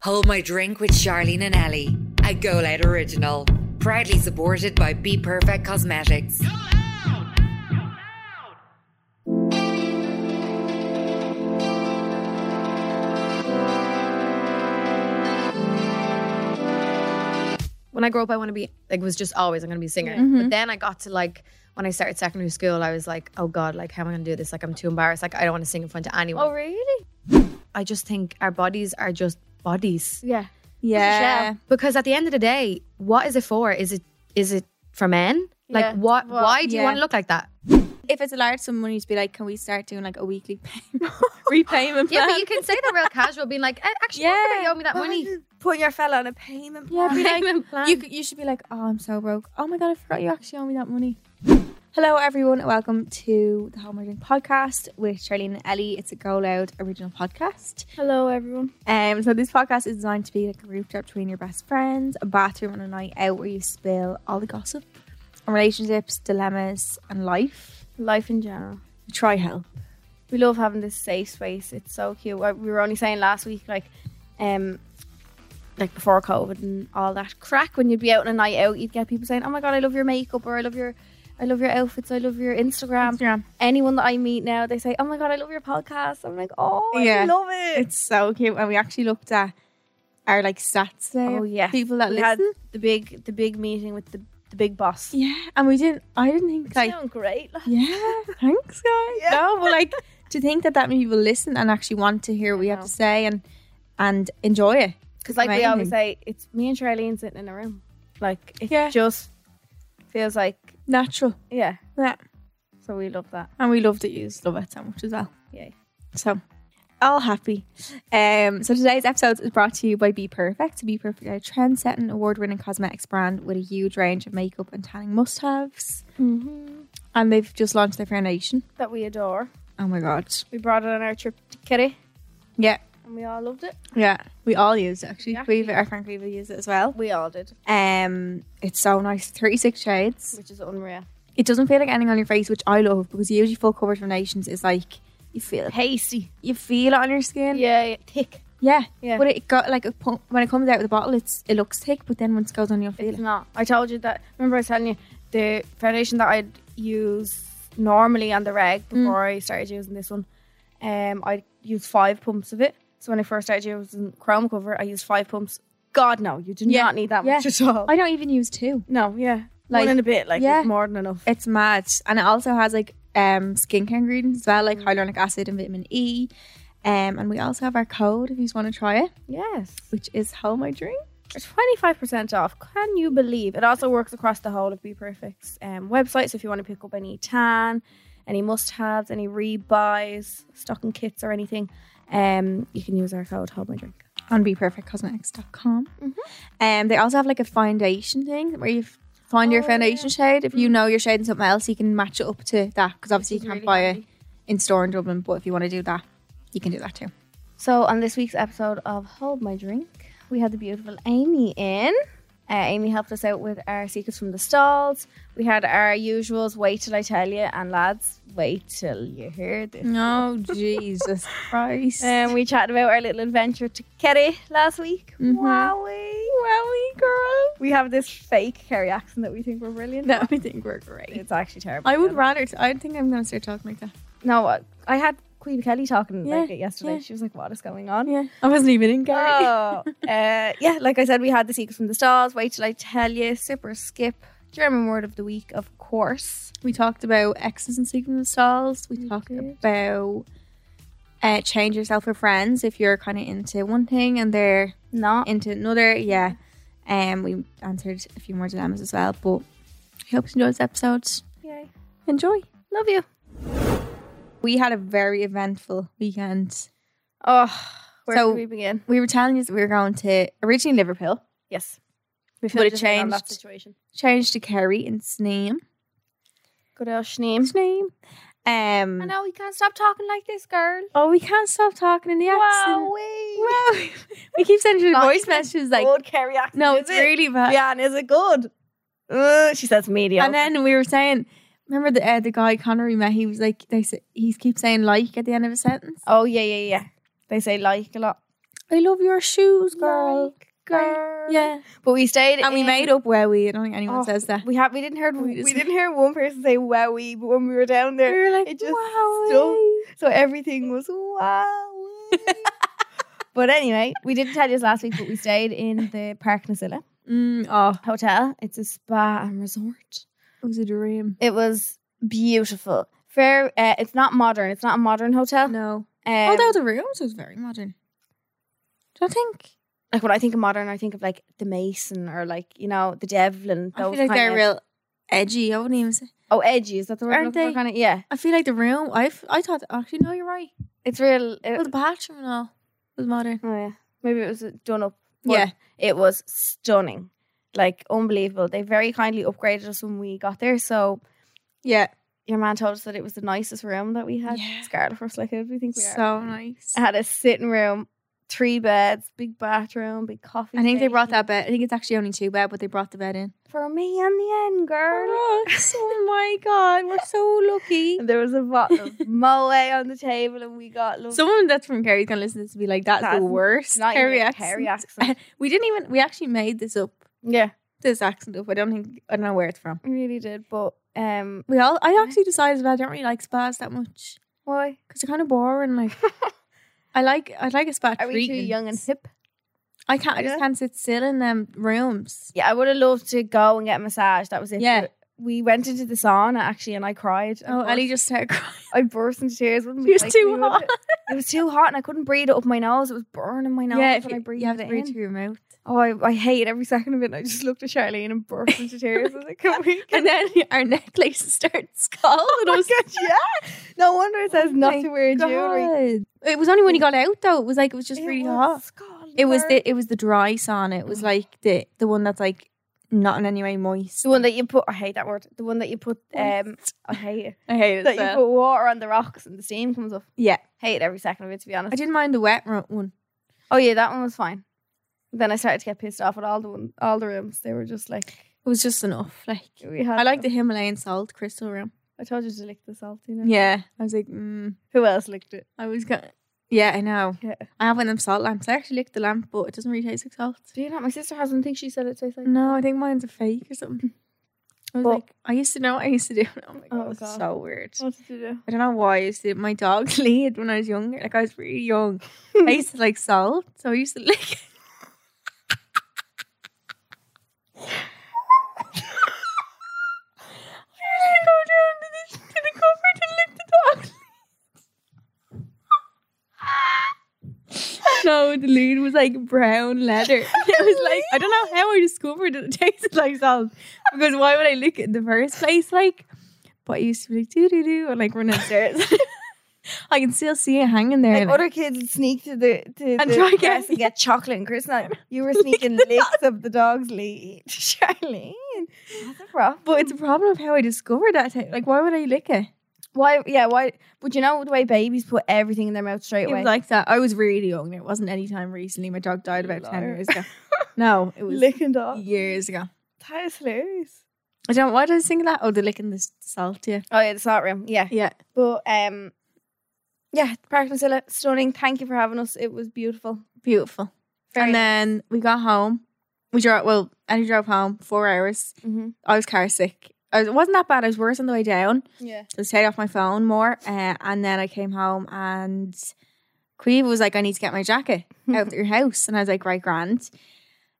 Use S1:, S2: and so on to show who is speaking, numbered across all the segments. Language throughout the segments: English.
S1: Hold My Drink with Charlene and Ellie, a Go Loud original. Proudly supported by Be Perfect Cosmetics.
S2: when I grow up, I want to be like was just always I'm gonna be a singer. But then I got to like when I started secondary school, I was like, oh god, like how am I gonna do this? Like I'm too embarrassed. Like I don't want to sing in front of anyone.
S3: Oh, really?
S2: I just think our bodies are just bodies.
S3: Yeah.
S4: Yeah.
S2: Because at the end of the day, what is it for? Is it is it for men? Like
S3: Yeah.
S2: what?
S3: Well,
S2: why do you
S4: yeah.
S2: want to look like that?
S4: If it's a large sum of money, to be like, can we start doing like a weekly payment, repayment
S2: Yeah,
S4: plan?
S2: but you can say that real casual, being like, "Eh, actually,
S4: Yeah.
S2: yeah. you owe me that money.
S4: Put your fella on a payment
S3: Yeah,
S4: plan.
S3: be like,
S2: Payment plan.
S4: You, c- you should be like, oh, I'm so broke. Oh my God, I forgot you actually owe me that money. Hello, everyone, and welcome to the Home Drink podcast with Charlene and Ellie. It's a Go Loud original podcast.
S3: Hello, everyone.
S4: Um, so, this podcast is designed to be like a group chat between your best friends, a bathroom on a night out where you spill all the gossip on relationships, dilemmas, and life.
S3: Life in general.
S4: Try help.
S3: We love having this safe space. It's so cute. I- We were only saying last week, like, um, like before COVID and all that crack, when you'd be out on a night out, you'd get people saying, "Oh my god, I love your makeup," or "I love your, I love your outfits," "I love your Instagram."
S4: Instagram.
S3: Anyone that I meet now, they say, "Oh my god, I love your podcast." I'm like, "Oh,
S4: Yeah.
S3: I love it."
S4: It's so cute. And we actually looked at our like stats today.
S3: Oh,
S4: of
S3: yeah.
S4: People that
S3: We
S4: listen.
S3: had the big, the big meeting with the the big boss.
S4: yeah. And we didn't, I didn't think like,
S3: Doing great.
S4: yeah, thanks guys.
S3: Yeah.
S4: No, but like to think that that many people listen and actually want to hear what we have to say and and enjoy it.
S3: Because like we
S4: Amazing.
S3: always say, it's me and Charlene sitting in a room. Like it
S4: Yeah.
S3: just feels like
S4: Natural.
S3: yeah.
S4: Yeah.
S3: So we love that.
S4: And we love that you just love it so much as well.
S3: Yay.
S4: So all happy. Um, so today's episode is brought to you by Be Perfect. Be Perfect are a trend-setting, award-winning cosmetics brand with a huge range of makeup and tanning must-haves.
S3: Mm-hmm.
S4: And they've just launched their foundation.
S3: That we adore.
S4: Oh my god.
S3: We brought it on our trip to Kitty,
S4: Yeah.
S3: and we all loved it.
S4: Yeah. We all use it actually.
S3: Yeah.
S4: We've our friend We've used it as well.
S3: We all did,
S4: Um, it's so nice. Thirty six shades.
S3: which is unreal.
S4: It doesn't feel like anything on your face, which I love because usually full coverage foundations is like you feel
S3: Hasty.
S4: you feel it on your skin.
S3: Yeah, yeah. Thick.
S4: yeah.
S3: Yeah.
S4: But it got like a pu- when it comes out of the bottle, it's it looks thick, but then once it goes on, you'll feel
S3: It's
S4: it.
S3: not. I told you that. Remember, I was telling you the foundation that I'd use normally on the reg before I started using this one. Um, I used five pumps of it. So when I first started using Chrome Cover, I used five pumps. God no, you do
S4: Yeah.
S3: not need that
S4: Yeah.
S3: much at all.
S4: I don't even use two.
S3: no, yeah,
S4: Like,
S3: one and a bit, like
S4: yeah.
S3: is more than enough.
S4: It's mad, and it also has like um skincare ingredients as well, like hyaluronic acid and vitamin E. Um, and we also have our code if you just want to try it,
S3: Yes,
S4: which is How My Drink.
S3: twenty five percent off. Can you believe? It also works across the whole of Be Perfect's um, website. So if you want to pick up any tan, any must haves, any rebuys, stocking kits, or anything, um, you can use our code Hold My Drink.
S4: on beperfectcosmetics.com. Um, they also have like a foundation thing where you f- find your
S3: Oh,
S4: foundation shade. If you know your shade and something else, you can match it up to that because obviously you
S3: is
S4: can't
S3: really
S4: buy it
S3: handy.
S4: in store in Dublin. But if you want to do that, you can do that too.
S3: So, on this week's episode of Hold My Drink, we had the beautiful Amy in. Uh, Amy helped us out with our secrets from the stalls. We had our usuals, wait till I tell you, and lads, wait till you hear this.
S4: No, Jesus Um, Christ.
S3: And we chatted about our little adventure to Kerry last week.
S4: Mhm.
S3: Wowie.
S4: Wowie, girl.
S3: We have this fake Kerry accent that we think we're brilliant.
S4: That I think we're great.
S3: It's actually terrible.
S4: I would rather, t- I think I'm going to start talking like that.
S3: No, uh, I had Queen Kelly talking
S4: Yeah,
S3: like it yesterday.
S4: yeah.
S3: She was like, what is going on?
S4: Yeah. I wasn't even in Gary.
S3: Oh, uh, yeah, like I said, we had the secrets from the stars. Wait till I tell you. Sip or skip. German word of the week, of course.
S4: We talked about exes and secret stalls. We, talked
S3: did.
S4: about uh, change yourself for friends if you're kind of into one thing and they're
S3: Not
S4: into another. Yeah. Um, we answered a few more dilemmas as well, but I hope you enjoyed this episode.
S3: yay.
S4: Enjoy.
S3: Love you.
S4: We had a very eventful weekend.
S3: Oh, where
S4: So-
S3: do we begin?
S4: We were telling you that we were going to originally Liverpool,
S3: Yes, we
S4: But it
S3: filled us in on that
S4: changed.
S3: situation.
S4: changed to Kerry in Sneem.
S3: Good old Shneem.
S4: Sneem.
S3: I
S4: Um,
S3: know we can't stop talking like this, girl.
S4: oh, we can't stop talking in the accent.
S3: Wow,
S4: Wow. we keep sending you
S3: Not
S4: voice
S3: even
S4: messages like,
S3: good Kerry accent.
S4: no,
S3: is
S4: it's
S3: it?
S4: really bad.
S3: Yeah, and is it good? Uh, she says medium.
S4: And then we were saying, remember the uh, the guy Connor we met? He was like, they sa- he keeps saying like at the end of a sentence.
S3: oh yeah, yeah, yeah. They say like a lot.
S4: I love your shoes, girl. Eh.
S3: girl.
S4: yeah.
S3: But we stayed
S4: And we
S3: in-
S4: made up wowie. I don't think anyone
S3: Oh,
S4: says that.
S3: We had we didn't hear we,
S4: We just-
S3: didn't hear one person say wowie, but when we were down there,
S4: were like, eh."
S3: it just
S4: "Wowie."
S3: stuck. so everything was wowie. but anyway, we didn't tell you this last week, but we stayed in the Park Nasilla
S4: Mm, oh,
S3: hotel. It's a spa and resort.
S4: it was a dream.
S3: It was beautiful. Fair. Uh, it's not modern. It's not a modern hotel.
S4: No.
S3: Um,
S4: Although the rooms was very modern. Do you think?
S3: like when I think of modern, I think of like the Mason or like you know the Devlin.
S4: I feel
S3: those
S4: like
S3: kind
S4: they're
S3: of-
S4: real edgy. I wouldn't even say.
S3: Oh, edgy is that the word? I'm
S4: Aren't
S3: looking for?
S4: they?
S3: Kind of, yeah.
S4: I feel like the room. I f- I thought actually no, you're right.
S3: It's real. it-
S4: Well, the bathroom and all was modern.
S3: Oh yeah, maybe it was done up. but
S4: Yeah.
S3: it was stunning, like unbelievable. They very kindly upgraded us when we got there. So
S4: Yeah,
S3: your man told us that it was the nicest room that we had.
S4: Yeah.
S3: Scarlet first, like who do we think we are?
S4: so nice.
S3: I had a sitting room, three beds, big bathroom, big coffee.
S4: I think they brought that
S3: station.
S4: bed. I think it's actually only two bed, but they brought the bed in.
S3: for me in the end, girl.
S4: oh my god, we're so lucky.
S3: And there was a bottle of Moe on the table, and we got love.
S4: Someone that's from Kerry's gonna listen to this and be like, "That's,
S3: That's
S4: the worst."
S3: not
S4: Kerry
S3: even a
S4: accent.
S3: Kerry accent.
S4: we didn't even. We actually made this up.
S3: yeah,
S4: This accent up. I don't think. I don't know where it's from.
S3: really did. But um,
S4: We all. I actually decided that I don't really like spas that much
S3: why
S4: because they're kind of boring. Like, I like. I like a spa.
S3: are we too young and
S4: treatments.
S3: hip?
S4: I can't. I
S3: Yeah.
S4: just can't sit still in them rooms.
S3: Yeah, I would have loved to go and get a massage. That was it.
S4: Yeah.
S3: But We went into the sauna actually, and I cried. I
S4: Oh, Ellie
S3: burst-
S4: just started crying.
S3: I burst into tears. Wouldn't
S4: It was
S3: like
S4: too
S3: me, would
S4: hot.
S3: It? It was too hot, and I couldn't breathe it up my nose. It was burning my nose
S4: if
S3: when I breathed
S4: you have
S3: it
S4: to breathe
S3: in.
S4: through your mouth.
S3: Oh, I, I hated every second of it. And I just looked at Charlene and burst into tears. I was like, "Can we?"
S4: And then our necklace started scalding.
S3: I was like, yeah. No wonder it says Oh not
S4: my
S3: to wear jewelry.
S4: It was only when you got out though. It was like it was just
S3: It
S4: really
S3: was Oh.
S4: hot.
S3: scalding
S4: It was
S3: hot.
S4: the it was the dry sauna. It was like the the one that's like not in any way moist.
S3: the one that you put. I hate that word. The one that you put. Um, I hate it.
S4: I hate
S3: That you put water on the rocks and the steam comes up.
S4: yeah,
S3: Hate every second of it. To be honest.
S4: I didn't mind the wet ro- one.
S3: Oh yeah, that one was fine. Then I started to get pissed off at all the one, all the rooms. They were just like
S4: It was just enough. Like
S3: we had.
S4: I like the Himalayan salt crystal room.
S3: I told you to lick the salt. You know.
S4: Yeah, I was like, mm,
S3: Who else licked it?
S4: I was gonna. Yeah, I know.
S3: Yeah.
S4: I have one of them salt lamps. I actually licked the lamp, but it doesn't really taste like salt.
S3: Do you not? My sister has one. Think she said it tastes like.
S4: No, I think mine's a fake or something. I was
S3: But-
S4: like, I used to know what I used to do. Oh my god,
S3: Oh
S4: it was
S3: God.
S4: so weird.
S3: What did you do?
S4: I don't know why I used to. My dog laid when I was younger. Like I was really young. I used to like salt, so I used to lick. it. I used to go down to the, to the cupboard and lick the dog. No, the lid was like brown leather. It was like I don't know how I discovered that it tasted like salt because why would I lick it in the first place? Like, but I used to be like doo doo doo and like run upstairs. I can still see it hanging there.
S3: Like
S4: like-
S3: other kids would sneak to the to
S4: And
S3: the
S4: try again.
S3: press and get chocolate and Christmas. You were sneaking licks of the dog's lead, Charlene. That's a problem.
S4: But it's a problem of how I discovered that. type- Like, why would I lick it?
S3: Why? Yeah. Why? But you know the way babies put everything in their mouth straight
S4: It
S3: away.
S4: was like that. I was really young. and It wasn't any time recently. My dog died about ten
S3: Liar.
S4: years ago. No, it was
S3: licking dog.
S4: years ago.
S3: That is hilarious.
S4: I don't. Why did I think of that? Oh, the licking the s- salt. Yeah,
S3: Oh yeah, the salt room. Yeah.
S4: yeah.
S3: But um, yeah, Park Mozilla, stunning. Thank you for having us. It was beautiful.
S4: Beautiful. and then we got home. We drove. Well, Annie drove home four hours.
S3: Mhm.
S4: I was car sick. I was, it wasn't that bad. I was worse on the way down.
S3: yeah,
S4: I stayed off my phone more, uh, and then I came home and Queeve was like, "I need to get my jacket out at your house," and I was like, "Right, grand."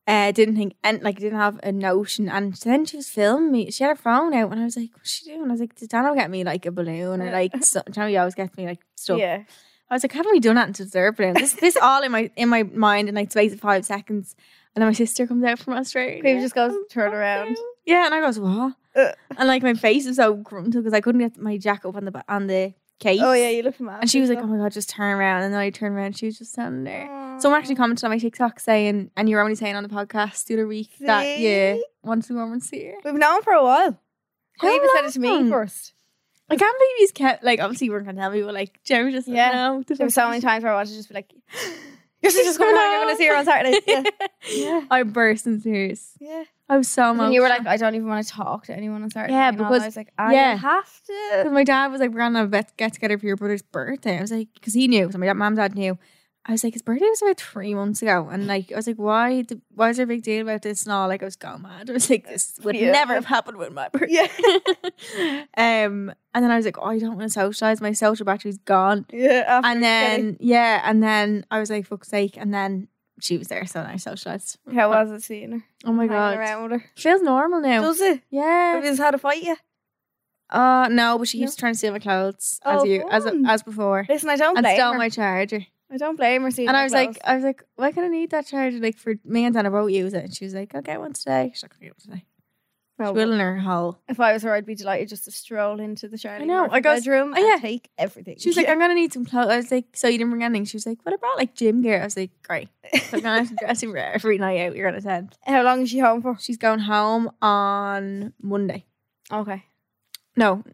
S4: Uh, didn't think and like didn't have a notion, and then she was filming me. She had her phone out, and I was like, "What's she doing?" I was like, "Did Dano get me like a balloon or like something?" She always gets me like stuff.
S3: yeah.
S4: I was like, "Haven't we done that into dessert balloon?" This this all in my in my mind in like space of five seconds, and then my sister comes out from Australia.
S3: Queen just goes turn around.
S4: Yeah, and I goes, what?
S3: Uh.
S4: and like my face is so grunted because I couldn't get my jacket up on the ba- on the case.
S3: Oh yeah, you look mad.
S4: and she was like, oh my god, just turn around. And then I turned around, and she was just standing there. Someone actually
S3: comes.
S4: commented on my TikTok saying, and you were only saying on the podcast the other week that
S3: See?
S4: yeah, once we woman see her.
S3: We've known for a while.
S4: How
S3: Queen said it to me
S4: long?
S3: first.
S4: I can't believe he's kept like obviously you weren't gonna tell me, but like Jeremy just
S3: Yeah.
S4: yeah. no,
S3: There were so many times where I wanted to just be like, "Your sister's coming home. You're going to see her on Saturday." Yeah, Yeah.
S4: I burst in tears.
S3: yeah.
S4: I was so emotional.
S3: And you were like, "I don't even want to talk to anyone on Saturday."
S4: Yeah,
S3: and all.
S4: because-
S3: I was like, "I
S4: yeah.
S3: have to."
S4: Because my dad was like, we're gonna have a get together for your brother's birthday. I was like, because he knew, because my mom dad knew. I was like, his birthday was about three months ago, and like I was like, why? The, why is there a big deal about this? And all like I was going mad. I was like, this would
S3: Yeah.
S4: never have happened with my birthday.
S3: Yeah.
S4: um, and then I was like, oh, I don't want to socialize. My social battery's gone.
S3: Yeah. after
S4: And
S3: getting-
S4: then yeah, and then I was like, fuck's sake. And then she was there, so then I socialized.
S3: how was it seeing her?
S4: Oh my
S3: Hanging
S4: god,
S3: around with her.
S4: feels normal now.
S3: Does it?
S4: yeah.
S3: Have you had a fight yet?
S4: Uh no, but she
S3: No?
S4: keeps trying to steal my clothes as
S3: Oh,
S4: you as
S3: fun.
S4: as before,
S3: Listen, I don't
S4: and
S3: blame
S4: stole
S3: her.
S4: my charger.
S3: I don't blame her. Seeing
S4: And
S3: her
S4: I was
S3: clothes.
S4: like, I was like, why can I need that charger? Like for me and Dana both use it. And she was like, I'll get one today. She's not gonna get one today.
S3: No,
S4: uh, She will in her hole.
S3: if I was her, I'd be delighted just to stroll into the Charlie
S4: know,
S3: Murphy
S4: I goes-
S3: bedroom
S4: oh, yeah.
S3: and take everything.
S4: She was like, I'm gonna need some clothes. I was like, so you didn't bring anything? She was like, well, I brought like gym gear. I was like, great. So I'm gonna have to dress you for every night out. You're on a tent.
S3: how long is she home for?
S4: She's going home on Monday.
S3: Okay.
S4: No,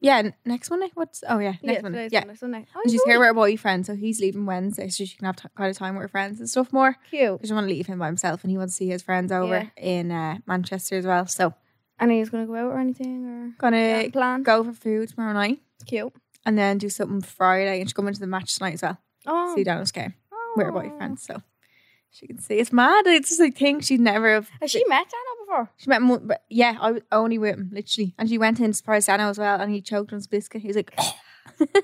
S4: yeah, n- next Monday. What's oh yeah, next
S3: yeah,
S4: Monday.
S3: today's
S4: Yeah.
S3: Monday, Sunday. Oh,
S4: And she's here
S3: lovely.
S4: with her boyfriend, so he's leaving Wednesday, so she can have t- kind of time with her friends and stuff more.
S3: Cute.
S4: because I want to leave him by himself, and he wants to see his friends over in uh, Manchester as well. So
S3: And he's going to go out or anything? or
S4: gonna
S3: got a plan?
S4: go for food tomorrow night,
S3: Cute.
S4: and then do something Friday, and she's coming to the match tonight as well.
S3: Oh.
S4: See Daniel's game
S3: oh.
S4: with her boyfriend, so she can see. It's mad. It's just like things she'd never have.
S3: Has she met Anna before?
S4: She met him, one- but yeah, I was only with him literally, and she went in to surprise Daniel as well, and he choked on his biscuit. He was like.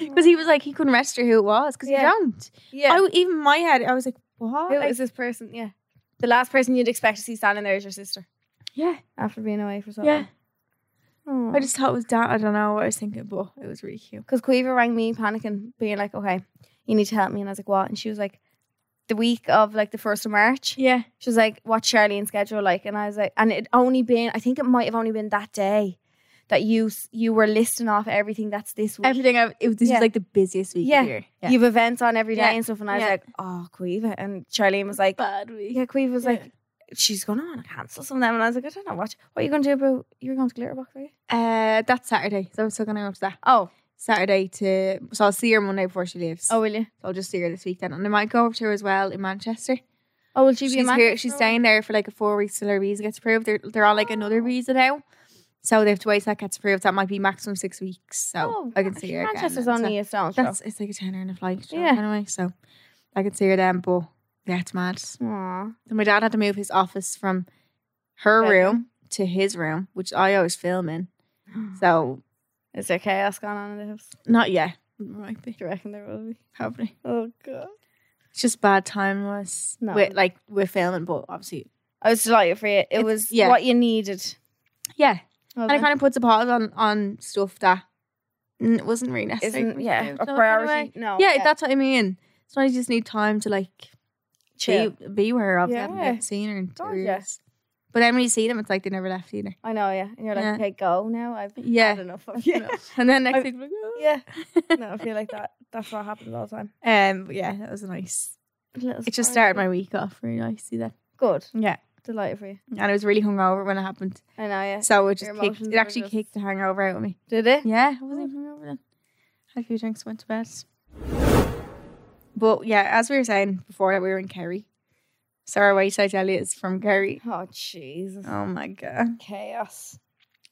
S4: Because he was like he couldn't register who it was because
S3: Yeah.
S4: you don't.
S3: Yeah.
S4: I, even in my head, I was Oh, like, "What?"
S3: Who is this person? Yeah. The last person you'd expect to see standing there is your sister
S4: yeah,
S3: after being away for so
S4: yeah.
S3: long. Oh.
S4: I just thought it was Dan. I don't know what I was thinking, but it was really cute.
S3: because Quiver rang me panicking, being like, "Okay, you need to help me," and I was like, "What?" And she was like, "The week of like the first of March."
S4: Yeah.
S3: She was like, "What's Charlene's schedule like?" And I was like, "And it only been, I think it might have only been that day that you s- you were listing off everything that's this week.
S4: Everything I it was this
S3: Yeah.
S4: is like the busiest week
S3: Yeah.
S4: of year. Yeah.
S3: You've events on every day
S4: Yeah.
S3: and stuff." And I was
S4: Yeah.
S3: like, "Oh, Quiver," and Charlene was like,
S4: bad week.
S3: "Yeah, Quiver was
S4: Yeah.
S3: like." She's gonna want to cancel some of them, and I was like, I don't know what. What are you gonna do about? You're going to Glitterbox, are you?
S4: Uh that's Saturday. So I'm still gonna go to that.
S3: Oh,
S4: Saturday to so I'll see her Monday before she leaves.
S3: oh, will you?
S4: So I'll just see her this weekend. And I might go over to her as well in Manchester.
S3: Oh, will she be?
S4: She's
S3: in
S4: here
S3: Manchester
S4: she's
S3: for a while?
S4: staying there for like a four weeks till her visa gets approved. They're they're on like
S3: Oh.
S4: another visa now. So they have to wait till that gets approved. That might be maximum six weeks. So I can see her. again
S3: Oh, Manchester's
S4: then. So-
S3: only a stone throw.
S4: That's it's like a tenner and a flight.
S3: Yeah.
S4: Yeah. Anyway, so I could see her then, but yeah, it's mad.
S3: Aw.
S4: So my dad had to move his office from her
S3: Bedroom.
S4: room to his room, which I always film in. So
S3: Is there chaos going on in the house?
S4: not yet. Might be
S3: Do you reckon there will be?
S4: probably.
S3: Oh god.
S4: It's just bad time was
S3: No.
S4: with like we're filming, but obviously
S3: I was delighted for you. It
S4: It's-
S3: was
S4: yeah.
S3: what you needed.
S4: yeah.
S3: Well
S4: And it
S3: done.
S4: kind of puts a pause on on stuff that n- wasn't really necessary.
S3: isn't
S4: for me
S3: yeah
S4: to do.
S3: a
S4: So
S3: priority.
S4: anyway,
S3: No.
S4: yeah, that's what I mean. So I just need time to like
S3: Chill.
S4: be, be with her. Obviously, I haven't- I
S3: Yeah.
S4: haven't seen her in two
S3: Oh, yeah.
S4: years. But then when you see them, it's like they never left either.
S3: I know. Yeah, and you're like,
S4: Yeah.
S3: okay, go now. I've
S4: Yeah.
S3: had enough of you.
S4: And then next
S3: I-
S4: week, like, "Oh."
S3: yeah. No, I feel like that. That's what happens all the time.
S4: Um, but yeah, that was nice. It just started my week off really nicely then.
S3: good.
S4: Yeah.
S3: Delighted for you.
S4: And I was really hungover when it happened.
S3: I know. Yeah.
S4: So it just
S3: Your
S4: kicked,
S3: emotions
S4: it
S3: were
S4: actually
S3: just-
S4: kicked the hangover out of me.
S3: Did it?
S4: Yeah, I wasn't even hungover then. Had a few drinks, went to bed. But yeah, as we were saying before that we were in Kerry. So our wayside deli is from Kerry.
S3: Oh Jesus.
S4: Oh my god.
S3: Chaos.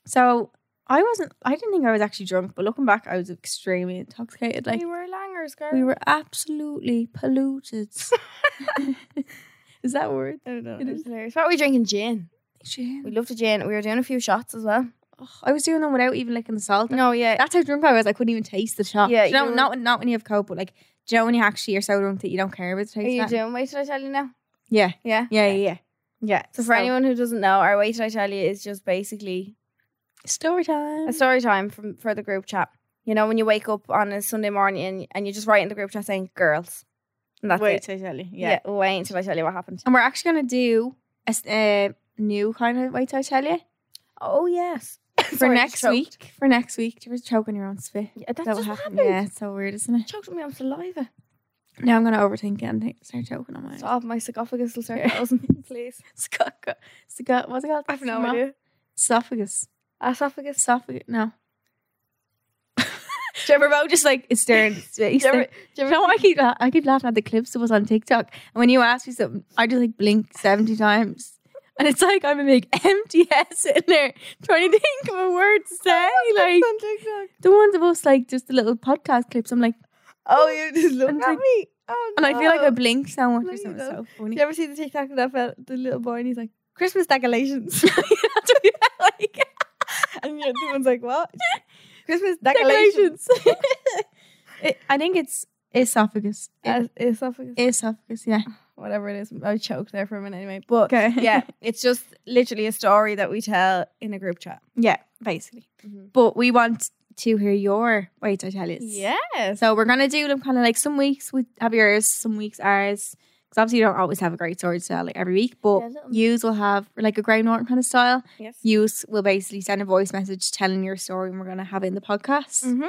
S4: So I wasn't I didn't think I was actually drunk, but looking back I was extremely intoxicated. Like
S3: we were langers, girl.
S4: we were absolutely polluted. is that a word?
S3: I don't know.
S4: It
S3: It is
S4: is.
S3: hilarious. What were we drinking? Gin.
S4: Gin.
S3: We loved a gin. We were doing a few shots as well.
S4: I was doing them without even licking the salt.
S3: No, yeah.
S4: That's how drunk I was. I couldn't even taste the shot.
S3: Yeah,
S4: Yeah, you know,
S3: you were-
S4: not when- not when you have coke, but like, do you know when you actually are so drunk that you don't care about the
S3: Are
S4: taste?
S3: you
S4: of that?
S3: doing? Wait till I tell you now.
S4: Yeah,
S3: Yeah.
S4: yeah, yeah, yeah. yeah.
S3: So for anyone who doesn't know, our wait till I tell you is just basically
S4: story time.
S3: a story time from for the group chat. You know, when you wake up on a Sunday morning and, and you just write in the group chat saying "girls," and that's it.
S4: till I tell you. Yeah.
S3: Yeah. wait till I tell you what happened.
S4: and we're actually gonna do a s- uh, new kind of wait till I tell you
S3: Oh yes,
S4: for next week. For next week, you were choking your own spit.
S3: Yeah, that's
S4: That
S3: just
S4: would
S3: what
S4: happen.
S3: happened.
S4: Yeah, it's so weird, isn't it?
S3: Choked me on saliva.
S4: Now I'm gonna overthink it and think- start choking on my.
S3: Stop, my sarcophagus will start
S4: Yeah.
S3: closing. Please.
S4: Scoc- scoc- What's it called? Sma- Esophagus.
S3: Esophagus.
S4: esophagus. No. Trevor Bow just like is staring at his face.
S3: Do you ever-
S4: like- you know, I keep la- I keep laughing at the clips that was on TikTok, and when you ask me something, I just like blink seventy times, and it's like I'm a big empty head sitting there trying to think of a word to say. Like
S3: on TikTok.
S4: the ones of us like just the little podcast clips. I'm like,
S3: Oh, you just
S4: And
S3: looked at
S4: like-
S3: me. Oh,
S4: And I feel like I
S3: no.
S4: blinked so much
S3: No,
S4: or
S3: you
S4: something.
S3: don't.
S4: So
S3: Did
S4: funny.
S3: you ever see the TikTok of that fella, the little boy, and he's like, Christmas decorations.
S4: like
S3: and the other one's like, what? Christmas decorations.
S4: decorations. It- I think it's esophagus.
S3: As- esophagus.
S4: Esophagus, yeah.
S3: Whatever it is. I choked there for a minute anyway. But
S4: Okay.
S3: yeah, it's just literally a story that we tell in a group chat.
S4: Yeah, basically.
S3: Mhm.
S4: But we want to hear your way to tell us.
S3: Yes.
S4: So we're gonna do them kind of like some weeks we have yours, some weeks ours. Because obviously you don't always have a great story to tell like every week, but
S3: Yeah, little-
S4: yous will have like a Graham Norton kind of style.
S3: Yes.
S4: Yous will basically send a voice message telling your story, and we're gonna have it in the podcast.
S3: Mhm.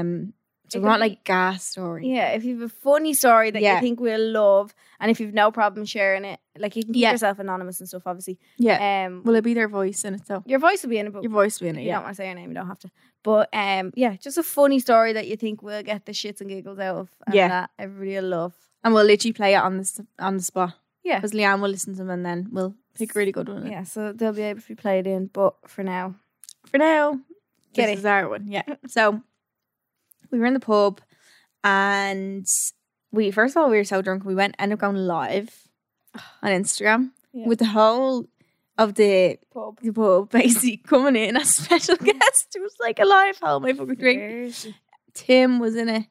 S4: Um, so
S3: It
S4: we want
S3: could
S4: like gas story.
S3: Yeah, if you have a funny story that
S4: Yeah.
S3: you think we'll love, and if you've no problem sharing it, like you can keep
S4: Yeah.
S3: yourself anonymous and stuff, obviously.
S4: Yeah.
S3: Um,
S4: will it be their voice in it though?
S3: your voice will be in it, but
S4: Your voice will be in it.
S3: you
S4: Yeah.
S3: don't want to say your name, you don't have to. But um, yeah, just a funny story that you think we'll get the shits and giggles out of. And
S4: Yeah.
S3: that everybody will love.
S4: And we'll literally play it on the s- on the spot.
S3: Yeah.
S4: Because Leanne will listen to them and then we'll pick a really good one.
S3: Yeah, so they'll be able to be played in. But for now,
S4: for now.
S3: Get
S4: this
S3: it.
S4: is our one. Yeah. So we were in the pub and we first of all we were so drunk we went ended up going live on Instagram
S3: Yeah.
S4: with the whole of the
S3: pub.
S4: the pub Mm. basically coming in as special guest. It was like a live hold my fucking drink. Tim was in it.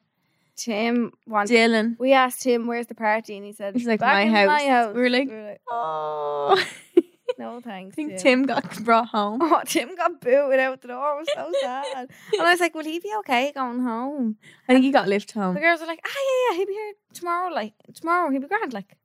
S3: Tim wanted.
S4: Dylan.
S3: We asked him, "Where's the party?" And he said,
S4: He's like
S3: "Back
S4: my
S3: in
S4: house.
S3: My house.
S4: We were like,
S3: We were like,
S4: oh
S3: no thanks.
S4: I think
S3: Tim."
S4: Tim got brought home.
S3: Oh, Tim got booted out the door. It was so sad. and I was like, will he be okay going home?
S4: I think he got left
S3: The
S4: home.
S3: girls were like, ah, yeah, yeah, he'll be here tomorrow. Like, tomorrow, he'll be grand. Like,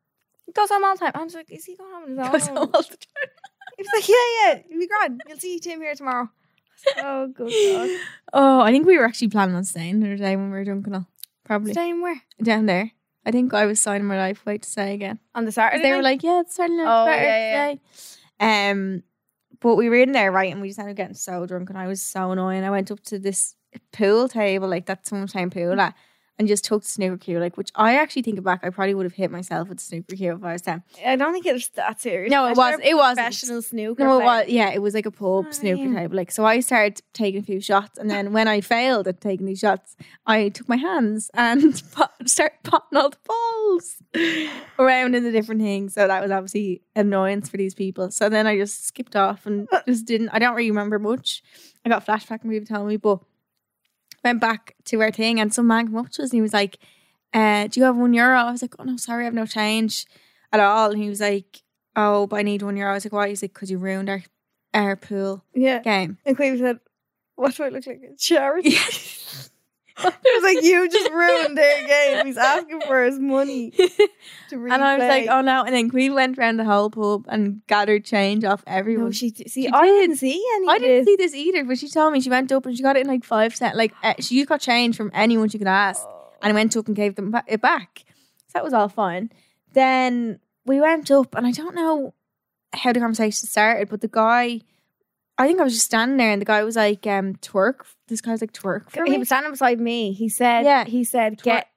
S3: he goes home all the time. I was like, is he going home on his own?
S4: Goes home all the time.
S3: He was like, yeah, yeah, he'll be grand. You'll see Tim here tomorrow. I was like, Oh, good
S4: Oh, I think we were actually planning on staying the other day when we were drunk and all.
S3: God.
S4: Probably
S3: Staying where?
S4: down there. I think I was signing my life away to say again.
S3: On the
S4: 'Cause
S3: Saturday.
S4: They were like, "Yeah, it's starting
S3: Oh,
S4: oh, better
S3: yeah,
S4: today." Um, but we were in there right, and we just ended up getting so drunk, and I was so annoying. I went up to this pool table, like that sometime
S3: Mm.
S4: pool at, and just took the snooker cue, like which I actually think back, I probably would have hit myself with the snooker cue if I was ten.
S3: I don't think it was that serious.
S4: No,
S3: I
S4: it
S3: swear
S4: wasn't. It wasn't.
S3: Professional snooker.
S4: No, it
S3: player.
S4: was yeah, it was like a pub
S3: Oh,
S4: snooker
S3: yeah.
S4: table. Like so, I started taking a few shots, and then when I failed at taking these shots, I took my hands and pot, started potting all the balls around in the different things. So that was obviously annoyance for these people. So then I just skipped off and just didn't. I don't really remember much. I got a flashback and people telling me, but went back to our thing, and some man came up to us and he was like, uh, "Do you have one euro?" I was like, "Oh no, sorry, I have no change at all." And he was like. Oh, but I need one euro. I was like, why? He's like, because you ruined our our pool
S3: Yeah.
S4: game.
S3: And Queen said, What do I look like? A charity? it was like, You just ruined their game. He's asking for his money to replay.
S4: And I was like, oh no. And then Queen went around the whole pub and gathered change off everyone.
S3: No, she d- see.
S4: "Oh, She
S3: I
S4: did.
S3: didn't see any.
S4: I
S3: of
S4: didn't
S3: this.
S4: see this either, but she told me she went up and she got it in like five cents. Like uh, she got change from anyone she could ask,
S3: Oh.
S4: and I went up and gave them ba- it back. So that was all fine. Then we went up, and I don't know how the conversation started, but the guy, I think I was just standing there, and the guy was like, um, "Twerk." This guy was like, "Twerk." For
S3: He
S4: me.
S3: was standing beside me. He said,
S4: Yeah.
S3: He said,
S4: Twer-
S3: "Get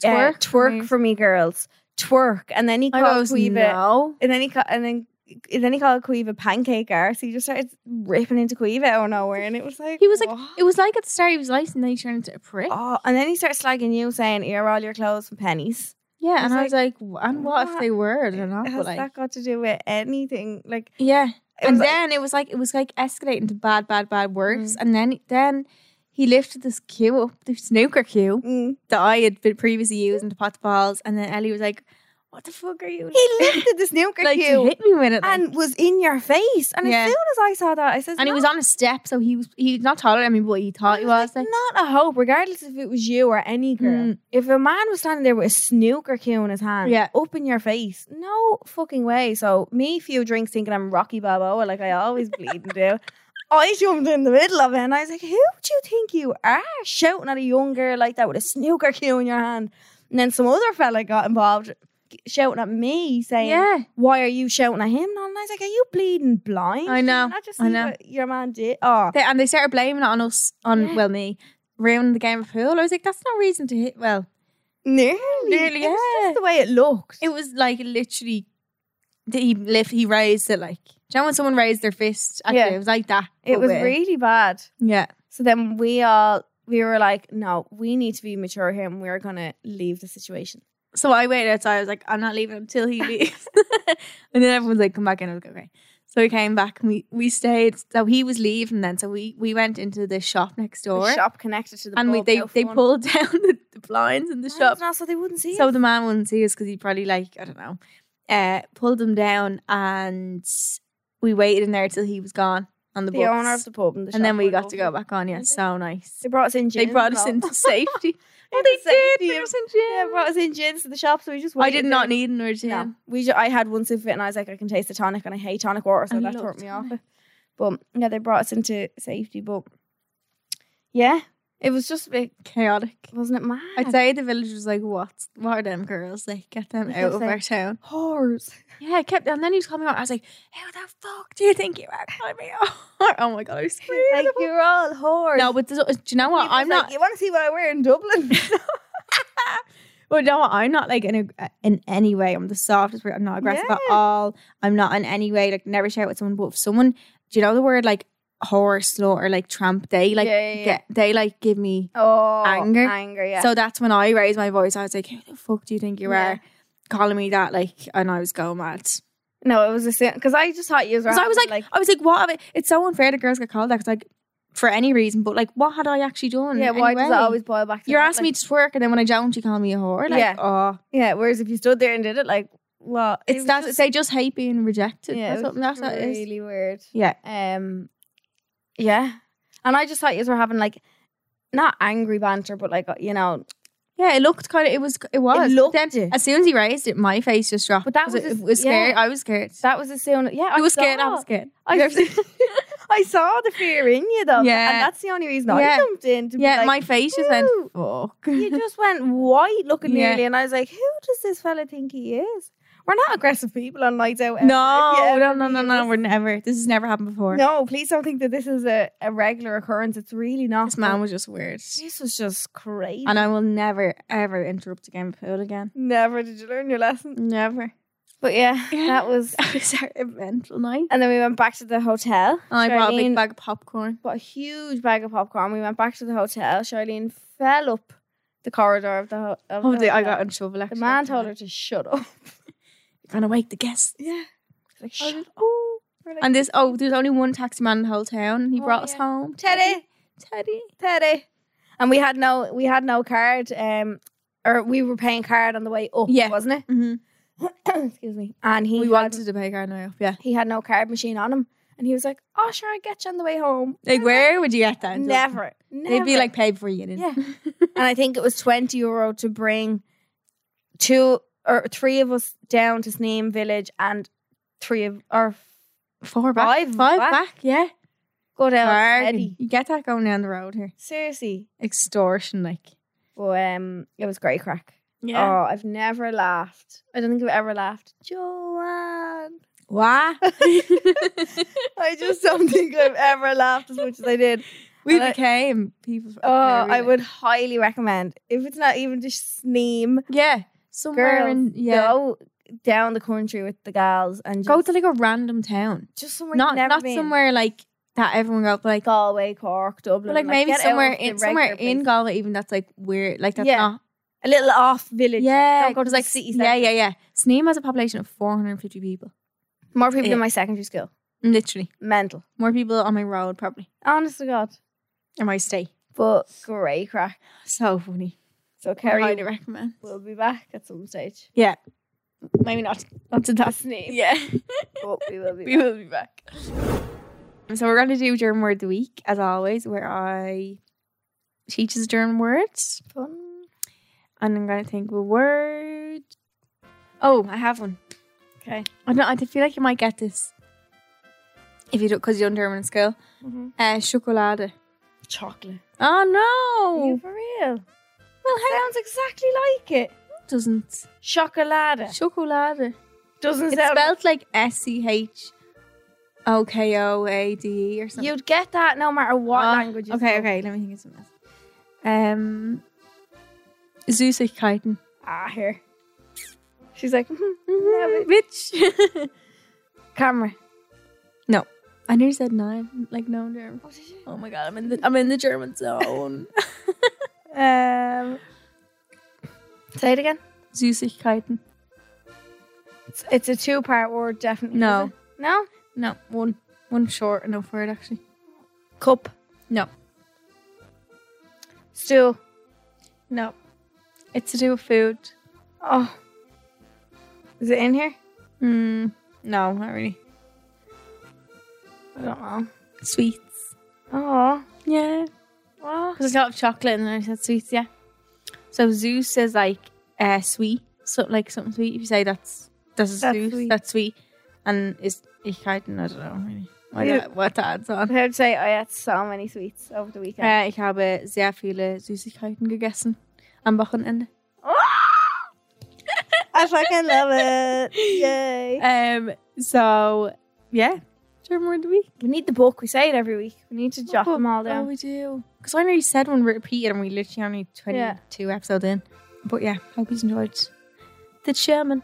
S3: twerk,
S4: Twerk for
S3: twerk
S4: me.
S3: for me, girls, twerk." And then he
S4: I
S3: called
S4: goes,
S3: Cueva,
S4: "No."
S3: and then he ca- and then and then he called Cueva pancake arse. He just started ripping into Cueva out of nowhere, and it was like
S4: He was like,
S3: "What?"
S4: it was like at the start he was nice, and then he turned into a prick.
S3: Oh, and then he starts slagging you, saying, "Here, all your clothes from pennies."
S4: yeah, and
S3: was
S4: I was like, "W- and what, if
S3: what
S4: they were? They're not,
S3: Has
S4: but like,
S3: that got to do with anything? Like,
S4: yeah.
S3: it
S4: And
S3: was like- Mm.
S4: then it was like it was like escalating to bad, bad, bad words, and then then he lifted this cue up, the snooker cue
S3: Mm.
S4: that I had been previously using to pot the balls, and then Ellie was like, "What the fuck are you?"
S3: he lifted the snooker
S4: like to
S3: cue
S4: hit me with it, like.
S3: and was in your face. And
S4: Yeah.
S3: as soon as I saw that, I said,
S4: and he was on a step, so he was he's not taller than me, but he thought he was. Like,
S3: not a hope, regardless if it was you or any girl.
S4: Mm.
S3: If a man was standing there with a snooker cue in his hand,
S4: Yeah.
S3: up in your face, no fucking way. So me, few drinks, thinking I'm Rocky Balboa, like I always bleed and do. I jumped in the middle of it, and I was like, "Who do you think you are?" Shouting at a young girl like that with a snooker cue in your hand, and then some other fella got involved, shouting at me, saying,
S4: yeah,
S3: "Why are you shouting at him?" And I was like, "Are you bleeding blind?
S4: I
S3: Did you
S4: know,
S3: not just
S4: I
S3: see
S4: know.
S3: what your man did." Oh,
S4: they, and they started blaming it on us, on
S3: Yeah.
S4: well me, ruining the game of pool. I was like, that's no reason to hit. Well,
S3: nearly,
S4: Nearly,
S3: It was
S4: yeah.
S3: just the way it looked.
S4: It was like literally that he lift he raised it like do you know when someone raised their fist at
S3: Yeah.
S4: you? It was like that.
S3: It
S4: but
S3: was
S4: with-
S3: really bad.
S4: Yeah.
S3: So then we all we were like, no, we need to be mature here and we're going to leave the situation.
S4: So I waited outside. I was like, I'm not leaving until he leaves. and then everyone's like, come back in. I was like, okay. So we came back and we, we stayed. So he was leaving then. So we, we went into the shop next
S3: The
S4: door.
S3: shop connected to the
S4: and we,
S3: pub,
S4: they,
S3: beautiful
S4: they
S3: one.
S4: pulled down the, the blinds in the
S3: That's
S4: shop.
S3: not so they wouldn't see
S4: So
S3: it.
S4: the man wouldn't see us because he probably like I don't know, uh, pulled them down, and we waited in there till he was gone on the,
S3: the
S4: books,
S3: owner of the pub and the
S4: and then
S3: shop
S4: we
S3: were
S4: got to go
S3: lovely.
S4: back on. Yeah, so nice.
S3: They brought us in
S4: They
S3: gin.
S4: brought us
S3: though.
S4: into safety. oh,
S3: Into
S4: they did.
S3: safety.
S4: They brought us in jail.
S3: Yeah, they brought us in gins to the shop, so we just.
S4: I
S3: waited
S4: did
S3: there.
S4: not need an urgent.
S3: No, we. Ju- I had one sip of it, and I was like, I can taste the tonic, and I hate tonic water, so
S4: I
S3: that
S4: love
S3: turned me off.
S4: tonic.
S3: it. But yeah, they brought us into safety. But yeah, it was just a bit,
S4: Chaotic.
S3: wasn't it mad?
S4: I'd say the village was like, "What? What are them girls? Like, get them out of our town."
S3: Whores.
S4: Yeah, I kept. And then he was calling me out. I was like, "Who the fuck do you think you are calling me out?" oh my god, I was screaming.
S3: Like you're all whores.
S4: no, but do you know
S3: He
S4: what?
S3: was
S4: I'm
S3: like,
S4: not.
S3: You want to see what I wear in Dublin?
S4: Well, no, I'm not like in a, in any way. I'm the softest. person. I'm not aggressive at
S3: Yeah.
S4: all. I'm not in any way like never shout at someone. But if someone, do you know the word like horse slut or like tramp? They like
S3: Yeah, yeah, yeah.
S4: get they like give me.
S3: oh,
S4: Anger.
S3: Anger. Yeah.
S4: So that's when I raised my voice. I was like, "Who the fuck do you think you
S3: Yeah.
S4: are?" Calling me that like, and I was going mad because
S3: no, it was a sin because I just thought you were.
S4: I was like,
S3: having,
S4: I was like, what? Have I, it's so unfair that girls get called that 'cause, like for any reason, but like, what had I actually done?
S3: yeah. Why does it
S4: anyway?
S3: always boil back? to
S4: You're
S3: that?
S4: asking
S3: Like,
S4: me to twerk, and then when I don't, you call me a whore. Like,
S3: Yeah.
S4: oh,
S3: Yeah, whereas if you stood there and did it, like, well,
S4: it's that they just hate being rejected.
S3: yeah,
S4: that's
S3: it was
S4: what, that's
S3: just
S4: what it is.
S3: really weird.
S4: Yeah.
S3: Um, yeah, and I just thought you were having like not angry banter, but like you know,
S4: Yeah, it looked kind of. It was. It was.
S3: it looked.
S4: Then, as soon as he raised it, my face just dropped.
S3: But that
S4: 'cause
S3: was
S4: it,
S3: just-
S4: it was scared.
S3: yeah.
S4: I was scared.
S3: that was the soon. Yeah,
S4: I was
S3: saw,
S4: scared. I was scared.
S3: I,
S4: You've ever
S3: s- I saw the fear in you though.
S4: Yeah.
S3: and that's the only reason I
S4: Yeah.
S3: jumped in. To be
S4: Yeah,
S3: like,
S4: my face just went.
S3: "Ew."
S4: Fuck.
S3: You just went white looking
S4: Yeah.
S3: nearly, and I was like, "Who does this fella think he is?" We're not aggressive people on nights out. eh? ever.
S4: no,
S3: If you ever
S4: no, no, no,
S3: leave
S4: no.
S3: us-
S4: We're never. This has never happened before.
S3: No, please don't think that this is a, a regular occurrence. It's really not.
S4: This man was just weird,
S3: this was just crazy.
S4: and I will never ever interrupt a game of pool again.
S3: Never did you learn your lesson.
S4: Never.
S3: But yeah, that was.
S4: That was our eventful night.
S3: And then we went back to the hotel.
S4: And I brought a
S3: Charlene-
S4: big bag of popcorn.
S3: bought a huge bag of popcorn. We went back to the hotel. Charlene fell up the corridor of the, ho- of
S4: Oh,
S3: the
S4: the, I
S3: hotel.
S4: got in trouble.
S3: The
S4: Actually,
S3: man told her to shut up.
S4: "You're gonna wake the guests."
S3: Yeah. Like,
S4: I was
S3: shut
S4: like,
S3: up.
S4: "Ooh."
S3: We're like,
S4: And this, oh, there's only one taxi man in the whole town. and He
S3: Oh,
S4: brought us
S3: yeah.
S4: home.
S3: Teddy,
S4: Teddy.
S3: Teddy. And we had no, we had no card. Um, or we were paying card on the way up.
S4: Yeah.
S3: wasn't
S4: Mm-hmm.
S3: it? Excuse me. And he
S4: we
S3: had-
S4: wanted to pay our now. Yeah.
S3: he had no card machine on him, and he was like, "Oh, sure, I get you on the way home."
S4: Like, where would you get that?
S3: Never, never.
S4: They'd be like, pay before you did.
S3: Yeah. and I think it was twenty euro to bring two or three of us down to Sneem Village, and three of or
S4: Four back.
S3: Five
S4: Five
S3: back.
S4: back. yeah.
S3: go down. to
S4: Bargain.
S3: Eddie.
S4: You get that going down the road here.
S3: Seriously,
S4: Extortion, like.
S3: but um, it was great crack. Oh, I've never laughed. I don't think I've ever laughed. Joanne,
S4: Wow.
S3: I just don't think I've ever laughed as much as I did.
S4: we
S3: And I-
S4: became people.
S3: Oh, I would highly recommend if it's not even just Sneem.
S4: Yeah. Somewhere
S3: girls
S4: in. Yeah.
S3: go down the country with the gals and just,
S4: Go to like a random town.
S3: just somewhere
S4: Not
S3: you've never
S4: not
S3: been.
S4: somewhere like that everyone goes, but like,
S3: Galway, Cork,
S4: but
S3: Dublin,
S4: like maybe
S3: get out
S4: somewhere
S3: of the
S4: in somewhere
S3: regular
S4: in
S3: place.
S4: Galway, even that's like weird, like that's
S3: Yeah.
S4: not
S3: a little off village.
S4: Yeah,
S3: don't go to
S4: 'cause,
S3: the
S4: like
S3: city
S4: Yeah, yeah,
S3: centre.
S4: yeah. Sneem has a population of 450 people.
S3: more people
S4: Yeah.
S3: in my secondary school.
S4: Literally,
S3: Mental,
S4: more people on my road probably
S3: honest to God,
S4: in my state.
S3: but great crack.
S4: So funny.
S3: So
S4: Very
S3: Kerry
S4: highly recommend.
S3: will be back at some stage.
S4: Yeah, maybe not. Not to that.
S3: Sneeze,
S4: Yeah,
S3: but we will be.
S4: we
S3: back.
S4: will be back. So we're going to do German word of the week as always, where I teach us German words,
S3: Fun.
S4: and I'm going to think of a word. Oh, I have one.
S3: Okay.
S4: I don't. I feel like you might get this if you do because you're in German in school.
S3: Mhm.
S4: Uh, Schokolade.
S3: Chocolate.
S4: Oh
S3: Are
S4: no!
S3: you for real?
S4: well,
S3: Sounds exactly like it.
S4: doesn't.
S3: Chocolate
S4: Chocolade.
S3: doesn't
S4: It's
S3: sound.
S4: spelled like S C H O K O A D E or something.
S3: You'd get that no matter what
S4: Ah,
S3: language. you
S4: Okay,
S3: spoke.
S4: okay. Let me think of something else. Um, Süßigkeiten.
S3: Ah, here. "Mm-hmm, She's like, "Mhm,
S4: Bitch.
S3: camera.
S4: No. I nearly said nine, like no German. Oh my god, I'm in the I'm in the German zone.
S3: Um, say it again.
S4: Süßigkeiten.
S3: It's, it's a two part word, definitely.
S4: No.
S3: is it? No?
S4: No, one one short enough word actually.
S3: Cup.
S4: No,
S3: Stool.
S4: no, it's to do with food.
S3: Oh. Is it in here?
S4: Mm, no, not really.
S3: I don't know.
S4: Sweets.
S3: Oh.
S4: Yeah,
S3: Well,
S4: because I thought of chocolate and then I said sweets. Yeah. So Zeus is like uh, sweet, so like something sweet. If you say that's that's,
S3: That's
S4: Zeus,
S3: sweet.
S4: that's sweet, and is Ichheiten. I don't know really what
S3: Yeah.
S4: that, what that adds on.
S3: I would say I ate so many sweets over the weekend.
S4: Äh, ich habe sehr viele Süßigkeiten gegessen am Wochenende.
S3: I fucking love it. Yay.
S4: Um. So yeah, German word of the week.
S3: We need the book. We say it every week. We need to jot
S4: Oh,
S3: them all
S4: Oh,
S3: down.
S4: we do. Because I already said one repeated, and we literally only twenty-two episodes in. But yeah, hope you enjoyed the German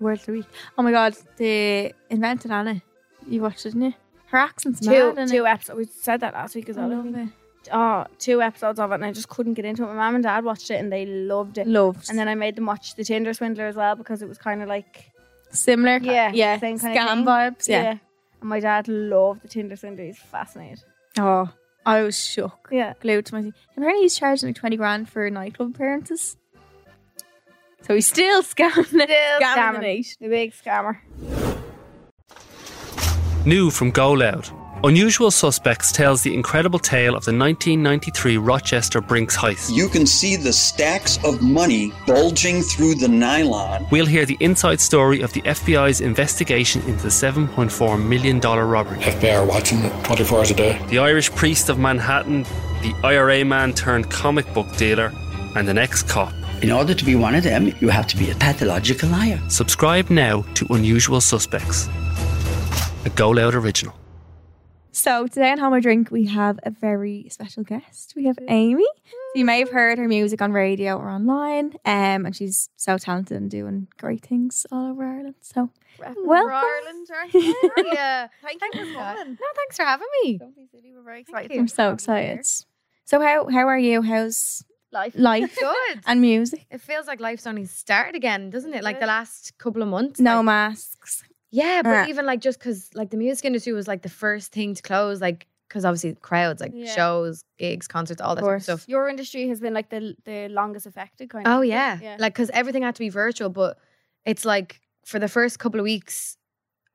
S4: word of the week. Oh my god, they invented Anna. You watched it, didn't you? Her accent's
S3: Two,
S4: mad, isn't
S3: two episodes. We said that last week as
S4: it? I
S3: well. I
S4: love
S3: think.
S4: it.
S3: Oh, two episodes of it, and I just couldn't get into it. My mom and dad watched it, and they loved it.
S4: Loved.
S3: And then I made them watch The Tinder Swindler as well because it was kind of like uh,
S4: similar, ki-
S3: Yeah,
S4: yeah,
S3: same kind of
S4: scam
S3: thing.
S4: vibes, yeah.
S3: And my dad loved The Tinder Swindler. He's fascinated.
S4: Oh, I was shook.
S3: Yeah.
S4: Glued to my seat. Apparently, he's charging like twenty grand for nightclub appearances. So he's still scamming, still
S3: scamming.
S4: the nation.
S3: The big scammer.
S5: New from Go Loud. Unusual Suspects tells the incredible tale of the 1993 Rochester Brinks heist.
S6: You can see the stacks of money bulging through the nylon.
S5: We'll hear the inside story of the FBI's investigation into the $7.4 million robbery.
S7: They are watching it 24 hours a day.
S5: The Irish priest of Manhattan, the IRA man turned comic book dealer, and an ex cop.
S8: In order to be one of them, you have to be a pathological liar.
S5: Subscribe now to Unusual Suspects, a Go Loud original.
S4: So today on How My Drink, we have a very special guest. We have Amy. So you may have heard her music on radio or online, um, and she's so talented and doing great things all over Ireland. So
S2: Well,
S4: welcome.
S2: Ireland, right? yeah. Thank you for coming. No, thanks for having me.
S3: We're very
S2: Thank
S3: excited.
S2: you.
S4: I'm so excited. So how how are you? How's
S2: Life,
S4: life
S2: good.
S4: and music?
S2: It feels like life's only started again, doesn't it? Like the
S3: Yeah. uh,
S2: last couple of months.
S4: No
S2: like,
S4: masks.
S2: yeah, but
S4: Yeah.
S2: even like just because like the music industry was like the first thing to close, like because obviously crowds, like
S3: Yeah.
S2: shows, gigs, concerts, all that sort of
S4: course.
S2: stuff.
S3: Your industry has been like the the longest affected kind of.
S2: Oh yeah,
S3: yeah.
S2: like because everything had to be virtual, but it's like for the first couple of weeks.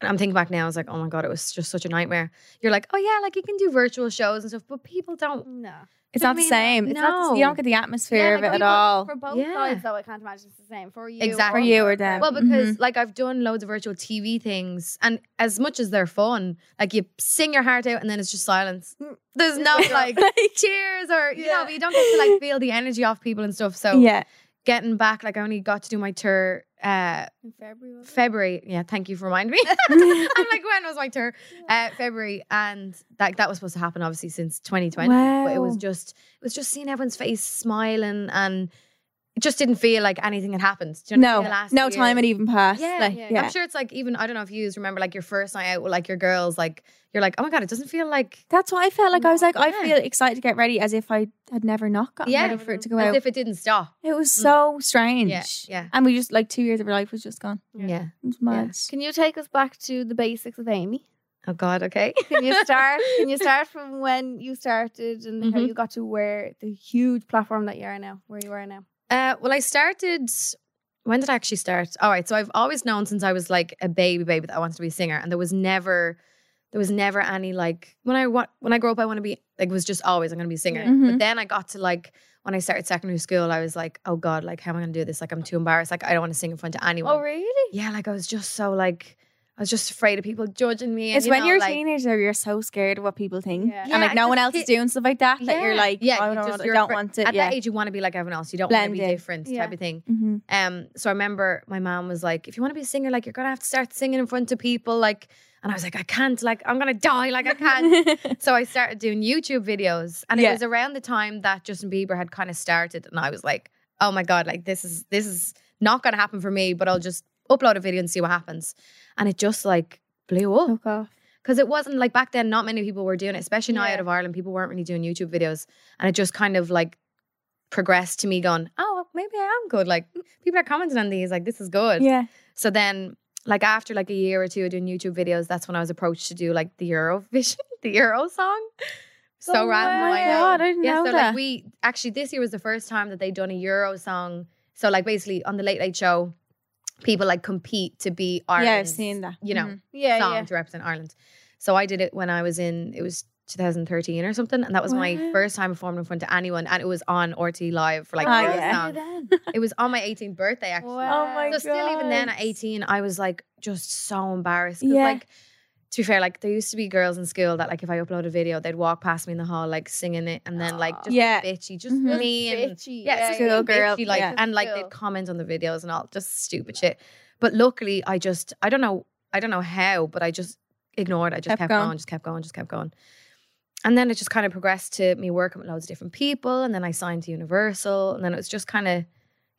S2: And I'm thinking back now, I was like, oh my God, it was just such a nightmare. You're like, oh yeah, like you can do virtual shows and stuff, but people don't.
S3: No.
S4: It's
S2: I
S4: not the
S2: mean,
S4: same. It's not. The, you
S2: no.
S4: don't get the atmosphere
S3: like
S4: of it at
S3: people-
S4: all.
S3: For both
S2: Yeah.
S3: sides, though, I can't imagine it's the same. For you.
S2: Exactly.
S4: For you or them.
S2: Well, because
S4: mm-hmm.
S2: like I've done loads of virtual TV things, and as much as they're fun, like you sing your heart out and then it's just silence.
S4: Mm.
S2: There's no like cheers or, you know,
S3: Yeah.
S2: but you don't get to like feel the energy off people and stuff. So
S4: yeah.
S2: getting back, like I only got to do my tour uh,
S3: In February. was it?
S2: February. Yeah, thank you for reminding me. I'm like, when was my tour? Uh, February, and like that was supposed to happen, obviously, since 2020. But it was
S4: Wow.
S2: just, it was just seeing everyone's face smiling, and it just didn't feel like anything had happened. Do you know what I mean?
S4: No,
S2: The last
S4: no
S2: year.
S4: time had even passed.
S2: Yeah,
S4: like,
S3: yeah.
S4: yeah.
S2: I'm sure it's like even I don't know if you remember like your first night out with like your girls like you're like oh my god it doesn't feel like
S4: That's what I felt like. I was like, I
S2: Yeah.
S4: feel excited to get ready as if I had never not gotten
S2: Yeah.
S4: ready for it to go
S2: as
S4: out.
S2: if it didn't stop
S4: It was so strange.
S2: yeah.
S4: And we just like two years of our life was just gone.
S2: yeah,
S4: It was mad.
S3: Can you take us back to the basics of Amy?
S2: oh god okay
S3: Can you start? can you start from when you started and how
S2: Mhm.
S3: you got to where the huge platform that you are now, where you are now?
S2: Uh, well, I started. When did I actually start? All right, so I've always known since I was like a baby, baby that I wanted to be a singer, and there was never, there was never any like when I wa- when I grow up I want to be like was just always I'm going to be a singer.
S4: Yeah. Mhm.
S2: But then I got to like when I started secondary school, I was like, oh god, like how am I going to do this? Like I'm too embarrassed. Like I don't want to sing in front of anyone.
S3: Oh, really?
S2: Yeah, like I was just so like I was just afraid of people judging me. and,
S4: It's
S2: you
S4: when
S2: know,
S4: you're a
S2: like-
S4: teenager, you're so scared of what people think.
S3: Yeah.
S4: and
S2: Yeah,
S4: like no one
S2: just
S4: else is
S2: ki-
S4: doing stuff like that, that you're like, "Oh,
S2: yeah,
S4: I
S2: you
S4: don't,
S2: just-
S4: know, I
S2: you're
S4: don't
S2: afraid-
S4: want to.
S2: At
S4: Yeah.
S2: that age, you want to be like everyone else. You don't want to
S4: Blend
S2: be
S4: in.
S2: different
S3: Yeah.
S2: type of thing.
S4: Mhm.
S2: Um, so I remember my mom was like, "If you want to be a singer, like you're gonna have to start singing in front of people." Like, and I was like, "I can't. Like, I'm gonna die. Like, I can't." so I started doing YouTube videos, and
S4: Yeah.
S2: it was around the time that Justin Bieber had kind of started, and I was like, "Oh my god! Like, this is this is not gonna happen for me, but I'll just upload a video and see what happens." And it just like blew up
S4: Fuck off.
S2: because it wasn't like back then. Not many people were doing it, especially now
S4: Yeah.
S2: out of Ireland. People weren't really doing YouTube videos, and it just kind of like progressed to me going, "Oh, well, maybe I am good." Like "Mm, people are commenting on these, like this is good.
S4: Yeah.
S2: So then, like after like a year or two of doing YouTube videos, that's when I was approached to do like the Eurovision, the Euro song. So
S4: Oh
S2: random.
S4: my
S2: I know.
S4: God,
S3: I didn't
S2: yeah,
S3: know
S2: so
S3: that.
S2: like we actually this year was the first time that they'd done a Euro song. So like basically on the Late Late Show, people like compete to be Ireland.
S4: Yeah, I've seen that.
S2: You know,
S4: Mhm.
S3: Yeah,
S2: song to represent Ireland. So I did it when I was in it was 2013 or something, and that was my
S4: Wow.
S2: first time performing in front of anyone, and it was on RT Live for
S3: Oh,
S2: like
S4: Ah,
S2: Euro
S4: yeah.
S2: song. It was on my 18th birthday actually.
S3: Wow.
S4: Oh my
S2: So still, even then at
S4: God.
S2: 18, I was like just so embarrassed. 'Cause,
S4: Yeah.
S2: Like, to be fair, like there used to be girls in school that like if I upload a video, they'd walk past me in the hall like singing it, and then like just be
S4: Yeah.
S2: bitchy, just
S3: Mm-hmm.
S4: Mhm.
S2: me and
S3: Bitchy.
S2: yeah, it's just
S4: yeah.
S2: little
S4: School girl,
S2: bitchy, like
S4: yeah.
S2: and like
S3: School.
S2: they'd comment on the videos and all, just stupid shit. But luckily, I just I don't know I don't know how, but I just ignored. it. I just
S4: Kept
S2: kept,
S4: going.
S2: going. just kept going, just kept going. And then it just kind of progressed to me working with loads of different people, and then I signed to Universal, and then it was just kind of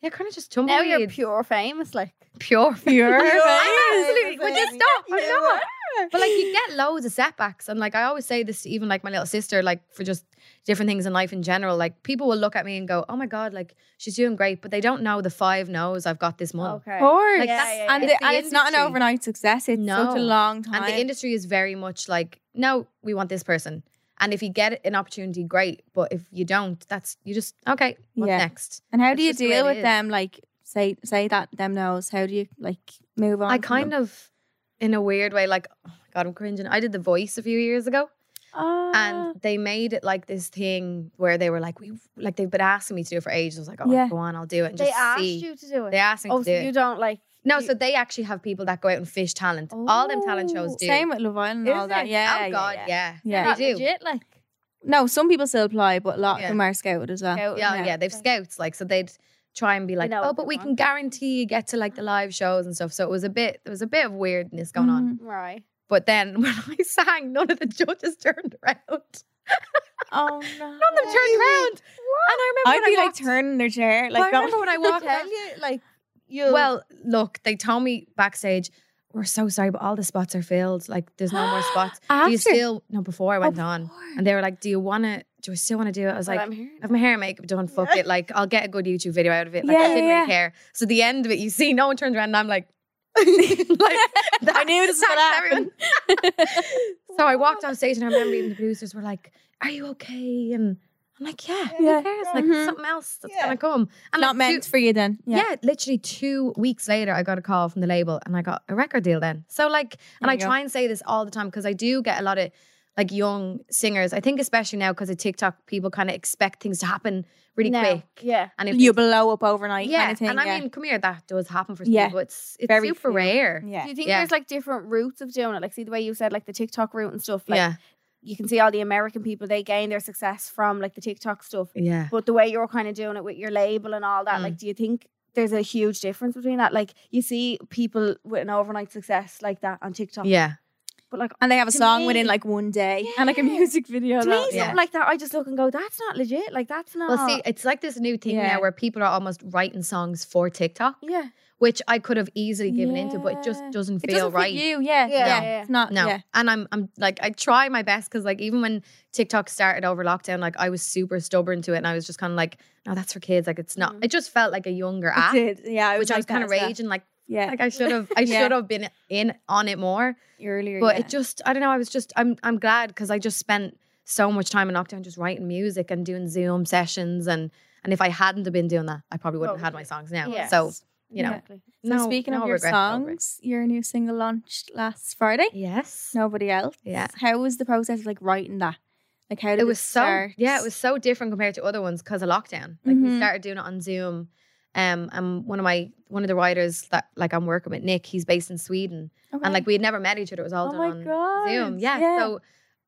S2: yeah, kind of just tumbleweed
S3: Now you're pure famous, like
S2: pure
S4: Pure
S2: I'm
S4: face.
S2: absolutely would you stop I'm not but like you get loads of setbacks and like I always say this to even like my little sister like for just different things in life in general like people will look at me and go oh my god like she's doing great but they don't know the five no's I've got this month
S4: Of
S3: okay.
S4: course.
S2: Like,
S3: Yeah,
S2: that's-
S3: yeah,
S4: and
S2: it's
S4: the,
S2: the
S4: and it's not an
S2: industry.
S4: overnight success. It's
S2: No.
S4: such a long time.
S2: and the industry is very much like no we want this person and if you get an opportunity great but if you don't that's you just okay what's
S4: Yeah.
S2: next
S4: And how
S2: It's
S4: do you
S2: just the way
S4: deal
S2: it
S4: with
S2: is.
S4: them? Like say say that them knows. How do you like move on?
S2: I kind of in a weird way like oh my god I'm cringing I did the voice a few years ago
S4: Oh,
S3: Ah.
S4: uh,
S2: and they made it like this thing where they were like, we like they've been asking me to do it for ages. I was like, oh,
S4: Yeah.
S2: go on, I'll do it. And
S3: They
S2: just
S3: asked
S2: see.
S3: you to do it.
S2: They asked me
S3: oh,
S2: to do
S3: so you
S2: it.
S3: don't like
S2: No,
S3: you-
S2: so they actually have people that go out and fish talent. All them talent
S3: Oh,
S2: shows do.
S4: Same with Love Island and
S3: Is
S4: all
S3: it?
S4: that. Yeah.
S2: oh
S4: yeah,
S2: God,
S4: yeah.
S2: yeah.
S4: Yeah.
S3: not
S2: they do.
S3: legit, like
S4: No, some people still apply, but a lot
S2: Yeah.
S4: of them are scouted as well.
S2: Yeah,
S3: out
S2: yeah.
S3: and
S2: They've
S3: out.
S2: scouts like so they'd try and be like,
S3: know
S2: oh,
S3: what
S2: but
S3: Oh,
S2: we
S3: they
S2: can
S3: want."
S2: guarantee you get to like the live shows and stuff. So it was a bit there was a bit of weirdness going
S3: Mm-hmm.
S2: on.
S4: Mhm.
S3: right.
S2: But then when I sang, none of the judges turned around. None
S4: Oh no.
S2: of them turned around. And I remember
S4: I'd
S2: when
S4: be
S2: I
S4: like
S2: walked-
S4: turning their chair.
S2: Well,
S4: Like
S2: I
S4: that.
S2: remember when I walked out.
S3: Tell you, like you.
S2: Well, look, they told me backstage, we're so sorry, but all the spots are filled. Like, there's no more spots. Do you
S4: After-
S2: still? No, before I went on. And they were like, do you want to, do I still want to do it? I was
S3: Well,
S2: like,
S3: I'm here.
S2: I have my hair and makeup done, fuck it. Like, I'll get a good YouTube video out of it. Like,
S4: Yeah,
S2: I didn't
S4: yeah, yeah.
S2: really care. So the end of it, you see, no one turns around and I'm like, like
S4: I knew this was
S2: that's
S4: gonna happen.
S2: so I walked on stage and I remember even the producers were like, are you okay? And I'm like, yeah,
S4: Yeah.
S2: who cares? Like,
S4: Mhm.
S2: something else that's
S6: Yeah.
S2: going to come. And like,
S4: Not
S2: two-
S4: meant for you then.
S2: yeah. literally two weeks later, I got a call from the label and I got a record deal then. So, like, and
S4: There
S2: I
S4: you go.
S2: try and say this all the time because I do get a lot of like young singers. I think, especially now because of TikTok, people kind of expect things to happen really
S3: now.
S2: quick.
S3: Yeah.
S2: And if
S4: You blow up overnight
S2: yeah,
S4: kind of thing.
S2: and I
S4: yeah.
S2: mean, come here, that does happen for some
S4: Yeah.
S2: people. It's, it's
S4: Very
S2: super
S4: few.
S2: rare. Yeah.
S4: yeah.
S3: Do you think
S2: Yeah.
S3: there's like different routes of doing it? Like, see the way you said, like the TikTok route and stuff. Like,
S2: yeah.
S3: you can see all the American people they gain their success from like the TikTok stuff. But the way you're kind of doing it with your label and all that,
S2: Mm.
S3: like, do you think there's a huge difference between that? Like, you see people with an overnight success like that on TikTok,
S2: Yeah.
S3: but like
S4: And they have a
S3: to
S4: song
S3: me-
S4: within like one day and like a
S3: Yeah.
S4: music video.
S3: to me,
S4: that-
S3: something
S2: yeah.
S3: like that, I just look and go, that's not legit. Like, that's not.
S2: Well, see, it's like this new thing
S4: Oh. Yeah.
S2: now where people are almost writing songs for TikTok,
S3: yeah,
S2: which I could have easily given into, but it just
S4: Yeah.
S2: doesn't
S4: It
S2: feel
S4: doesn't fit
S2: right.
S4: you. Yeah.
S3: Yeah.
S4: No,
S3: Yeah.
S4: It's not.
S2: No.
S4: Yeah.
S2: Uh, And I'm I'm like I try my best because like even when TikTok started over lockdown, like I was super stubborn to it and I was just kind of like, no, that's for kids. Like it's not it just felt like a younger app.
S4: Mm-hmm. It did. Yeah.
S2: Ah. Which I was kind of
S4: raging.
S2: raging like
S4: Yeah.
S2: like I should have I
S4: Yeah.
S2: should have been in on it more.
S4: earlier.
S2: But
S4: yeah.
S2: it just I don't know, I was just I'm I'm glad because I just spent so much time in lockdown just writing music and doing Zoom sessions and and if I hadn't have been doing that, I probably wouldn't
S3: What
S2: have had
S3: would
S2: my
S3: you-
S2: songs now.
S3: Yes.
S2: So you know,
S3: exactly.
S4: So
S2: no,
S4: speaking
S2: no
S4: of your
S2: regrets, no regrets.
S4: songs, your new single launched last Friday.
S2: yes,
S4: Nobody else.
S2: Yeah.
S4: How was the process of like writing that? Like how did
S2: it was
S4: start?
S2: so yeah it was so different compared to other ones because of lockdown like
S4: Mhm.
S2: we started doing it on zoom um and one of my one of the writers that like i'm working with nick he's based in sweden
S4: Okay.
S2: and like we had never met each other it was all
S4: Oh
S2: done
S4: my
S2: on
S4: God,
S2: zoom yeah,
S4: yeah.
S2: so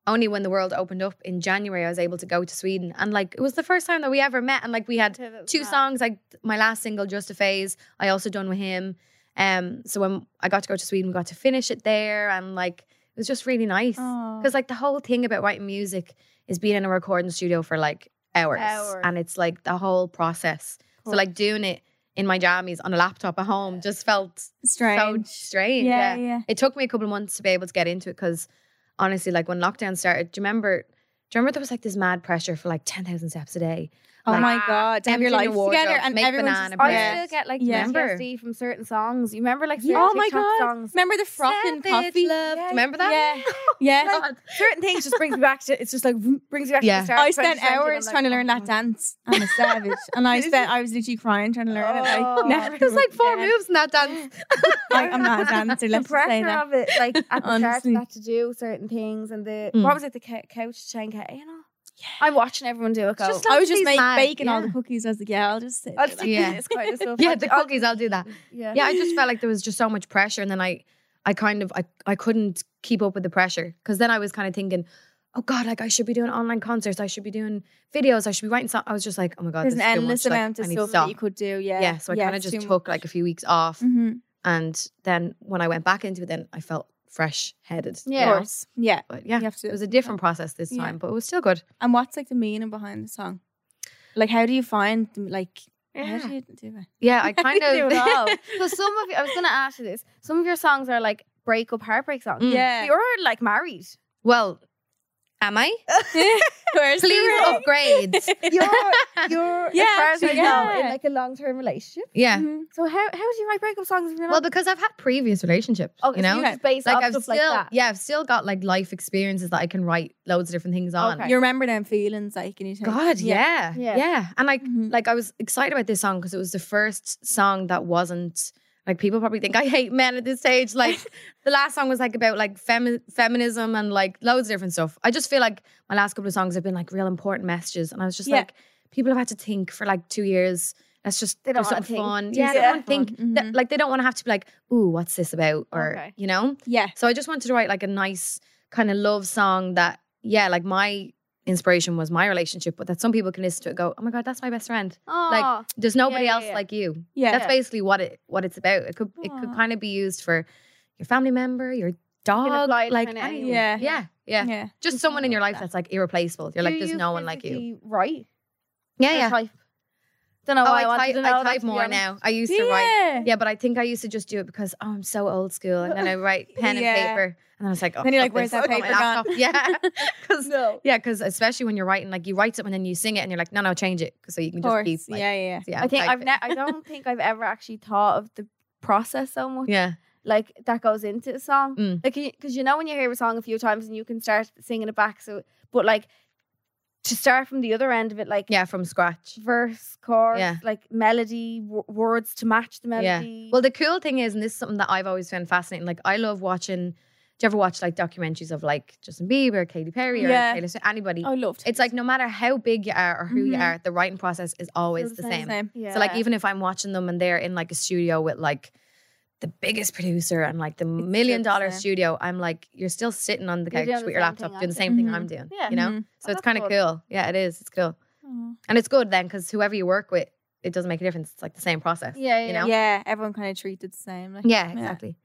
S2: only when the world opened up in january i was able to go to sweden and like it was the first time that we ever met and like we had two songs like my last single just a phase i also done with him um so when i got to go to sweden we got to finish it there and like it was just really nice
S4: Aw.
S2: because like the whole thing about writing music is being in a recording studio for like hours,
S3: Hours.
S2: and it's like the whole process. So
S4: Cool.
S2: like doing it in my jammies on a laptop at home just felt
S4: strange.
S2: so strange.
S4: Yeah, yeah.
S2: It took me a couple of months to be able to get into it because honestly, like when lockdown started, do you remember? Do you remember there was like this mad pressure for like ten thousand steps a day?
S4: Oh
S2: Like,
S4: my god! To have your
S2: empty
S4: life
S2: the wardrobe,
S4: together and
S2: make
S4: everyone's
S2: banana
S4: just-
S3: I
S2: bread.
S3: still get like
S4: Yeah.
S3: PTSD from certain songs. You remember like
S4: Yeah.
S3: certain
S4: Oh my
S3: TikTok
S4: god!
S3: songs.
S4: Remember the frothin'
S2: Savage
S4: coffee?
S2: Love. Do you remember that?
S4: Yeah, yeah.
S3: Like, certain things just brings me back to. It's just like vroom, brings you back
S2: Yeah.
S3: to the start.
S4: I
S3: of
S4: spent
S3: 2020, and
S4: hours
S3: I'm
S4: trying to
S3: like,
S4: learn
S3: oh
S4: that dance. I'm a savage, and I spent I was literally crying trying to learn it.
S3: Oh.
S4: Like, never.
S2: There's like four
S4: again.
S2: moves in that dance.
S4: Like, I'm not a dancer.
S3: the
S4: Let's just say
S3: pressure
S4: that.
S3: of it, like at the start,
S4: Honestly.
S3: you had to do certain things, and the
S2: Mm.
S3: what was it, the cou- couch to chain you know. I'm watching everyone do it. Go.
S2: just
S4: I was just
S2: Somebody's
S4: make,
S2: mad,
S4: baking all
S2: yeah.
S4: the cookies as a girl. Just sit
S3: I'll
S4: there like-
S3: stick
S2: Yeah.
S3: yeah. this quite as well.
S2: Yeah, the
S3: I'll-
S2: cookies. I'll do that.
S3: Yeah.
S2: Yeah, I just felt like there was just so much pressure, and then I, I kind of, I, I couldn't keep up with the pressure because then I was kind of thinking, oh God, like I should be doing online concerts, I should be doing videos, I should be writing. songs. I was just like, oh my God,
S4: There's an
S2: this is too
S4: endless
S2: much. Like,
S4: amount
S2: I
S4: of
S2: need to
S4: stuff
S2: stop.
S4: that you could do. Yeah,
S2: yeah, so I kind of just took like a few weeks off,
S4: Mm-hmm.
S2: and then when I went back into it, then I felt fresh headed.
S3: Yeah.
S4: Of course. Yeah.
S2: but yeah,
S4: You have to.
S2: it was a different process this
S4: Yeah.
S2: time, but it was still good.
S4: And what's like the meaning behind the song? Like, how do you find the- like? How do you do it?
S2: Yeah, I kind
S3: do it all.
S2: of.
S3: So some of you, I was going to ask you this. Some of your songs are like breakup, heartbreak songs.
S2: Mm.
S4: Yeah.
S3: You're like married.
S2: well, am I?
S4: Where's the
S2: Please
S4: ring?
S2: upgrade.
S3: You're, you're
S4: Yeah,
S3: as far as we
S4: actually,
S3: know, in
S4: yeah.
S3: like a long term relationship.
S2: Yeah.
S4: Mhm.
S3: So how how do you write breakup songs if you're
S2: Well,
S3: not?
S2: because I've had previous relationships,
S3: Oh,
S2: you know.
S3: so you just base off
S2: like I've
S3: stuff
S2: still,
S3: like that.
S2: yeah, I've still got like life experiences that I can write loads of different things on.
S3: Okay.
S4: You remember them feelings like and you take
S2: God, yeah,
S3: Yeah.
S2: yeah, and like,
S4: Mhm.
S2: like I was excited about this song because it was the first song that wasn't like people probably think I hate men at this stage. Like the last song was like about like femi- feminism and like loads of different stuff. I just feel like my last couple of songs have been like real important messages, and I was just
S4: Yeah.
S2: like, people have had to think for like two years. Let's just
S3: They don't
S2: do
S3: wanna
S2: something
S3: think.
S2: fun.
S3: Do
S2: Yeah, they don't want to
S3: something
S2: think.
S4: fun.
S2: That-
S4: Mhm.
S2: like they don't want to have to be like, ooh, what's this about? Or
S3: Okay.
S2: you know.
S4: Yeah.
S2: So I just wanted to write like a nice kind of love song that, yeah, like my inspiration was my relationship, but that some people can listen to it and go, oh my god, that's my best friend. like,
S3: Aw.
S2: There's nobody
S3: yeah,
S2: else
S3: yeah.
S2: like you.
S4: Yeah.
S2: That's basically what it what it's about. It could it
S4: Aw.
S2: could kind of be used for your family member, your dog,
S3: apply it
S2: like
S3: kinda
S2: any-
S3: anywhere.
S2: yeah,
S4: Yeah.
S2: yeah,
S4: Yeah.
S2: Just someone in your life that's like irreplaceable. You're like,
S3: Do
S2: there's
S3: you
S2: no one like you.
S3: physically Write.
S2: Yeah,
S3: or
S2: yeah.
S3: Type. Don't know
S2: Oh,
S3: why
S2: I,
S3: I, wanted
S2: type,
S3: to know
S2: I
S3: that,
S2: type
S3: to be
S2: more
S3: honest.
S2: now. I used to write.
S4: Yeah.
S2: Yeah, but I think I used to just do it because oh, I'm so old school, and then I write pen and
S4: Yeah.
S2: paper, and then I was like, oh,
S4: Then you're
S2: fuck
S4: like, where's
S2: this,
S4: that
S2: I've got my
S4: paper gone?
S2: laptop. Yeah, because
S3: No.
S2: yeah, because especially when you're writing, like you write something and you sing it, and you're like, no, no, change it, 'cause so you can
S4: Of
S2: just
S4: course.
S2: keep. Like,
S4: yeah, yeah.
S2: yeah,
S3: I think
S2: type
S3: I've
S2: it.
S3: ne- I don't think I've ever actually thought of the process so much.
S2: Yeah,
S3: like that goes into a song.
S2: Mm.
S3: Like, because you know when you hear a song a few times and you can start singing it back. So, but like to start from the other end of it, like
S2: yeah, from scratch.
S3: verse, chorus,
S2: Yeah.
S3: like melody, w- words to match the melody.
S2: Well, the cool thing is, and this is something that I've always found fascinating. Like, I love watching. Do you ever watch like documentaries of like Justin Bieber, Katy Perry, or
S4: Yeah.
S2: Taylor Swift, anybody?
S4: I Oh, loved
S2: It's like no matter how big you are or who you
S4: Mhm.
S2: are, the writing process is always the
S3: the
S2: same.
S4: same.
S3: yeah.
S2: So like even if I'm watching them and they're in like a studio with like the biggest producer and like the million
S4: the
S2: dollar
S4: same.
S2: studio, I'm like you're still sitting on the couch
S3: You're doing
S2: with
S3: the
S2: your
S3: same
S2: laptop
S3: thing
S2: doing the
S3: I'm
S2: same thing I'm doing.
S3: Yeah. Mm-hmm. Oh,
S2: You know?
S4: Mhm.
S2: So it's
S3: that's
S2: kind of
S3: good.
S2: cool. Yeah, it is. It's cool.
S4: Mm-hmm.
S2: And it's good then because whoever you work with, it doesn't make a difference. It's like the same process.
S3: Yeah, yeah,
S2: You know?
S4: Yeah, everyone kind of treated the same. Like,
S2: Yeah, exactly.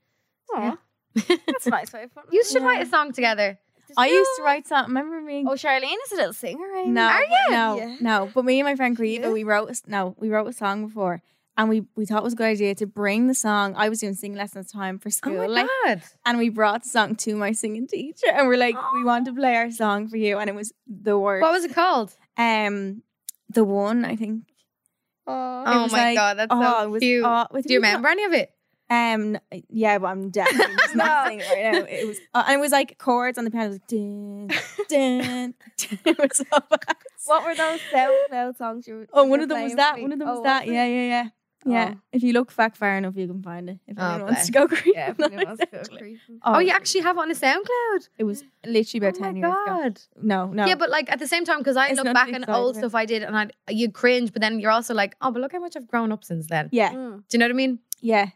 S3: Aw, that's a nice way of putting
S2: You
S3: it.
S2: should write a song together.
S3: Just-
S4: I used to write something. Remember me?
S3: Oh, Charlene is a little singer. Right?
S4: No,
S3: Are you?
S4: no,
S3: Yeah.
S4: no. But me and my friend Creeva,
S3: Yeah.
S4: we wrote a s- no, we wrote a song before, and we we thought it was a good idea to bring the song. I was doing singing lessons at the time for school, like,
S2: Oh god.
S4: and we brought the song to my singing teacher, and we're like, we want to play our song for you, and it was the worst.
S2: What was it called?
S4: um, the one I think. Oh,
S2: Oh my God, that's so cute. Do you remember any of it?
S4: Um, n- yeah, but I'm definitely just not saying it right now. It was, uh, and it was like chords on the piano. It was like, dun, dun, dun. It was so bad.
S3: What were those SoundCloud songs you were?
S4: Oh,
S3: you
S4: one
S3: were
S4: of them was
S3: playing
S4: that.
S3: for me?
S4: One of them was
S3: Oh,
S4: that.
S3: it?
S4: Yeah, yeah, yeah. Yeah.
S3: Oh.
S4: If you look back far enough, you can find it. If
S2: Oh,
S4: anyone wants to
S2: bless.
S4: go creep.
S3: Yeah, if anyone wants to go creeping.
S2: Oh, you actually have it on a SoundCloud.
S4: It was literally about
S2: oh my
S4: 10 years ago.
S2: god.
S4: No, no.
S2: Yeah, but like at the same time, because I
S4: It's
S2: look
S4: not
S2: back
S4: too
S2: on
S4: exciting,
S2: old
S4: right?
S2: stuff I did, and I you cringe, but then you're also like, oh, but look how much I've grown up since then.
S4: yeah,
S3: Mm.
S2: Do you know what I mean?
S4: yeah.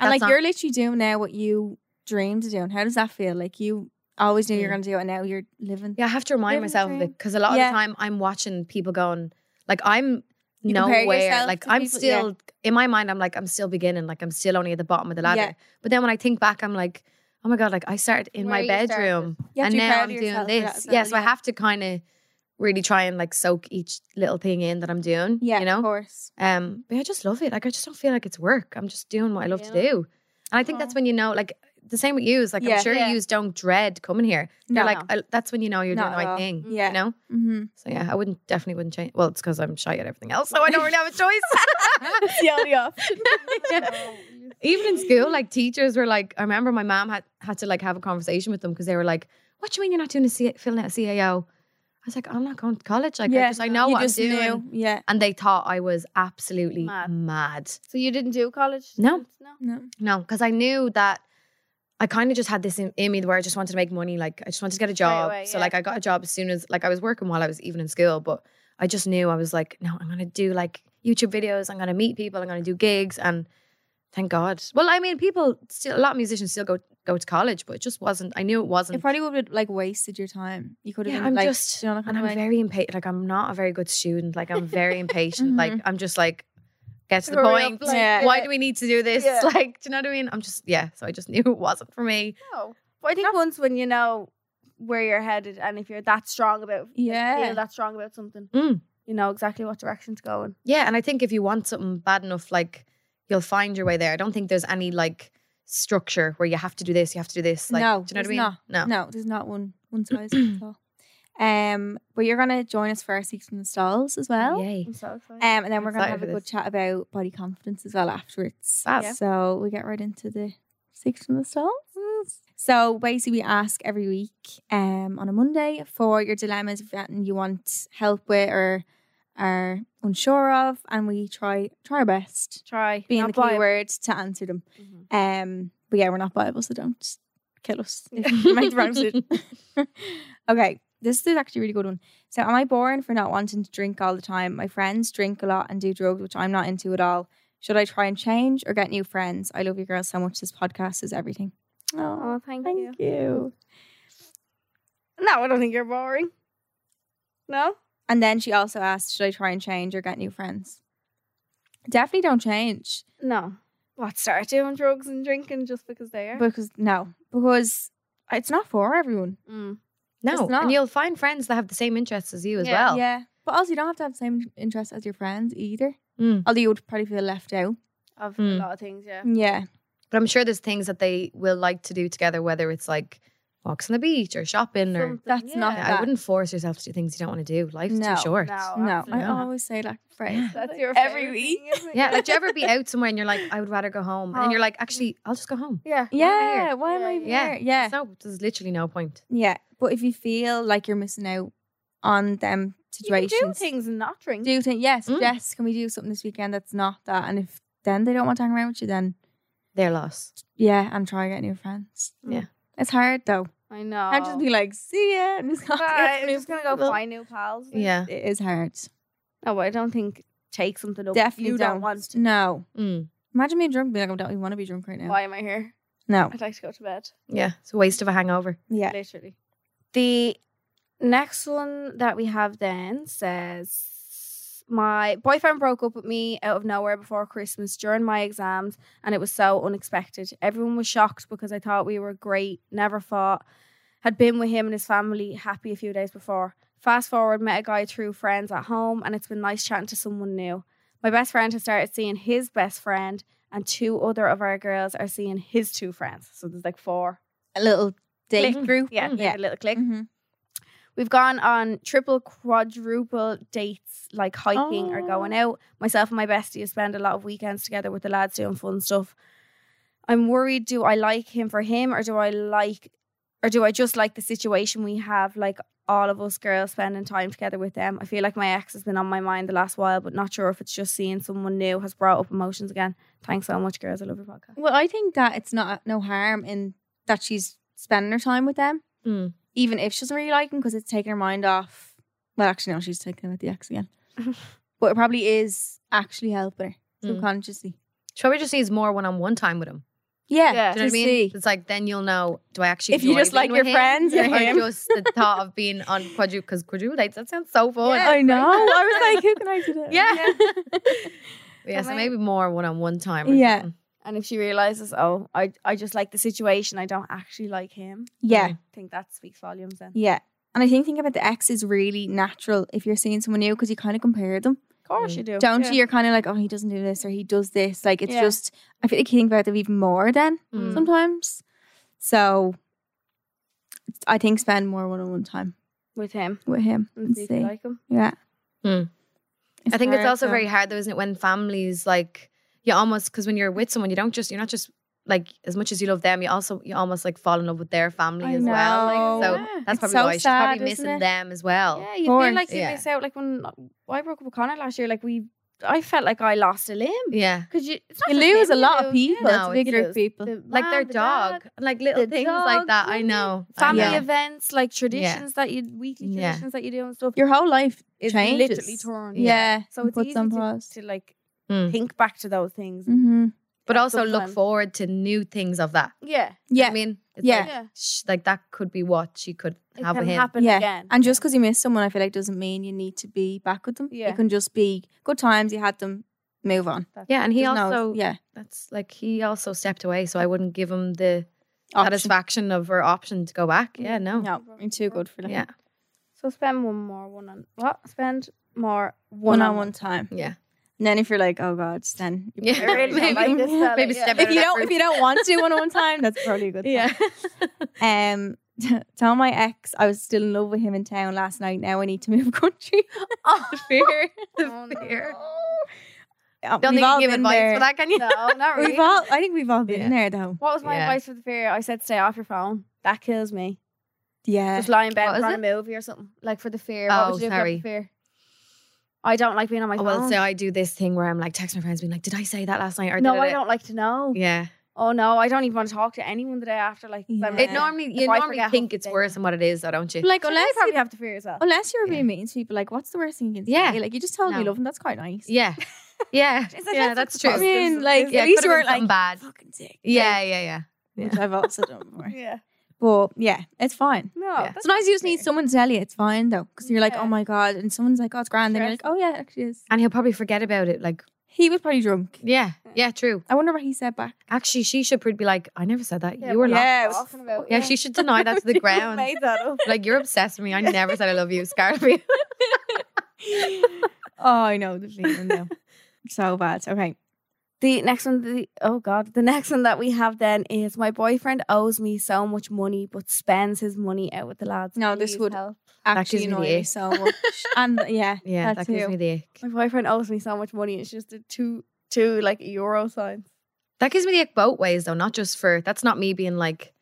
S4: And
S2: That's
S4: like
S2: not-
S4: you're literally doing now what you dreamed of doing. How does that feel? Like you always knew you were going to do it and now you're living.
S2: Yeah, I have to remind
S4: Living the
S2: myself of
S4: dream.
S2: it because a lot
S4: Yeah.
S2: of the time I'm watching people going, like I'm
S4: You compare
S2: nowhere.
S4: yourself
S2: Like
S4: to
S2: I'm
S4: people- yeah.
S2: still in my mind, I'm like I'm still beginning. Like I'm still only at the bottom of the ladder.
S4: Yeah.
S2: But then when I think back, I'm like, oh my god, like I started in
S3: Where
S2: my
S3: you started.
S2: bedroom,
S4: You have
S2: and
S4: to be
S2: now
S4: proud
S2: I'm
S4: of
S2: doing
S4: yourself for that
S2: this. Yeah,
S4: as well,
S2: so I
S4: yeah.
S2: have to kind of really try and like soak each little thing in that I'm doing.
S4: Yeah,
S2: you
S4: of
S2: know.
S4: course.
S2: Um, but yeah, I just love it. Like I just don't feel like it's work. I'm just doing what I love to
S3: Yeah.
S2: do, and I think that's when you know, like the same with yous. Like
S4: Yeah.
S2: I'm sure
S3: Yeah.
S2: yous don't dread coming here.
S4: No.
S2: They're like, I, that's when you know you're
S4: Not
S2: doing the
S4: at all.
S2: right thing.
S4: Yeah.
S2: You know?
S4: Mm-hmm.
S2: So yeah, I wouldn't definitely wouldn't change. Well, it's because I'm shy at everything else, so I don't really have a choice.
S4: It's the only off.
S3: Oh,
S2: Even in school, like teachers were like, I remember my mom had had to like have a conversation with them because they were like, "What do you mean you're not doing a C- filling out a CAO?" I was like, "I'm not going to college. Like, I, just, I know
S4: you
S2: what
S4: just
S2: I'm doing."
S4: knew. Yeah.
S2: And they thought I was absolutely
S3: Mad.
S2: mad.
S3: So you didn't do college?
S2: No.
S3: No.
S4: No.
S2: No, because I knew that I kind of just had this in, in me where I just wanted to make money. Like I just wanted to get a job.
S3: away,
S2: So
S3: yeah.
S2: like I got a job as soon as like I was working while I was even in school, but I just knew I was like, no, I'm gonna do like YouTube videos. I'm gonna meet people. I'm gonna do gigs. And thank God. Well, I mean, people still a lot of musicians still go go to college, but it just wasn't. I knew it
S4: It
S2: wasn't.
S4: probably would have like wasted your time. You could have
S2: Yeah,
S4: been
S2: I'm
S4: like,
S2: just-
S4: you know, kind
S2: and
S4: of
S2: I'm
S4: way.
S2: very impatient. Like I'm not a very good student. Like I'm very impatient. Like
S4: Mm-hmm.
S2: I'm just like get to the
S3: Hurry up,
S2: point.
S3: like,
S4: Yeah.
S2: Why
S3: yeah.
S2: do we need to do this?
S3: Yeah.
S2: Like, do you know what I mean? I'm just yeah. So I just knew it wasn't for me.
S3: No. But I think once when you know where you're headed and if you're that strong about like,
S4: Yeah.
S3: feel that strong about something,
S2: Mm.
S3: you know exactly what direction to go in.
S2: Yeah, and I think if you want something bad enough, like you'll find your way there. I don't think there's any like structure where you have to do this, you have to do this. Like,
S4: No,
S2: do you know what I
S4: there's
S2: mean?
S4: not.
S2: No.
S4: No, there's not one one size fits all. Um, but you're gonna join us for our secrets and stalls as well.
S2: Yay.
S3: I'm so excited.
S4: Um, and then we're gonna
S2: Excited
S4: have a
S2: for
S4: good
S2: this.
S4: chat about body confidence as well afterwards.
S2: Fab. Yeah.
S4: So we get right into the six from the stalls. So basically, we ask every week um, on a Monday for your dilemmas if that you want help with or are unsure of, and we try try our best
S3: Try
S4: being
S3: not
S4: the key
S3: buying.
S4: word to answer them.
S3: Mhm.
S4: Um, but yeah, we're not Bible, so don't kill us if you make the wrong decision. okay, this is actually a really good one. So, am I boring for not wanting to drink all the time? My friends drink a lot and do drugs, which I'm not into at all. Should I try and change or get new friends? I love you girls so much. This podcast is everything.
S3: Oh, thank, you.
S4: thank you.
S3: No, I don't think you're boring. No?
S4: And then she also asked, should I try and change or get new friends? Definitely don't change
S3: No. What start doing drugs and drinking just because they are?
S4: because no, because it's not for everyone.
S3: Mm.
S2: No.
S4: It's not.
S2: And you'll find friends that have the same interests as you as
S3: Yeah.
S2: well.
S4: Yeah. But also, you don't have to have the same interests as your friends either.
S3: Hmm.
S2: Mm.
S4: Although you would probably feel left out.
S3: Of a
S2: Mm.
S3: lot of things, yeah.
S4: Yeah.
S2: But I'm sure there's things that they will like to do together, whether it's like walks on the beach or shopping or
S3: Something,
S4: that's not
S3: yeah.
S2: Yeah,
S4: that.
S2: I wouldn't force yourself to do things you don't want to do. Life's
S4: No,
S2: too short.
S3: No,
S4: no, I
S3: Oh, absolutely not.
S4: always say that phrase.
S3: That's your
S4: Every
S3: favourite
S4: week.
S3: thing, isn't it?
S2: Yeah, like do you ever be out somewhere and you're like, I would rather go home, and
S3: Oh.
S2: then you're like, actually, I'll just go home.
S3: Yeah.
S4: Yeah. Why am I
S3: Yeah,
S4: here?
S2: yeah.
S4: Yeah. Yeah.
S2: There's no, there's literally no point.
S4: But if you feel like you're missing out on them
S3: You can
S4: situations,
S3: do things Hmm. and not drink.
S4: do think yes,
S2: Mm.
S4: yes. Can we do something this weekend that's not that? And if then they don't want to hang around with you, then
S2: They're lost.
S4: yeah, and try and get new friends. Hmm.
S2: Yeah.
S4: It's hard though.
S3: I know.
S4: Can't just be like, see ya. And just go
S3: But
S4: get
S3: Oh. I'm
S4: new
S3: just gonna go
S4: people.
S3: find new pals. like-
S2: Yeah.
S4: It is hard.
S3: No, but I don't think take something up.
S4: Definitely
S3: you
S4: don't.
S3: don't, want to.
S4: No.
S2: Mm.
S4: Imagine being drunk, being like, I don't even want to be drunk right now.
S3: Why am I here?
S4: No.
S3: I'd like to go to bed.
S2: Yeah, it's a waste of a hangover.
S4: Yeah.
S3: Literally. The next one that we have then says My boyfriend broke up with me out of nowhere before Christmas during my exams, and it was so unexpected. Everyone was shocked because I thought we were great, never fought, had been with him and his family happy a few days before. Fast forward, met a guy through friends at home, and it's been nice chatting to someone new. My best friend has started seeing his best friend, and two other of our girls are seeing his two friends. So there's like four.
S4: A little date
S2: Click.
S4: group.
S3: Yeah,
S4: Yeah.
S3: yeah. a little click.
S4: Mm-hmm.
S3: Mm. We've gone on triple, quadruple dates, like hiking or going out. Myself and my bestie spend a lot of weekends together with the lads doing fun stuff. I'm worried do I like him for him or do I like or do I just like the situation we have, like all of us girls spending time together with them? I feel like my ex has been on my mind the last while, but not sure if it's just seeing someone new has brought up emotions again. Thanks so much, girls. I love your podcast.
S4: Well, I think that it's not no harm in that she's spending her time with them,
S2: Mm.
S4: even if she doesn't really like them, because it's taking her mind off. Well, actually, no, she's taking out the ex again, but it probably is actually helping her
S2: Mm.
S4: subconsciously.
S2: She probably just needs more one-on-one time with him.
S4: Yeah,
S3: Yeah.
S2: Do you know
S4: to
S2: what I mean?
S4: see.
S2: It's like then you'll know: do I actually
S4: If you
S2: enjoy
S4: just like
S2: being
S4: your
S2: with him?
S4: friends or him.
S2: just the thought of being on quadruple because quadruple dates that sounds so fun.
S4: Yeah, I know. I was like, who can I do that?
S2: Yeah.
S4: with?
S2: But yeah, so maybe more one-on-one time. or
S4: Yeah.
S2: something.
S3: And if she realizes, oh, I I just like the situation, I don't actually like him.
S4: yeah,
S3: I think that speaks volumes then.
S4: yeah. And I think thinking about the ex is really natural if you're seeing someone new because you kind of compare them.
S3: Of course
S2: Mm.
S3: you do.
S4: Don't
S3: Yeah.
S4: you? You're kind of like, oh, he doesn't do this or he does this. Like, it's
S3: Yeah.
S4: just, I feel like you think about them even more then
S2: Mm.
S4: sometimes. So I think spend more one on one time
S3: with him.
S4: with him
S3: And
S4: and
S3: see if you
S4: see.
S3: like him.
S4: Yeah.
S2: Hmm. I think it's
S4: hard,
S2: also
S4: though.
S2: very hard though, isn't it? When families like you almost because when you're with someone, you don't just you're not just like as much as you love them, you also you almost like fall in love with their family
S4: I
S2: as well. Like,
S4: know.
S2: so
S3: Yeah.
S2: that's
S4: It's
S2: probably
S4: so
S2: why she's
S4: sad,
S2: probably
S4: isn't
S2: missing
S4: it?
S2: them as well.
S3: Yeah, you
S4: course.
S3: feel like you
S2: Yeah.
S3: miss out. Like when I broke up with Connor last year, like we, I felt like I lost a limb.
S2: Yeah.
S3: Cause you, it's not
S4: You
S3: just
S4: lose a
S3: him, you
S4: lot of
S3: lose-
S4: people.
S2: No,
S4: it's a big
S2: it
S4: group
S3: is.
S4: of people.
S3: The
S2: Like
S3: mom,
S2: their
S3: the
S2: dog, like little
S3: the
S2: things like
S3: dog,
S2: that. I
S3: yeah.
S2: know. I
S3: family
S2: know.
S3: events, like traditions that you weekly
S2: Yeah.
S3: traditions that you do and stuff.
S4: Your whole life
S3: It's
S4: changes.
S3: literally turned.
S4: Yeah.
S3: So it's
S4: puts
S3: easy
S4: on
S3: to,
S4: pause.
S3: to like
S2: Mm.
S3: think back to those things.
S4: hmm
S2: But
S3: have
S2: also
S3: good
S2: look
S3: fun.
S2: forward to new things of that.
S3: Yeah,
S2: You know
S4: Yeah.
S2: what I mean, It's
S4: Yeah.
S2: Like, sh- like that could be what she could
S3: it
S2: have
S3: can
S2: with him.
S3: happen
S4: Yeah.
S3: again.
S4: And just because you miss someone, I feel like doesn't mean you need to be back with them.
S3: Yeah.
S4: It can just be good times. You had them. Move on.
S2: Yeah, and he
S4: There's no-
S2: also
S4: yeah.
S2: that's like he also stepped away, so I wouldn't give him the
S4: Option.
S2: satisfaction of her option to go back. Yeah, no.
S4: No, you're too good for that.
S2: Yeah.
S3: so spend one more one on what? Spend more
S4: One on one time.
S2: Yeah.
S4: And then if you're like, oh god, then you
S2: Yeah.
S4: probably
S2: Maybe-
S4: don't like this.
S2: maybe step
S4: if you
S2: that
S4: don't if
S2: route.
S4: you don't want to do one on one time, that's probably a good.
S2: Yeah.
S4: Um, tell my ex I was still in love with him in town last night. Now I need to move country. Oh, the fear.
S2: the fear.
S4: Uh,
S2: Don't
S4: we've
S2: think you
S4: all
S2: give
S4: been
S2: advice
S4: there.
S2: for that, can you?
S3: No, not really.
S4: We've all. I think we've all been
S2: Yeah.
S4: there though.
S3: what was my
S2: Yeah.
S3: advice for the fear? I said stay off your phone. That kills me.
S4: Yeah.
S3: Just lie in
S2: What
S3: bed
S2: is
S3: and on a
S2: it?
S3: movie or something. Like for the fear.
S2: Oh,
S3: what would you do if you
S2: sorry.
S3: had the fear? I don't like being on my
S2: Oh,
S3: phone.
S2: well, so I do this thing where I'm like text my friends, being like, "Did I say that last night?" Or
S3: no,
S2: da, da,
S3: I
S2: da.
S3: don't like to know.
S2: Yeah,
S3: Oh no, I don't even want to talk to anyone the day after. Like 'cause I'm
S4: Yeah.
S2: it normally you
S3: If I
S2: normally
S3: forget how
S2: think
S3: to
S2: it's
S3: say
S2: worse
S3: that.
S2: than what it is, though, don't you?
S4: like
S3: Actually,
S4: unless
S3: I probably
S4: you,
S3: have the fear as well.
S4: unless you're
S2: Yeah.
S4: being mean to people, like what's the worst thing you can say?
S2: Yeah.
S4: Like you just told me you
S2: No.
S4: love him. That's quite nice.
S2: yeah, yeah, yeah. That's true.
S4: I mean, like
S2: yeah,
S4: at
S2: it
S4: least
S2: could've
S4: you
S2: been
S4: weren't
S2: something
S4: like
S2: bad.
S4: fucking sick.
S2: Yeah, yeah, yeah.
S4: Which I've also done before.
S3: Yeah.
S4: But yeah, it's fine.
S3: No.
S2: Yeah.
S3: that's
S4: Sometimes you just
S3: fair.
S4: need someone to tell you it's fine though, because you're like,
S3: Yeah.
S4: oh my god, and someone's like, oh, it's grand, and you're like, oh yeah, it actually is.
S2: And he'll probably forget about it. Like,
S4: He was probably drunk.
S2: yeah, yeah, true.
S4: I wonder what he said back.
S2: Actually, she should probably be like, "I never said that.
S3: Yeah,
S2: you were
S3: but
S2: not."
S4: Yeah, it
S3: we're
S4: was
S3: talking about.
S2: Yeah, she should deny that to the ground.
S4: made that up.
S2: like, you're obsessed with me. I never said I love you, Scarpy.
S4: oh, I know the feeling though. so bad. Okay.
S3: The next one, the oh god, the next one that we have then is my boyfriend owes me so much money, but spends his money out with the lads.
S4: No, this
S3: Please
S4: would-
S3: help.
S4: Actually,
S2: gives me
S4: annoy
S2: the
S4: me
S2: ick.
S4: so much. and yeah,
S2: yeah,
S4: that
S2: that gives
S4: too.
S2: me the ick.
S3: My boyfriend owes me so much money. It's just a two two like euro sign.
S2: That gives me the ick both ways, though. Not just for that's not me being like,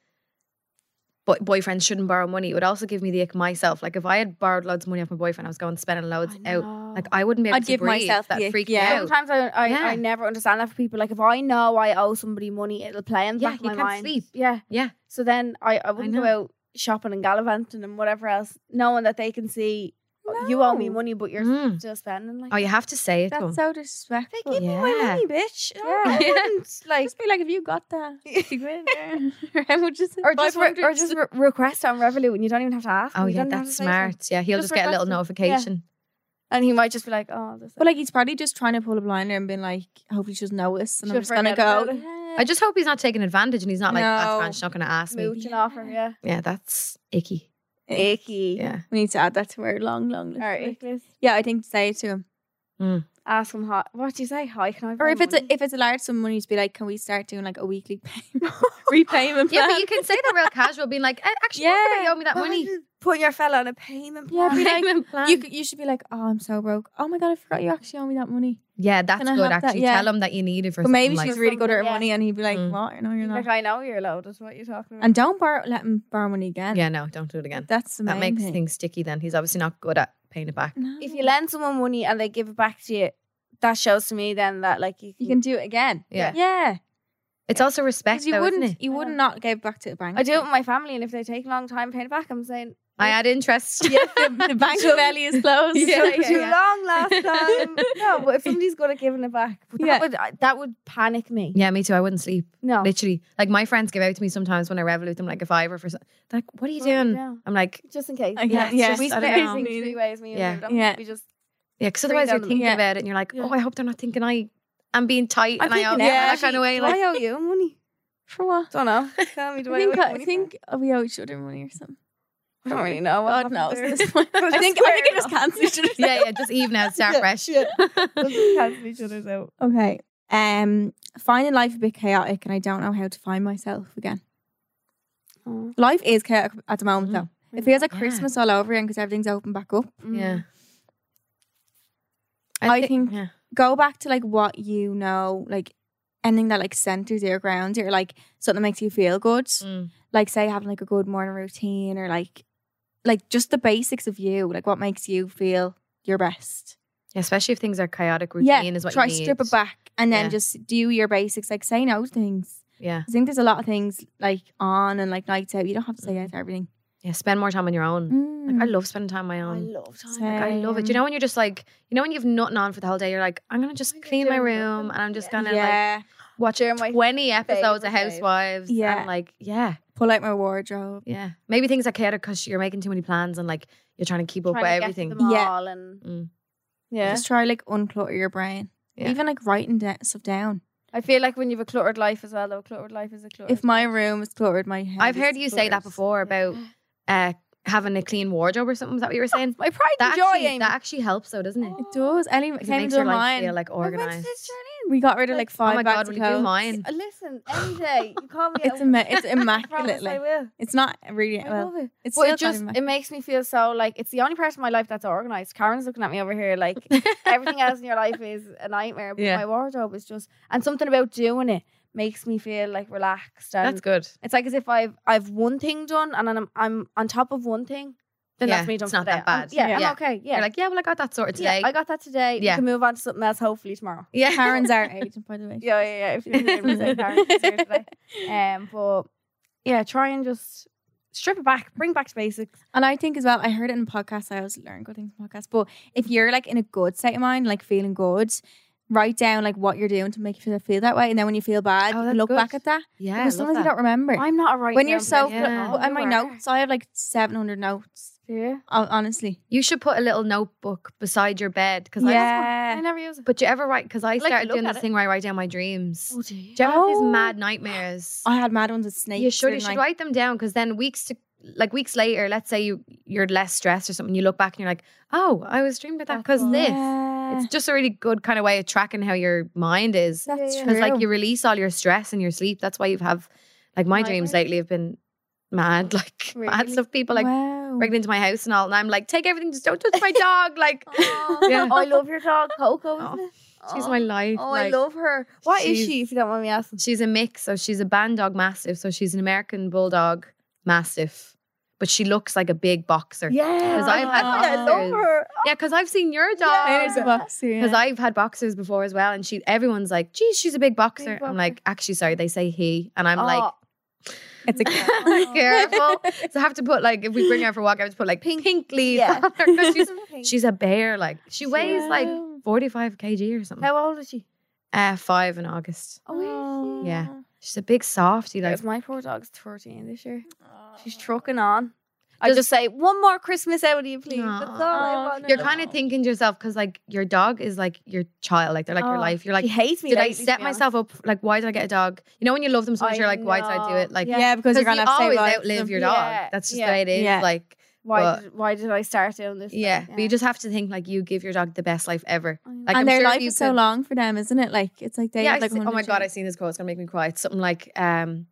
S2: boy, boyfriends shouldn't borrow money. It would also give me the ick myself. Like if I had borrowed loads of money off my boyfriend, I was going spending loads out. Like I wouldn't be able
S4: I'd
S2: to
S4: give
S2: breathe.
S4: myself
S2: that
S4: the ick,
S2: freak
S4: yeah.
S2: yeah. out.
S3: Sometimes I I,
S2: Oh. Yeah.
S3: I never understand that for people. Like if I know I owe somebody money, it'll play in the
S2: Yeah,
S3: back of
S2: you
S3: my
S2: can't
S3: mind.
S2: sleep.
S3: Yeah,
S2: Yeah.
S3: So then I I wouldn't go
S2: know.
S3: out shopping and gallivanting and whatever else, knowing that they can see "Oh, you owe me
S4: No.
S3: money, but you're
S2: Mm.
S3: still spending. Like
S2: Oh, you have to say it. to him.
S4: that's so disrespectful.
S3: Like, give me my
S2: Yeah.
S3: money, bitch. No,
S4: Yeah.
S3: I wouldn't, like,
S4: just be like, if you got that, you go in there. How much is it?
S3: or just re- or
S4: 500?
S3: just re- request on Revolut, and you don't even have to ask.
S2: oh
S3: you
S2: yeah,
S3: don't even have
S2: that's
S3: to say something.
S2: smart. Yeah, he'll
S3: Just
S2: just, get a little
S3: request it.
S2: notification.
S3: And he might just be like, "Oh, this."
S4: But like he's probably just trying to pull a blinder and being like, hopefully she doesn't notice, and I'm
S3: She'll
S4: just gonna
S3: forget about
S4: go.
S3: it.
S4: "Yeah."
S2: I just hope he's not taking advantage and he's not like, that's
S4: No.
S2: fine, she's not going to ask me.
S3: mooching off her, yeah.
S2: Yeah, that's icky.
S3: Icky.
S2: Yeah.
S4: We need to add that to our long, long list.
S3: All right.
S4: Yeah, I think say it to him.
S3: Ask him hi. What do you say? Hi, can I?
S4: Or
S3: borrow
S4: if it's
S3: money?
S4: a, if it's a large sum of money, to be like, can we start doing like a weekly payment, repayment
S2: Yeah,
S4: plan?
S2: but you can say that real casual, being like, "Eh, actually, yeah. you owe me that
S3: Why
S2: money.
S3: you Put your fella on a payment.
S4: Yeah, be like-
S2: Payment plan.
S4: you, c- you should be like, oh, I'm so broke. Oh my god, I forgot you actually owe me that money.
S2: yeah, that's
S4: Can I
S2: good.
S4: have that?
S2: Actually,
S4: Yeah.
S2: tell him that you need it for
S4: But maybe
S2: something
S4: she's
S2: like,
S4: really good at her
S3: something, yeah.
S4: money, and he'd be like, "Oh,
S2: Mm.
S4: what? No, you're
S3: plan.
S4: not.
S3: Like I know you're low. That's what you're talking about.
S4: and don't borrow, let him borrow money again.
S2: Yeah, no, don't do it again.
S4: that's the
S2: That
S4: main
S2: makes
S4: thing.
S2: things sticky. Then he's obviously not good at paying it back.
S4: No.
S3: if you lend someone money and they give it back to you, that shows to me then that like you can.
S4: you can do it again.
S2: Yeah.
S4: yeah.
S2: It's also respect,
S4: 'Cause you
S2: though, isn't
S4: wouldn't,
S2: it?
S4: you wouldn't not give back to the bank.
S3: I do it with my family, and if they take a long time paying it back, I'm saying
S2: I had interest.
S4: yeah, the, the bank valley is closed.
S2: Yeah,
S3: took
S2: yeah,
S3: too
S2: yeah.
S3: long last time. no, but if somebody's good at giving it back, but
S4: Yeah.
S3: that would I- that would panic me.
S2: Yeah, me too. I wouldn't sleep.
S3: No,
S2: Literally, like my friends give out to me sometimes when I revolute them like a fiver for. so- They're like, what are you
S3: What are you
S2: doing?
S3: doing?
S2: I'm like,
S3: just in case.
S4: I guess,
S2: yeah.
S3: we
S2: Just- I
S3: split
S2: don't know.
S3: everything three ways. Me and
S2: Yeah.
S3: you, don't we?
S4: Yeah.
S3: We just
S2: yeah, because
S3: Free
S2: otherwise you're
S3: download.
S2: thinking
S4: Yeah.
S2: about it and you're like,
S3: Yeah.
S2: oh, I hope they're not thinking I am being tight
S3: I'm
S2: and I owe
S3: thinking
S2: them,"
S4: now,
S2: that kind of way.
S3: do
S2: Like,
S3: I owe you money?
S4: For what?
S3: Don't know. Tell me, do
S4: I
S3: I, owe
S4: think,
S3: you
S4: I
S3: money?
S4: think we owe each other money or something.
S3: I don't really know. What
S4: God
S3: happened
S4: knows.
S3: there.
S4: This one.
S3: We'll
S4: I
S3: just
S4: think I think
S3: square
S4: it was
S3: off.
S4: cancelled each other's
S2: yeah, yeah, just even out, start fresh.
S3: yeah. We'll just cancel each other's out.
S4: Okay. Um, finding life a bit chaotic, and I don't know how to find myself again. Life is chaotic at the moment, though. It feels like Christmas all over again because everything's open back up.
S2: Mm-hmm. Mm. Yeah.
S4: I
S2: thi-
S4: think-
S2: yeah.
S4: Go back to like what you know, like anything that like centers your grounds or like something that makes you feel good.
S2: Mm.
S4: Like say having like a good morning routine or like like just the basics of you, like what makes you feel your best.
S2: Yeah, especially if things are chaotic routine is what
S4: try
S2: you need.
S4: strip it back and then
S2: Yeah.
S4: just do your basics. Like say no to things.
S2: Yeah.
S4: I think there's a lot of things like on and like nights out. You don't have to say yes to everything. Mm.
S2: Yeah. Spend more time on your own. Mm. Like, I love spending time on my own.
S3: love time.
S2: Like, I love it. You know when you're just like, you know when you've nothing on for the whole day, you're like, I'm gonna just clean my room and I'm just gonna like
S4: yeah.
S2: watch
S3: They're my
S2: twenty episodes of
S3: favourite days.
S2: Housewives. Yeah.
S4: Yeah.
S2: And like, yeah,
S4: Pull out my wardrobe.
S2: yeah. Maybe things are chaotic because you're making too many plans and like you're trying to keep up
S3: Trying
S2: with
S3: to get
S2: everything.
S3: them
S4: Yeah.
S3: all and-
S2: Mm.
S3: yeah.
S4: Just try like unclutter your brain.
S2: Yeah.
S4: Even like writing da- stuff down.
S3: I feel like when you have a cluttered life as well, though, cluttered life is a cluttered.
S4: If my room is cluttered, my head.
S2: I've
S4: is
S2: heard you say that
S4: cluttered.
S2: before about uh having a clean wardrobe or something. Is that what you were saying?
S3: my pride
S2: That
S3: and joy,
S2: actually,
S3: Amy.
S2: that actually helps though, doesn't it?
S4: It does. Any it
S2: Because
S4: came
S2: it makes
S4: to
S2: your
S4: our
S2: life
S4: mind.
S2: feel like
S4: Oh, when's
S2: organized.
S4: this journey? We got rid of like
S2: Oh
S4: five
S2: my
S4: bags
S2: god,
S4: of
S2: will you do
S4: clothes.
S2: mine?
S3: Uh, Listen, any day you call me.
S4: It's
S3: out,
S4: imma- it's
S3: I promise I
S4: immaculately.
S3: will.
S4: It's not really
S3: I
S4: well.
S3: love it.
S4: It's
S3: Well,
S4: still
S3: it just
S4: kind of
S3: it makes me feel so like it's the only part of my life that's organized. Karen's looking at me over here like everything else in your life is a nightmare, but
S2: Yeah.
S3: my wardrobe is just and something about doing it makes me feel like relaxed. And
S2: That's good.
S3: It's like as if I've I've one thing done and then I'm I'm on top of one thing. Then
S2: Yeah,
S3: that's me done.
S2: it's
S3: for
S2: not
S3: the
S2: that
S3: day. I'm-
S2: bad.
S3: Yeah,
S2: Yeah.
S3: I'm okay. Yeah,
S2: You're like, yeah, well, I got that sorted
S3: Yeah,
S2: today.
S3: I got that today.
S2: Yeah.
S3: You can move on to something else hopefully tomorrow.
S2: yeah.
S4: Karen's our agent, by the way.
S3: Yeah, yeah, yeah. If you're here, we'll say Karen's here today. Um, but yeah, try and just strip it back, bring back to basics.
S4: And I think as well, I heard it in podcasts. I always learn good things from podcasts. But if you're like in a good state of mind, like feeling good, write down like what you're doing to make you feel, feel that way. And then when you feel bad,
S2: Oh,
S4: you
S2: that's
S4: look
S2: good.
S4: back at that.
S2: yeah. I
S4: Because
S2: love
S4: sometimes you
S2: that.
S4: don't remember.
S3: I'm not a right.
S4: when you're
S3: down
S4: so
S3: person.
S2: Yeah.
S4: and my
S3: You are.
S4: notes, I have like 700 notes.
S3: Yeah.
S4: hon- Honestly,
S2: You should put a little notebook beside your bed because
S3: I
S4: yeah.
S3: never use
S2: I.
S3: it.
S2: But you ever write? Because I
S3: like to
S2: started
S3: look
S2: doing
S3: at
S2: this
S3: it.
S2: thing where I write down my dreams.
S3: Oh,
S2: Do
S3: dear.
S2: you ever have these
S4: Oh.
S2: mad nightmares?
S4: I had mad ones with snakes.
S2: You should. You
S4: and,
S2: should
S4: like-
S2: write them down because then weeks to like weeks later, let's say you you're less stressed or something. You look back and you're like, oh, I was dreaming about that because this.
S4: Yeah.
S2: It's just a really good kind of way of tracking how your mind is.
S4: That's
S3: yeah.
S2: Because like
S4: true.
S2: you release all your stress in your sleep. That's why you've have like my dreams
S3: Nightmares.
S2: lately have been mad, like mad
S3: Really?
S2: stuff. People like
S3: Mm.
S4: wow.
S2: breaking into my house and all, and I'm like, take everything, just don't touch my dog. Like
S3: Oh,
S2: Yeah.
S3: I love your dog, Coco.
S2: Oh,
S3: Isn't it?
S2: she's
S3: Oh.
S2: my life.
S3: Oh,
S2: like,
S3: I love her. What is
S2: she's-
S3: she? If you don't mind me asking.
S2: She's a mix. So she's a band dog mastiff. So she's an American bulldog mastiff, but she looks like a big boxer. Yeah,
S3: Yeah, Oh,
S2: 'Cause I've had
S3: I love
S2: boxers.
S3: her.
S2: because I've seen your dog.
S4: There's a boxer.
S2: Because
S4: Yeah.
S2: I've had boxers before as well, and she everyone's like, "Geez, she's a big boxer."
S3: Big
S2: I'm
S3: boxer.
S2: like, "Actually, sorry, they say he," and I'm like,
S4: It's a
S3: Oh.
S2: careful. So I have to put like if we bring her for a walk, I have to put like pink, leaves
S3: Yeah.
S2: on her 'cause she's
S3: Oh.
S2: she's a bear. Like she weighs like
S4: Wow.
S2: forty five kg or something.
S3: How old is she?
S2: Uh, five in August.
S3: Oh,
S2: Yeah. She's a big softie. Like
S3: Because my poor dog's 13 this year. She's trucking on. I
S2: Does-
S3: just say, one more Christmas out of you, please.
S2: Aw.
S3: That's all I
S4: Aw,
S3: want.
S2: you're kind of thinking to yourself because like your dog is like your child. Like they're like your
S3: Oh,
S2: life. You're like,
S3: she hates me.
S2: did I
S3: lately, to
S2: set
S3: be honest.
S2: myself up? Like why did I get a dog? You know when you love them so much,
S3: I
S2: you're like, why did I do
S3: know.
S2: it? Like
S4: Yeah, because you're gonna
S2: you
S4: have to say
S2: always
S4: right.
S2: outlive your
S3: Yeah,
S2: dog. That's just
S3: yeah,
S2: the way it is.
S4: yeah.
S2: Like
S3: Why
S2: but-
S3: did, why did I start doing this?
S2: yeah,
S3: Like,
S2: but you just have to think like you give your dog the best life ever.
S3: I know.
S2: Like
S4: and
S2: I'm
S4: their
S2: sure if
S4: life
S2: you
S4: is so
S2: could-
S4: long for them, isn't it? Like it's like they
S2: yeah,
S4: have
S2: I
S4: like
S2: see- oh my
S4: 100
S2: god, I've seen this quote. It's gonna make me cry. It's something like um,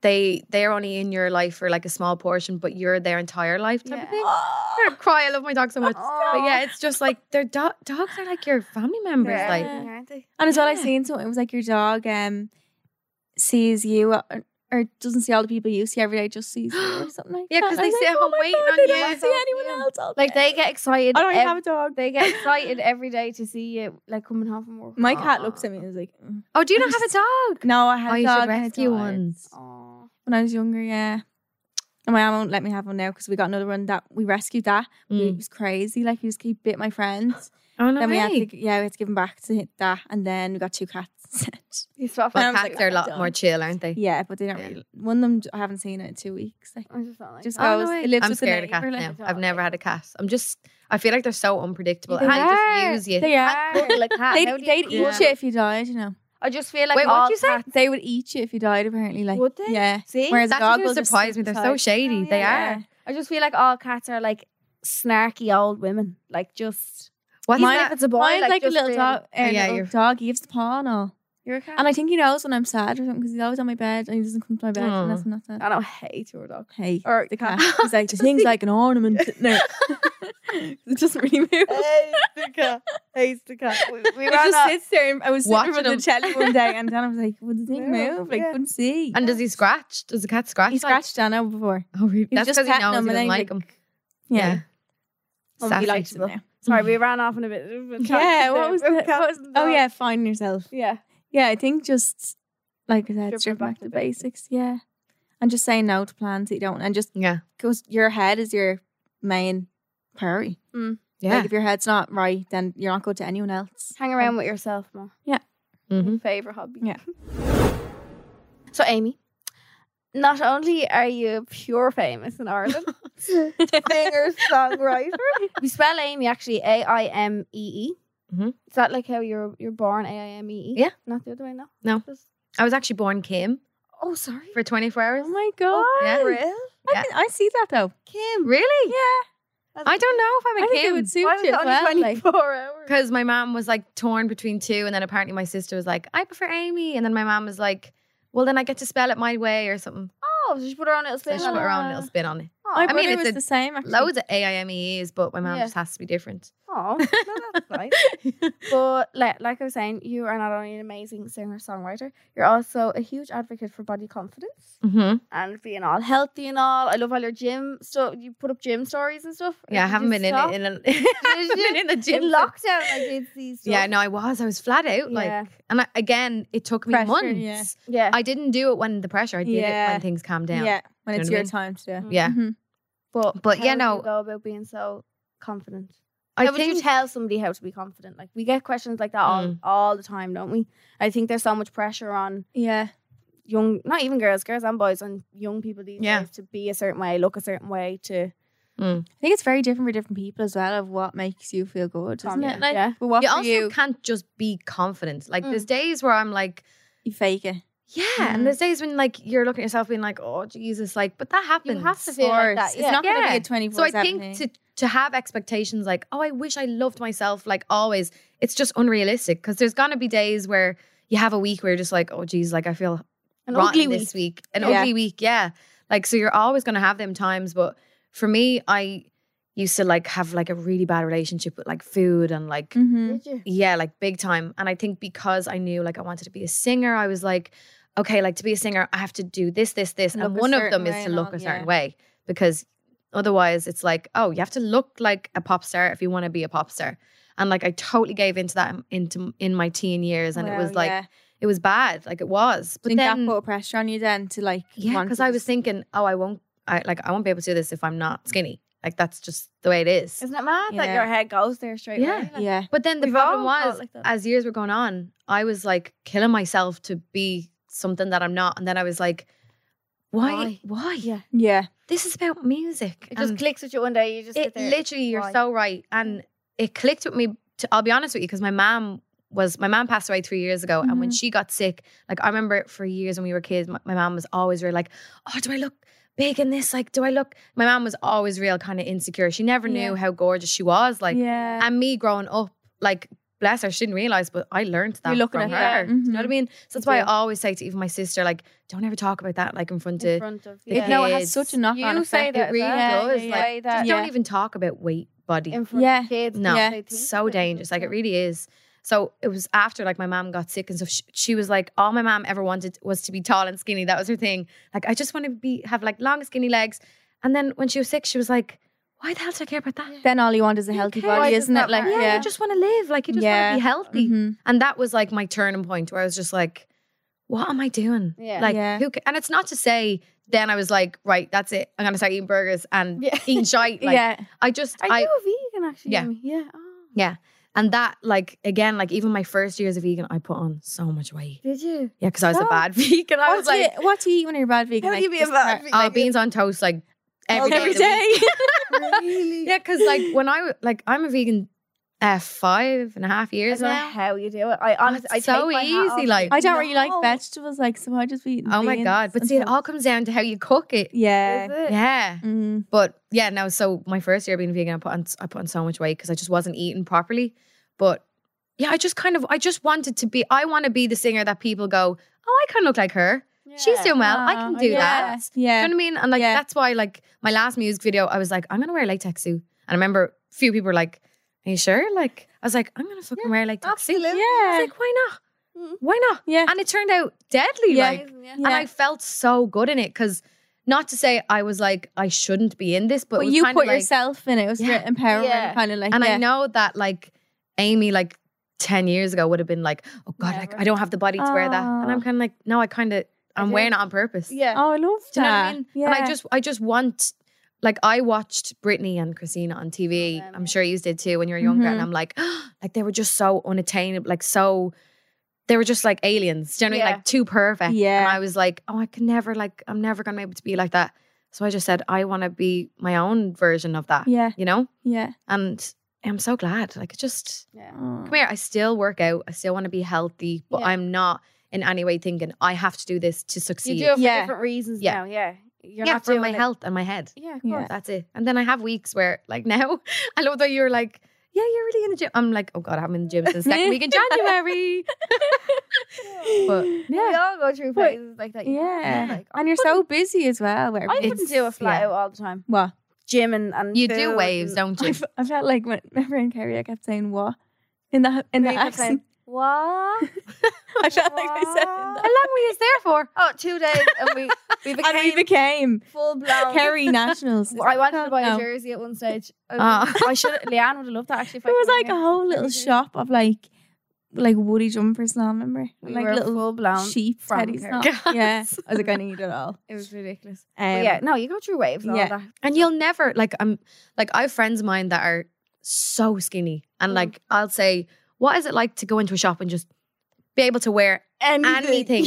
S2: they they're only in your life for like a small portion, but you're their entire life type of
S3: Yeah.
S2: thing. I'm gonna cry. I love my dog so much. But yeah,
S3: Aw.
S2: it's just like their do- dogs are like your family members.
S3: They're
S2: Like
S3: everything, aren't they?
S4: And as well, I've seen something. It was like your dog um sees you or, or doesn't see all the people you see every day, just sees you or something like
S2: Yeah,
S4: that.
S2: 'cause
S4: And I
S2: they
S4: was
S2: sit
S4: like, "Oh
S2: at home
S4: my
S2: waiting
S4: God,
S2: on
S4: they
S2: you.
S4: Don't see anyone else. all
S3: Like
S4: day.
S3: they get excited.
S4: I don't even
S3: ev-
S4: have a dog.
S3: They get excited every day to see you, like coming home from work.
S4: My cat looks at me and is like, "Mm."
S2: oh, do you not have a dog?
S4: "No, I had
S2: Oh,
S4: a
S2: you
S4: dog
S2: should
S4: and it
S2: rescue
S4: died."
S2: one.
S3: Aw.
S4: when I was younger. Yeah, and my mum won't let me have one now because we got another one that we rescued. That it
S2: Mm.
S4: was crazy. Like he just he bit my friend.
S2: Oh no
S4: then we had
S2: way.
S4: to yeah we had to give him back to hit that, and then we got two cats.
S3: You swap
S2: Well,
S4: I was
S2: cats
S4: like,
S2: are a
S4: "I'm
S2: lot
S4: done."
S2: more chill, aren't they?
S4: yeah, but they don't
S2: Yeah.
S4: really. One of them I haven't seen it in two weeks. Like
S3: I just don't like
S4: just
S3: that.
S2: Oh,
S4: goes.
S2: no way.
S4: it lives
S2: I'm
S4: with the
S2: scared of cats
S4: neighbor, like-
S2: now. I've never had a cat. I'm just. I feel like they're so unpredictable.
S4: They
S2: and I
S4: are.
S2: just use you.
S4: They are.
S3: Can't cuddle a cat.
S4: They'd,
S3: How do you
S4: they'd eat
S3: cuddle
S2: Yeah.
S3: a
S4: you if you died, you know.
S3: I just feel like
S2: Wait,
S3: all
S2: what'd you say?
S3: cats-
S4: They would eat you if you died, apparently. Like
S3: Would they?
S4: Yeah.
S3: See, Oh,
S4: Whereas
S2: That
S4: a dog
S2: doesn't
S4: will
S2: even
S4: just
S2: surprise
S4: sit
S2: me. They're so
S4: beside-
S2: shady. They
S3: yeah.
S2: are.
S3: I just feel like all cats are like snarky old women. Like just
S2: What's
S4: Mine-
S2: that?
S3: if it's a boy,
S4: Mine's like,
S3: like
S4: a
S3: just Oh,
S4: little
S3: really-
S4: dog. Uh,
S2: yeah,
S4: little
S2: you're-
S4: dog. He gives the paw and all.
S3: You're a cat.
S4: And I think he knows when I'm sad or something because he's always on my bed and he doesn't come to my bed
S2: Aw.
S4: unless I'm not sad.
S3: I don't hate your dog.
S4: Hey,
S3: Or
S4: the cat. He's like, the thing's like an ornament. No, it doesn't really move.
S3: Hates the cat. Hates the cat. We, we
S4: It
S3: Oh, ran
S4: just
S3: out-
S4: sits there. And I was sitting in
S2: Watching
S4: front of the telly one day, and Dana was like, "Would the thing
S3: Yeah,
S4: move? Like,
S3: yeah.
S4: couldn't see."
S2: And does he scratch? Does the cat scratch?
S4: he scratched Dana before.
S2: Like, oh, really?
S4: He was
S2: That's
S4: just
S2: because he
S4: petting
S2: knows
S4: him
S2: he
S4: and
S2: doesn't
S4: then
S2: like him.
S4: he- Yeah,
S3: Oh,
S2: Sassy.
S3: he likes them now. Sorry, we ran off on a bit. of a
S4: Yeah,
S3: tangent
S4: what
S3: there,
S4: was
S3: but
S4: the-
S3: cat
S4: what
S3: and
S4: Oh
S3: dog.
S4: yeah, find yourself.
S3: yeah.
S4: Yeah, I think just like I said,
S3: Stripping
S4: stripping
S3: back
S4: back to
S3: the
S4: basics. Yeah, and just saying no to plans that you don't, and just
S2: Yeah.
S4: because your head is your main priority.
S2: Yeah.
S4: Like if your head's not right, then you're not good to anyone else.
S3: Hang around with yourself, ma.
S2: hmm
S3: Favorite hobby.
S4: Yeah.
S3: So Amy, not only are you pure famous in Ireland,
S4: Oh
S3: singer songwriter. We spell Amy actually A I M E E.
S2: Mhm.
S3: Is that like how you're you're born A I M E E?
S2: Yeah.
S3: Not the other way, no.
S2: No.
S3: Just-
S2: I was actually born Kim
S3: oh, sorry.
S2: for 24 hours.
S4: Oh my god!
S2: yeah.
S4: I,
S2: Yeah.
S4: can, I see that though.
S3: Kim.
S2: Really?
S4: Yeah,
S2: I don't know
S4: I
S2: if I'm a
S4: think it
S2: Kim.
S4: would suit
S3: Why was
S4: you
S3: it
S4: as
S3: only
S4: well. like-
S3: twenty four hours?
S2: because my mom was like torn between two, and then apparently my sister was like, "I prefer Amy," and then my mom was like, "Well, then I get to spell it my way or something."
S3: Oh, so she put her own little
S2: So
S3: spin
S2: she
S3: on
S2: put
S3: it. Oh,
S2: her own little spin on it.
S4: My
S2: I mean,
S4: brother
S2: it's
S4: was
S2: a-
S4: the same. Actually.
S2: Loads of AIMEs, but my mom
S3: Yeah.
S2: just has to be different. Mm-hmm.
S3: Oh, no, that's nice. But like, like I was saying, you are not only an amazing singer songwriter, you're also a huge advocate for body confidence
S2: hmm
S3: and being all healthy and all. I love all your gym stuff. You put up gym stories and stuff.
S2: Yeah, I
S3: Did
S2: haven't
S3: you
S2: been in,
S3: stop?
S2: in, a, haven't been in the
S3: in
S2: gym. since-
S3: lockdown. I did see stuff.
S2: Yeah, no, I was. I was flat out.
S3: Yeah.
S2: Like, and I, again, it took me
S4: Pressure,
S2: months.
S4: yeah.
S3: yeah.
S2: I didn't do it when the pressure. I did it
S4: Yeah.
S2: when things calmed down.
S4: Yeah, when
S2: You know
S4: it's
S2: what I
S4: your
S2: mean? Mm.
S4: time to do. it.
S2: Yeah.
S4: Mhm.
S3: but
S2: but yeah,
S3: how do
S2: no.
S3: you go about being so confident.
S2: I
S3: how would you
S2: think
S3: tell somebody how to be confident? Like we get questions like that all,
S2: Mm.
S3: all the time, don't we? I think there's so much pressure on
S4: Yeah.
S3: young not even girls girls and boys and young people these
S2: Yeah.
S3: days to be a certain way look a certain way to
S4: I think it's very different for different people as well of what makes you feel good, isn't
S3: Confident,
S4: it? Like,
S3: yeah.
S4: But what
S2: you
S4: for
S2: also
S4: you, Mm.
S2: can't just be confident. Like, there's days where I'm like,
S4: you fake it.
S2: yeah, and there's days when like you're looking at yourself being like, oh Jesus, like, but that happens.
S3: feel like
S4: course.
S3: that, yeah.
S4: It's not going to
S2: Yeah.
S4: be a 24
S2: So I think to to have expectations like, oh, I wish I loved myself like always, it's just unrealistic because there's gonna be days where you have a week where you're just like, oh geez, like I feel
S3: an
S2: rotten
S3: ugly
S2: this week, an
S4: Yeah.
S2: ugly week, yeah. Like so, you're always gonna have them times. But for me, I used to like have like a really bad relationship with like food and like
S4: hmm
S3: Did you?
S2: yeah, like big time. And I think because I knew like I wanted to be a singer, I was like, okay, like to be a singer, I have to do this, this, this.
S4: Look
S2: and
S4: a
S2: one of
S4: certain
S2: them is
S4: way
S2: to
S4: and
S2: look
S4: all,
S2: a certain
S4: yeah.
S2: way because otherwise it's like, oh, you have to look like a pop star if you want to be a pop star. And like I totally gave into that in- into in my teen years, and it was like it was bad, like it was. But
S4: think
S2: then
S4: that put pressure on you then to like
S2: yeah,
S4: want
S2: because
S4: to
S2: I was
S4: just-
S2: thinking, oh, I won't, I like I won't be able to do this if I'm not skinny. Like that's just the way it is.
S3: isn't it mad that
S4: Yeah.
S3: your head goes there straight
S2: Yeah.
S3: away like,
S4: yeah
S2: But then the
S3: We've
S2: problem
S3: all felt
S2: was,
S3: like that.
S2: as years were going on, I was like killing myself to be something that I'm not, and then I was like, why? Why?
S3: Yeah.
S4: yeah
S2: This is about music.
S3: it just
S2: and
S3: clicks with you one day you just
S2: it
S3: sit there.
S2: literally, you're
S3: Why?
S2: so right, and it clicked with me. To, I'll be honest with you, because my mom was my mom passed away three years ago, and
S3: Mm-hmm.
S2: when she got sick, like I remember for years when we were kids, my, my mom was always really like, oh, do I look big in this? Like, do I look? My mom was always real kind of insecure. She never
S4: Yeah.
S2: knew how gorgeous she was. Like.
S4: yeah
S2: And me growing up, like, bless her, she didn't realize, but I learned that
S4: You're looking
S2: from
S4: at
S2: her.
S4: her.
S2: Do you know what I
S3: Mm-hmm.
S4: Mhm.
S2: mean? So that's why I always say to even my sister, like, don't ever talk about that, like, in front
S3: in
S2: of.
S3: front of
S2: the
S3: yeah.
S4: no it has
S2: kids.
S4: such a knock on
S3: you say
S4: effect
S3: that
S2: it really
S3: as well.
S2: does,
S3: You
S2: like,
S3: say that
S2: Just
S4: Yeah.
S2: don't even talk about weight, body.
S3: in front
S4: Yeah.
S3: of kids
S2: No.
S3: because
S4: Yeah.
S3: they think
S2: So
S3: of it and
S2: dangerous.
S3: stuff.
S2: Like, it really is. So it was after like my mom got sick and stuff. She, she was like, all my mom ever wanted was to be tall and skinny. That was her thing. Like, I just want to be have like long skinny legs. And then when she was sick, she was like, why the hell do I care about that?
S4: then all you want is a
S2: Who
S4: healthy
S2: cares?
S4: body
S3: Why
S4: isn't
S3: does
S4: it
S3: that
S4: like
S3: matter?
S2: yeah,
S4: yeah
S2: you just want to live. Like you just
S4: Yeah.
S2: want to be healthy.
S4: Mhm.
S2: And that was like my turning point where I was just like, what am I doing?
S3: Yeah.
S2: Like,
S4: Yeah.
S2: who ca- And it's not to say then I was like, right, that's it. I'm going to start eating burgers and
S3: Yeah.
S2: eating shite. Like,
S4: yeah
S2: I just,
S3: are
S2: I,
S3: you a vegan actually
S2: Yeah.
S3: Amy? yeah Oh.
S2: and that, like, again, like even my first year as a vegan, I put on so much weight.
S3: did you
S2: Yeah, because I was
S4: Oh.
S2: a bad vegan. I
S4: what,
S2: was
S4: do you,
S2: like,
S4: what do you eat when you're a bad vegan
S3: How do you be a
S4: just
S3: bad
S4: start-
S3: vegan?
S2: oh,
S3: like,
S2: beans on toast, like every day.
S4: every
S2: of the week.
S4: day
S3: really
S2: Yeah, because like when I, w- like, I'm a vegan uh, five and a half
S3: I
S2: years
S3: don't know
S2: now.
S3: how you do it I honestly I
S2: Oh, it's so
S3: take my hat
S2: easy,
S3: off.
S2: like-
S4: I don't really like
S3: No.
S4: vegetables like so I just be eating
S2: Oh my
S4: beans
S2: God. But
S4: and
S2: see, it
S4: stuff.
S2: all comes down to how you cook it.
S3: Is
S4: yeah
S3: it?
S2: Yeah.
S4: Mm.
S2: But yeah, no. So my first year being vegan, I put on I put on so much weight because I just wasn't eating properly. But yeah, I just kind of, I just wanted to be, I want to be the singer that people go, oh, I kind of look like her. She's
S3: Oh,
S2: doing well. I can do that. Do you
S4: Yeah.
S2: know what I mean? And like
S4: Yeah.
S2: that's why like my last music video, I was like, I'm gonna wear a latex suit. And I remember a few people were like, Are you sure? Like I was like, I'm gonna fucking wear a latex suit. I was like, why not?
S3: Mm.
S2: Why not?
S4: Yeah.
S2: And it turned out deadly.
S4: Yeah.
S2: Like
S3: yeah.
S2: and I felt so good in it because not to say I was like, I shouldn't be in this, but,
S4: But
S2: it was
S4: you
S2: kinda
S4: put
S2: like-
S4: yourself in it. It was
S2: Yeah.
S4: very empowering,
S3: Yeah.
S4: kind of like.
S2: and
S4: yeah.
S2: I know that like Amy, like 10 years ago, would have been like, Oh god, like
S3: Never.
S2: I don't have the body to wear that. And I'm kinda like, no, I kinda I'm
S3: did.
S2: wearing it on purpose.
S3: yeah.
S4: Oh, I love
S2: Do you know what
S4: that.
S2: I mean? And I just I just want like I watched Britney and Christina on TV.
S3: them, Mm-hmm.
S2: I'm
S3: yeah.
S2: sure you did too when you were younger. And
S4: Mhm.
S2: I'm like, like they were just so unattainable, like so they were just like aliens, generally
S3: Yeah.
S2: like too perfect.
S4: Yeah.
S2: And I was like, oh, I could never like I'm never gonna be able to be like that. So I just said, I wanna be my own version of that.
S4: Yeah.
S2: You know?
S4: Yeah.
S2: And I'm so glad. Like it just
S4: Oh.
S2: come here, I still work out, I still wanna be healthy, but
S3: Yeah.
S2: I'm not in any way thinking I have to do this to
S3: You
S2: succeed.
S3: do it for
S4: Yeah.
S3: different reasons
S2: Yeah.
S3: now. Yeah. You're
S2: yeah,
S3: not
S2: for
S3: doing
S2: my
S3: it-
S2: health and my head.
S3: Yeah.
S4: Yeah.
S2: Yeah, that's it. And then I have weeks where, like now, I love that you're like, yeah, you're really in the gym. I'm like, oh god, I haven't been in the gym since the second week in January. but
S3: We all go through
S4: But-
S3: phases like that. you know?
S4: Yeah.
S3: Like,
S4: and you're so busy as well. Where
S3: I couldn't
S2: It's-
S3: do a flat
S2: yeah.
S3: out all the time.
S4: what?
S3: Gym and, and
S2: you
S3: food
S2: do waves,
S3: and-
S2: don't
S4: I,
S2: you?
S4: f- I felt like when my friend Carrie, I kept saying what in that in that
S3: Really kept
S4: accent.
S3: saying, What?
S4: I felt like I said
S3: "What?"
S4: in
S2: How long
S4: that.
S2: were you there for?
S3: Oh, two days and we, we became
S4: And we became
S3: full blown.
S4: Kerry Nationals. Is
S3: Well, I
S4: that
S3: wanted
S4: called?
S3: to buy
S4: No.
S3: a jersey at one stage. I,
S2: Ah.
S3: I should. Leanne would have loved that actually. If
S4: There
S3: I
S4: was
S3: came
S4: like a
S3: here.
S4: whole little
S3: Jersey.
S4: shop of like like woody jumpers now. Remember,
S3: We
S4: like
S3: were
S4: little
S3: full blown.
S4: sheep
S3: from
S4: teddies.
S3: Kerry.
S4: now. Yeah, I was like, I need it all.
S3: It was ridiculous.
S4: Um,
S3: But yeah, no, you go through waves and
S4: yeah.
S3: all that.
S2: And you'll never like I'm like I have friends of mine that are so skinny, and
S3: Mm.
S2: like I'll say, what is it like to go into a shop and just be able to wear anything,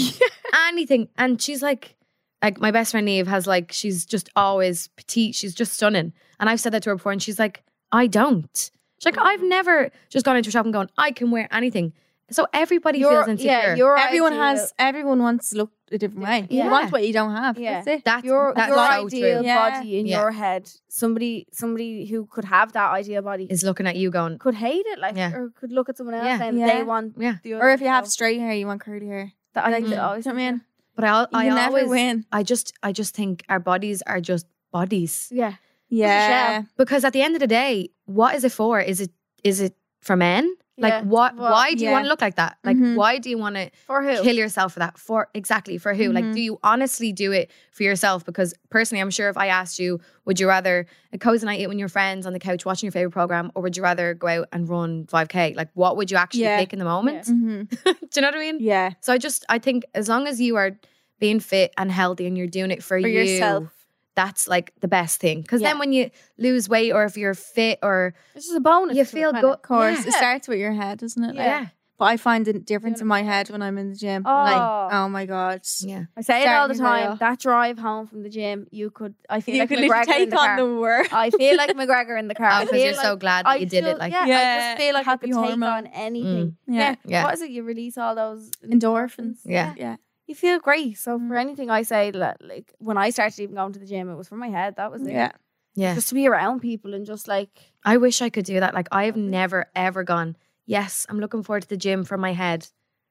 S2: anything. And she's like, like my best friend Neve has like, she's just always petite. She's just stunning. And I've said that to her before, and she's like, I don't. She's like, I've never just gone into a shop and gone, I can wear anything. So everybody
S3: Your-
S2: feels insecure.
S3: yeah, your
S4: Everyone
S3: ideal-
S4: has. Everyone wants to look a different way.
S2: Yeah.
S4: You want what you don't have.
S3: Yeah.
S4: That's it.
S2: that's
S3: your
S2: that's
S3: your
S2: so
S3: ideal
S2: true.
S4: Yeah.
S3: body in
S2: Yeah.
S3: your head. Somebody somebody who could have that ideal body
S2: Is looking at you going,
S3: could hate it, like
S2: Yeah.
S3: or could look at someone else
S2: Yeah.
S3: and
S4: Yeah.
S3: they want
S2: yeah.
S3: the other. Mm-hmm.
S4: Or if you have
S3: so
S4: straight hair, you want curly hair.
S3: that, I
S4: like,
S3: think that
S2: oh,
S3: always
S4: Do you know what I mean?
S2: But I, al-
S4: You
S2: I
S4: can never
S2: always,
S4: win.
S2: I just, I just think our bodies are just bodies.
S3: Yeah,
S4: Yeah.
S2: Because at the end of the day, what is it for? Is it, is it for men? Like
S3: Yeah. Mm-hmm.
S2: what?
S3: Well,
S2: why do you
S4: yeah.
S2: want to look like that? Like
S4: Mhm.
S2: why do you want to
S3: for who?
S2: kill yourself for that for exactly for who like
S4: Mhm.
S2: do you honestly do it for yourself because personally i'm sure if i asked you would you rather a cozy night out with your friends on the couch watching your favorite program or would you rather go out and run 5k like what would you actually
S4: Yeah.
S2: pick in the moment
S4: hmm
S2: do you know what i mean
S4: Yeah.
S2: so i just i think as long as you are being fit and healthy and you're doing it for,
S4: For
S2: you,
S4: yourself.
S2: that's like the best thing because
S4: Yeah.
S2: then when you lose weight or if you're fit or
S3: This is a bonus.
S2: you
S3: to
S2: feel
S3: kinda-
S2: good
S4: Of course.
S2: yeah.
S4: It starts with your head, doesn't it? Like,
S2: yeah
S4: But I find a difference in my head when I'm in the gym.
S3: Oh.
S4: Like, oh my God.
S2: yeah
S3: I say it all the
S4: Starting your day
S3: time.
S4: off.
S3: That drive home from the gym, you could. I feel
S4: You
S3: like
S4: could
S3: McGregor
S4: literally take
S3: in the
S4: on
S3: car.
S4: the world.
S3: I feel like McGregor in the car. I
S2: because
S3: feel
S2: Oh, you're
S3: like,
S2: so glad that
S3: I
S2: you did
S3: feel-
S2: it like Mm.
S3: yeah, I
S4: Yeah,
S3: just feel like I
S4: happy
S3: could take
S4: hormone.
S3: on anything.
S4: Yeah.
S2: Yeah.
S3: What is it? You release all those
S4: Endorphins.
S2: Yeah.
S4: Yeah.
S3: You feel great. So for anything I say, li- like when I started even going to the gym, it was from my head. That was it.
S4: Yeah.
S2: yeah
S3: Just to be around people and just like
S2: I wish I could do that. Like I've never ever gone. Yes, I'm looking forward to the gym for my head.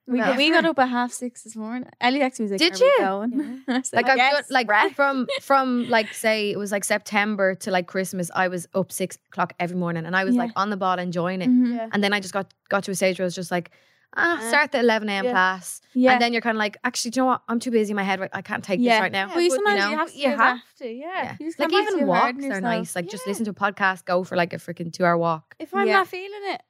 S4: We,
S3: No.
S4: we got up at half six this morning. Ellie actually was like,
S2: Did
S4: Are we
S2: you?
S4: Going? I was
S2: Like I've
S4: "Yes."
S2: done, like from from like say it was like September to like Christmas. I was up six o'clock every morning, and I was
S4: Yeah.
S2: like on the ball enjoying it.
S4: Mhm.
S3: yeah.
S2: And then I just got got to a stage where I was just like, ah,
S3: Uh,
S2: start the eleven a.m.
S3: yeah.
S2: class,
S4: Yeah.
S2: and then you're kind of like, actually, do you know what? I'm too busy in my head. right- I can't take
S4: Yeah.
S2: this right now.
S4: Well, you sometimes
S2: know?
S4: you have to.
S3: You
S4: do
S3: have
S4: that.
S3: to, yeah.
S2: Yeah.
S4: You just
S2: Like
S4: can't be
S2: even
S4: too hard on
S2: walks are
S4: yourself.
S2: nice. Like just
S3: Yeah.
S2: listen to a podcast, go for like a freaking two hour walk.
S3: If I'm
S4: Yeah.
S3: not feeling it,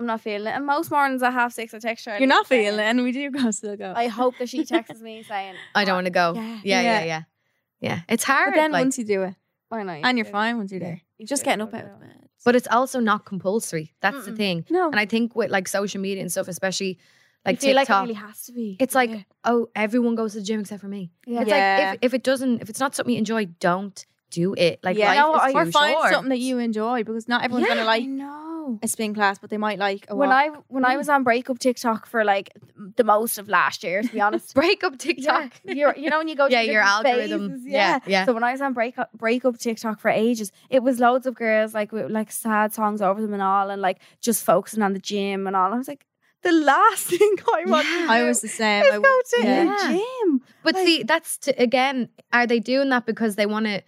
S3: I'm not feeling it. And most mornings at half six, I text Charlie.
S4: You're not
S3: saying-
S4: feeling it, and we do go still go.
S3: I hope that she texts me saying,
S2: I don't want to go. Yeah.
S3: Yeah.
S2: Yeah, yeah,
S4: Yeah.
S2: yeah, It's hard.
S4: but then
S2: like,
S4: once you do it,
S3: "Why not?" You
S4: and you're
S3: do it.
S4: fine once you're
S2: Yeah.
S4: there.
S3: You
S4: just
S3: do it,
S4: getting up
S3: don't
S4: out
S3: do
S4: of
S3: it.
S4: bed.
S2: but it's also not compulsory. That's the
S3: Mm-mm.
S2: thing.
S4: no,
S2: And I think with like social media and stuff, especially like
S3: you feel
S2: TikTok,
S3: like it really has to be.
S2: it's like,
S4: Yeah.
S2: oh, everyone goes to the gym except for me.
S3: Yeah.
S2: It's
S4: Yeah.
S2: like if, if it doesn't, if it's not something you enjoy, don't do it. Like
S4: Yeah.
S2: life
S4: You know
S2: is
S4: what,
S2: too
S4: or find
S2: short.
S4: something that you enjoy because not everyone's gonna
S3: I
S4: like mm.
S3: know.
S4: a spin class, but they might like a
S3: when
S4: walk.
S3: I when I was on breakup TikTok for like the most of last year, to be honest.
S2: break up TikTok.
S3: Yeah, you're, you know when you go
S2: Yeah,
S3: through
S2: your
S3: different
S2: algorithm.
S3: phases,
S2: Yeah, yeah.
S3: So when I was on breakup breakup TikTok for ages, it was loads of girls like with like sad songs over them and all, and like just focusing on the gym and all. I was like, the last thing I want to do
S4: I was the same.
S3: is
S4: I would-
S3: go to
S4: yeah.
S3: a gym.
S2: But
S3: Like-
S2: see, that's to, again, are they doing that because they want to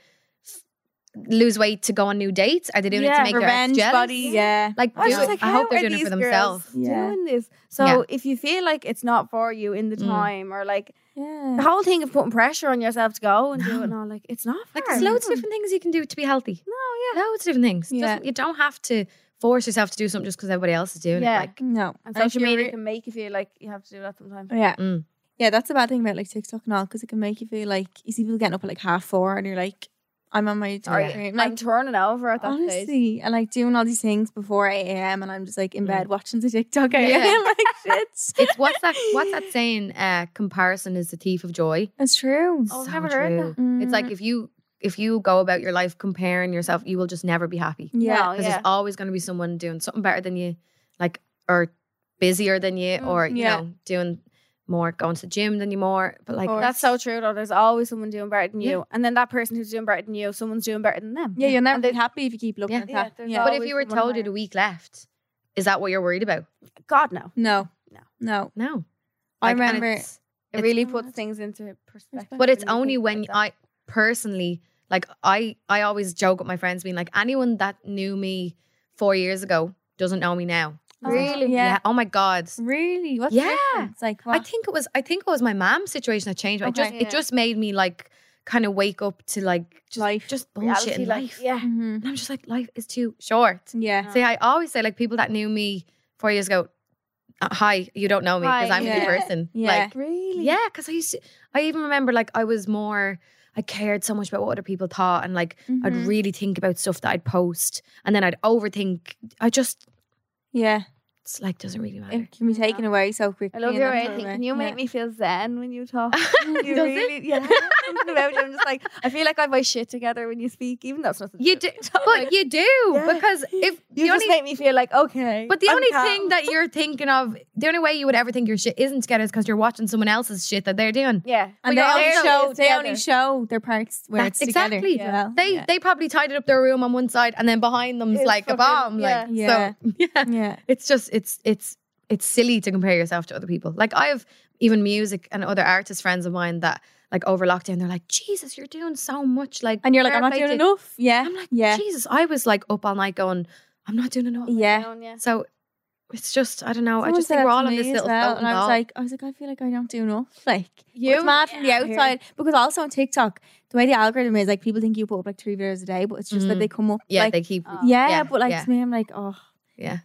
S2: lose weight to go on new dates? Are they doing it
S3: Yeah,
S2: to make
S4: Revenge
S2: their ex jealous?
S4: body. Yeah.
S2: Like,
S3: I was
S2: do
S3: just
S2: it-
S3: like,
S2: I
S3: how
S2: hope they're
S3: are
S2: doing it for
S3: these
S2: themselves.
S3: girls
S4: Yeah.
S3: Doing this, so if you feel like it's not for you in the
S2: Mm.
S3: time, or like the
S4: Yeah.
S3: whole thing of putting pressure on yourself to go and do it, and all like it's not.
S2: Like,
S3: for
S2: there's loads of
S3: everyone.
S2: different things you can do to be healthy.
S3: No, yeah,
S2: Loads of different things. It
S4: Yeah.
S2: doesn't- You don't have to force yourself to do something just because everybody else is doing
S3: Yeah.
S2: it. Like,
S4: No.
S3: and
S4: if
S3: social
S4: you're
S3: media
S4: re-
S3: can make you feel like you have to do that sometimes.
S4: yeah.
S2: Mm.
S4: Yeah, that's the bad thing about like TikTok and all because it can make you feel like you see people getting up at like half four and you're like, I'm on my
S2: Oh, yeah.
S4: diet.
S3: I'm
S4: Like,
S3: turning over at that stage.
S4: honestly, and like doing all these things before 8 a.m. and I'm just like in
S2: Mm.
S4: bed watching the TikTok. Yeah.
S2: Yeah.
S4: like, shit.
S2: it's what's that? What's that saying? Uh, comparison is the thief of joy.
S4: That's true.
S3: Oh,
S2: So
S3: haven't heard that.
S2: true. It's like
S4: Mm.
S2: if you if you go about your life comparing yourself, you will just never be happy.
S4: Yeah.
S3: No,
S2: because
S3: yeah.
S2: there's always going to be someone doing something better than you, like or busier than you,
S3: Mm,
S2: or you
S4: yeah.
S2: know doing more, going to the gym than you more. But like
S4: course.
S3: That's Oh, so true though. There's always someone doing better than
S2: Yeah.
S3: you. And then that person who's doing better than you, someone's doing better than them.
S4: Yeah, you'll never be happy if you keep looking
S2: Yeah.
S4: at
S3: Yeah,
S4: that.
S3: there's
S4: Yeah.
S2: but if
S3: always
S2: you were
S3: someone
S2: told you had
S3: higher.
S2: a week left, is that what you're worried about?
S3: God no.
S4: No.
S3: No.
S4: No.
S2: No,
S4: I
S2: Like, and
S4: remember.
S2: it's-
S3: It
S2: It's-
S3: really puts things into perspective.
S2: but it's
S3: when you
S2: only
S3: think
S2: when
S3: about that.
S2: I personally like I I always joke with my friends being like anyone that knew me four years ago doesn't know me now. I was like,
S4: Really?
S2: Yeah.
S4: Yeah.
S2: Oh my god.
S4: Really? What's
S2: Yeah.
S4: It's like
S2: I
S4: what?
S2: think it was I think it was my mom's situation that changed. me. I
S4: Okay.
S2: just it just made me like kind of wake up to like just,
S4: Life.
S2: just
S3: Reality,
S2: bullshit in
S3: like,
S2: life.
S3: Yeah.
S4: Mhm.
S2: And I'm just like life is too short.
S4: Yeah.
S2: See, I always say like people that knew me four years ago, uh, hi, you don't know me because
S3: Hi,
S2: I'm a
S4: yeah.
S2: new person.
S4: Yeah.
S2: Like
S3: Really?
S2: yeah, because I used to, I even remember like I was more, I cared so much about what other people thought and like I'd
S4: Mhm.
S2: really think about stuff that I'd post and then I'd overthink. I just,
S4: yeah.
S2: it's like, doesn't really matter.
S4: It can be taken away so quickly.
S3: I love
S4: and
S3: your
S4: that's
S3: way
S4: all
S3: of thinking.
S4: right.
S3: You
S4: Yeah.
S3: make me feel zen when you talk. You
S2: Does it?
S3: really, yeah. Something about you. I'm just like, I feel like I have my shit together when you speak, even though it's nothing. to
S2: You
S3: do.
S2: do, but you do
S3: Yeah.
S2: because if
S3: You
S2: the
S3: just
S2: only,
S3: make me feel like okay.
S2: but the
S3: I'm
S2: only
S3: calm.
S2: thing that you're thinking of, the only way you would ever think your shit isn't together is because you're watching someone else's shit that they're doing.
S3: yeah,
S4: And
S3: But
S4: they
S3: you're
S4: only
S3: also-
S4: show
S3: it's
S4: they only
S3: together.
S4: show their parts where
S2: That's
S4: it's together.
S2: exactly.
S4: as well.
S2: They
S4: yeah.
S2: they probably tidied up their room on one side and then behind them's
S3: It's
S2: like a bomb.
S3: fucking-
S2: Like
S4: yeah.
S2: so yeah.
S4: yeah.
S2: it's just it's it's it's silly to compare yourself to other people. Like I have even music and other artist friends of mine that like over lockdown, they're like, Jesus, you're doing so much. Like,
S4: And you're like,
S2: fair
S4: I'm not
S2: play
S4: doing
S2: to you."
S4: enough. Yeah.
S2: I'm like,
S4: yeah.
S2: Jesus, I was like up all night going, I'm not doing enough.
S4: Yeah.
S3: Yeah.
S2: So it's just, I don't know.
S4: Someone
S2: I just
S4: said
S2: think
S4: that
S2: we're
S4: to
S2: all on
S4: me
S2: this
S4: as
S2: little
S4: well,
S2: floating
S4: and I was
S2: ball.
S4: like, I was like, I feel like I don't do enough. Like you,
S3: You-
S4: it's mad from the
S3: Yeah.
S4: outside because also on TikTok, the way the algorithm is, like people think you put up like three videos a day, but it's just that
S2: Mhm.
S4: they come up.
S2: yeah,
S4: like,
S2: they keep.
S3: Oh.
S4: yeah,
S2: yeah,
S4: But like
S2: yeah.
S4: to me, I'm like, oh,
S2: Yeah.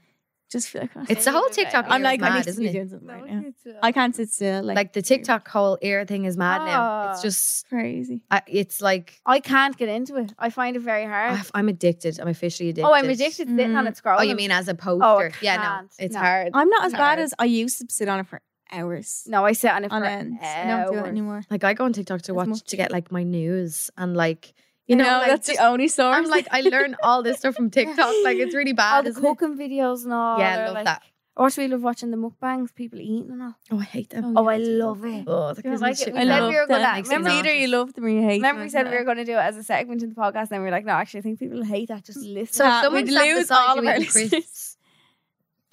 S4: Just feel like
S2: it's the whole
S3: Maybe they
S2: TikTok. era
S3: don't.
S4: I'm
S2: is
S4: like, I
S2: mad,
S4: need to
S2: isn't
S4: be
S2: it?
S4: doing something
S3: No,
S4: right now.
S3: it's, uh,
S4: I can't sit still. Like,
S2: Like the TikTok whole era thing is mad now. It's
S3: Ah.
S2: just,
S4: crazy.
S2: I, it's like
S3: I can't get into it. I find it very hard.
S2: I've- I'm addicted. I'm officially addicted.
S3: oh, I'm addicted to sitting on it scrolling.
S2: Oh, you mean as a poster?
S3: Oh, I
S2: yeah, no,
S3: can't.
S2: it's
S3: No.
S2: hard.
S4: I'm not as bad
S2: Sorry.
S4: as I used to sit on it for hours
S3: No, I sit on it
S4: on
S3: for
S4: end. I don't do it
S3: hours.
S4: anymore.
S2: Like I go on TikTok to
S4: As
S2: watch
S4: much.
S2: to get like my news and like you know,
S4: No,
S2: like,
S4: that's
S2: just-
S4: the only source.
S2: I'm like I learn all this stuff from TikTok. Like it's really
S3: All
S2: bad.
S3: the
S2: isn't it?
S3: cooking videos and all.
S2: Yeah, I
S3: they're
S2: love
S3: like,
S2: that.
S3: Or should we love watching the mukbangs, people eating and all?
S2: Oh, I hate them.
S3: Oh, I love it.
S2: Oh, that
S3: You don't
S2: gives me
S3: like it?
S2: shit.
S3: We
S4: I
S3: said
S4: love
S3: we were good
S4: that.
S3: at.
S2: Makes me
S3: Remember,
S4: It's either you loved them or you hate
S3: remember we
S4: them.
S3: said we were going to do it as a segment in the podcast, and then we were like, no, actually, I think people hate that. Just listen.
S2: So if
S4: Nah,
S2: someone
S4: we'd
S2: sat
S4: lose
S2: beside
S4: all
S2: you
S4: of our
S2: eating crisps,
S4: listeners.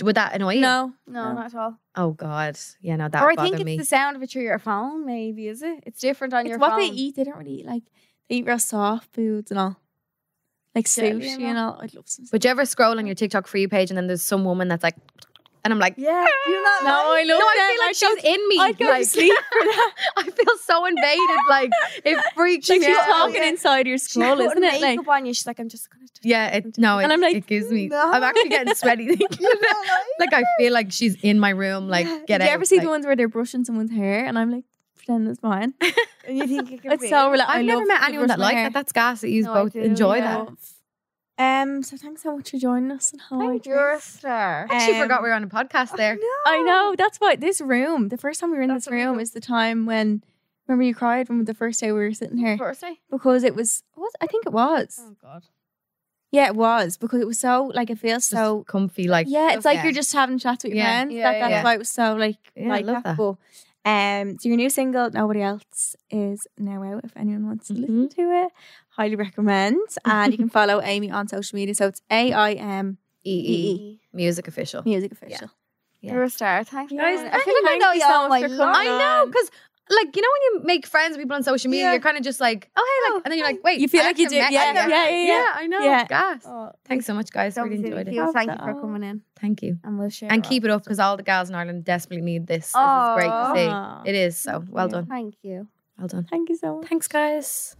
S2: Would that annoy you?
S4: No.
S3: no, not at all.
S2: Oh God. Yeah, no, that
S3: or I
S2: would
S3: think
S2: bother
S3: it's
S2: me.
S3: the sound of it through your phone, maybe, is it? It's different on
S4: It's
S3: your
S4: what
S3: phone.
S4: they eat. They don't really eat like they eat real soft foods and all. Like
S3: Jelly
S4: sushi
S3: and
S4: and all. I'd love some sushi.
S2: Would you ever scroll on your TikTok for you page and then there's some woman that's like, and I'm like,
S3: Yeah, do you not
S4: No, I
S2: no,
S4: love
S2: I
S4: that.
S2: feel like
S4: I'd
S2: she's
S4: go-
S2: in me.
S4: I'd go
S2: like,
S4: to sleep for that.
S2: I feel so invaded. Like it freaks
S4: Like
S2: me
S4: she's
S2: out.
S4: talking inside your skull, isn't it? Like
S3: Makeup on you. She's like, I'm just gonna. Do
S2: Yeah, it, no, it,
S4: And I'm like,
S2: it gives me.
S3: "No."
S2: I'm actually getting sweaty thinking of it. Like I feel like she's in my room. Like get
S4: Did
S2: out.
S4: you ever see
S2: like-
S4: the ones where they're brushing someone's hair and I'm like, pretend it's mine.
S3: And you think it can
S4: It's
S3: be.
S4: so relaxing.
S2: I've never met anyone that liked that. That's gas. That you
S3: No, I
S2: both
S3: do,
S2: enjoy
S3: yeah.
S2: that.
S4: Um, so thanks so much for joining us and how
S3: Thank you, You're a star.
S2: I actually
S4: Um,
S2: forgot we were on a podcast there.
S4: I know. That's why this room, the first time we were in
S3: That's
S4: this
S3: what we
S4: room
S3: do.
S4: is the time when remember you cried when the first day we were sitting here
S3: Thursday.
S4: because it was what I think it was.
S3: Oh God.
S4: Yeah, it was because it was so like it feels
S2: Just
S4: so
S2: comfy. Like
S4: yeah, it's like
S2: yeah.
S4: you're just having chats with your
S2: Yeah.
S4: friends.
S3: Yeah,
S4: that,
S3: yeah,
S4: that's
S2: yeah.
S4: why it was so like
S2: Yeah, I
S4: like
S2: love
S4: that. But, um, so your new single, nobody else, is now out. If anyone wants to listen to it, highly recommend. And you can follow Amy on social media. So it's A I M E
S3: E
S2: EE E music official.
S4: Music Official.
S2: Yeah.
S3: You're a star. Thank you.
S4: Guys,
S3: I feel like I know you
S4: all
S3: so
S4: my
S3: much for coming.
S4: life.
S2: I know
S4: on.
S2: because like you know when you make friends with people on social media,
S4: Yeah.
S2: you're kind of just like, oh hey, like, and then you're like, wait,
S4: You feel
S2: I
S4: like you
S2: actually
S4: do-
S2: met
S4: yeah,
S2: you.
S4: yeah, yeah, yeah.
S2: I know.
S4: Yeah.
S2: Gas.
S3: Oh,
S2: Thanks so much, guys.
S3: so
S2: really
S3: silly
S2: enjoyed
S3: of
S2: it.
S3: you.
S4: Love
S3: Thank you
S4: that.
S3: for coming in,
S2: Thank you,
S3: and we'll share.
S2: and keep it up because all the gals in Ireland desperately need this.
S3: Oh,
S2: This is great to see. It is so well done.
S3: Thank you.
S2: Well done.
S4: Thank you so much.
S2: Thanks, guys.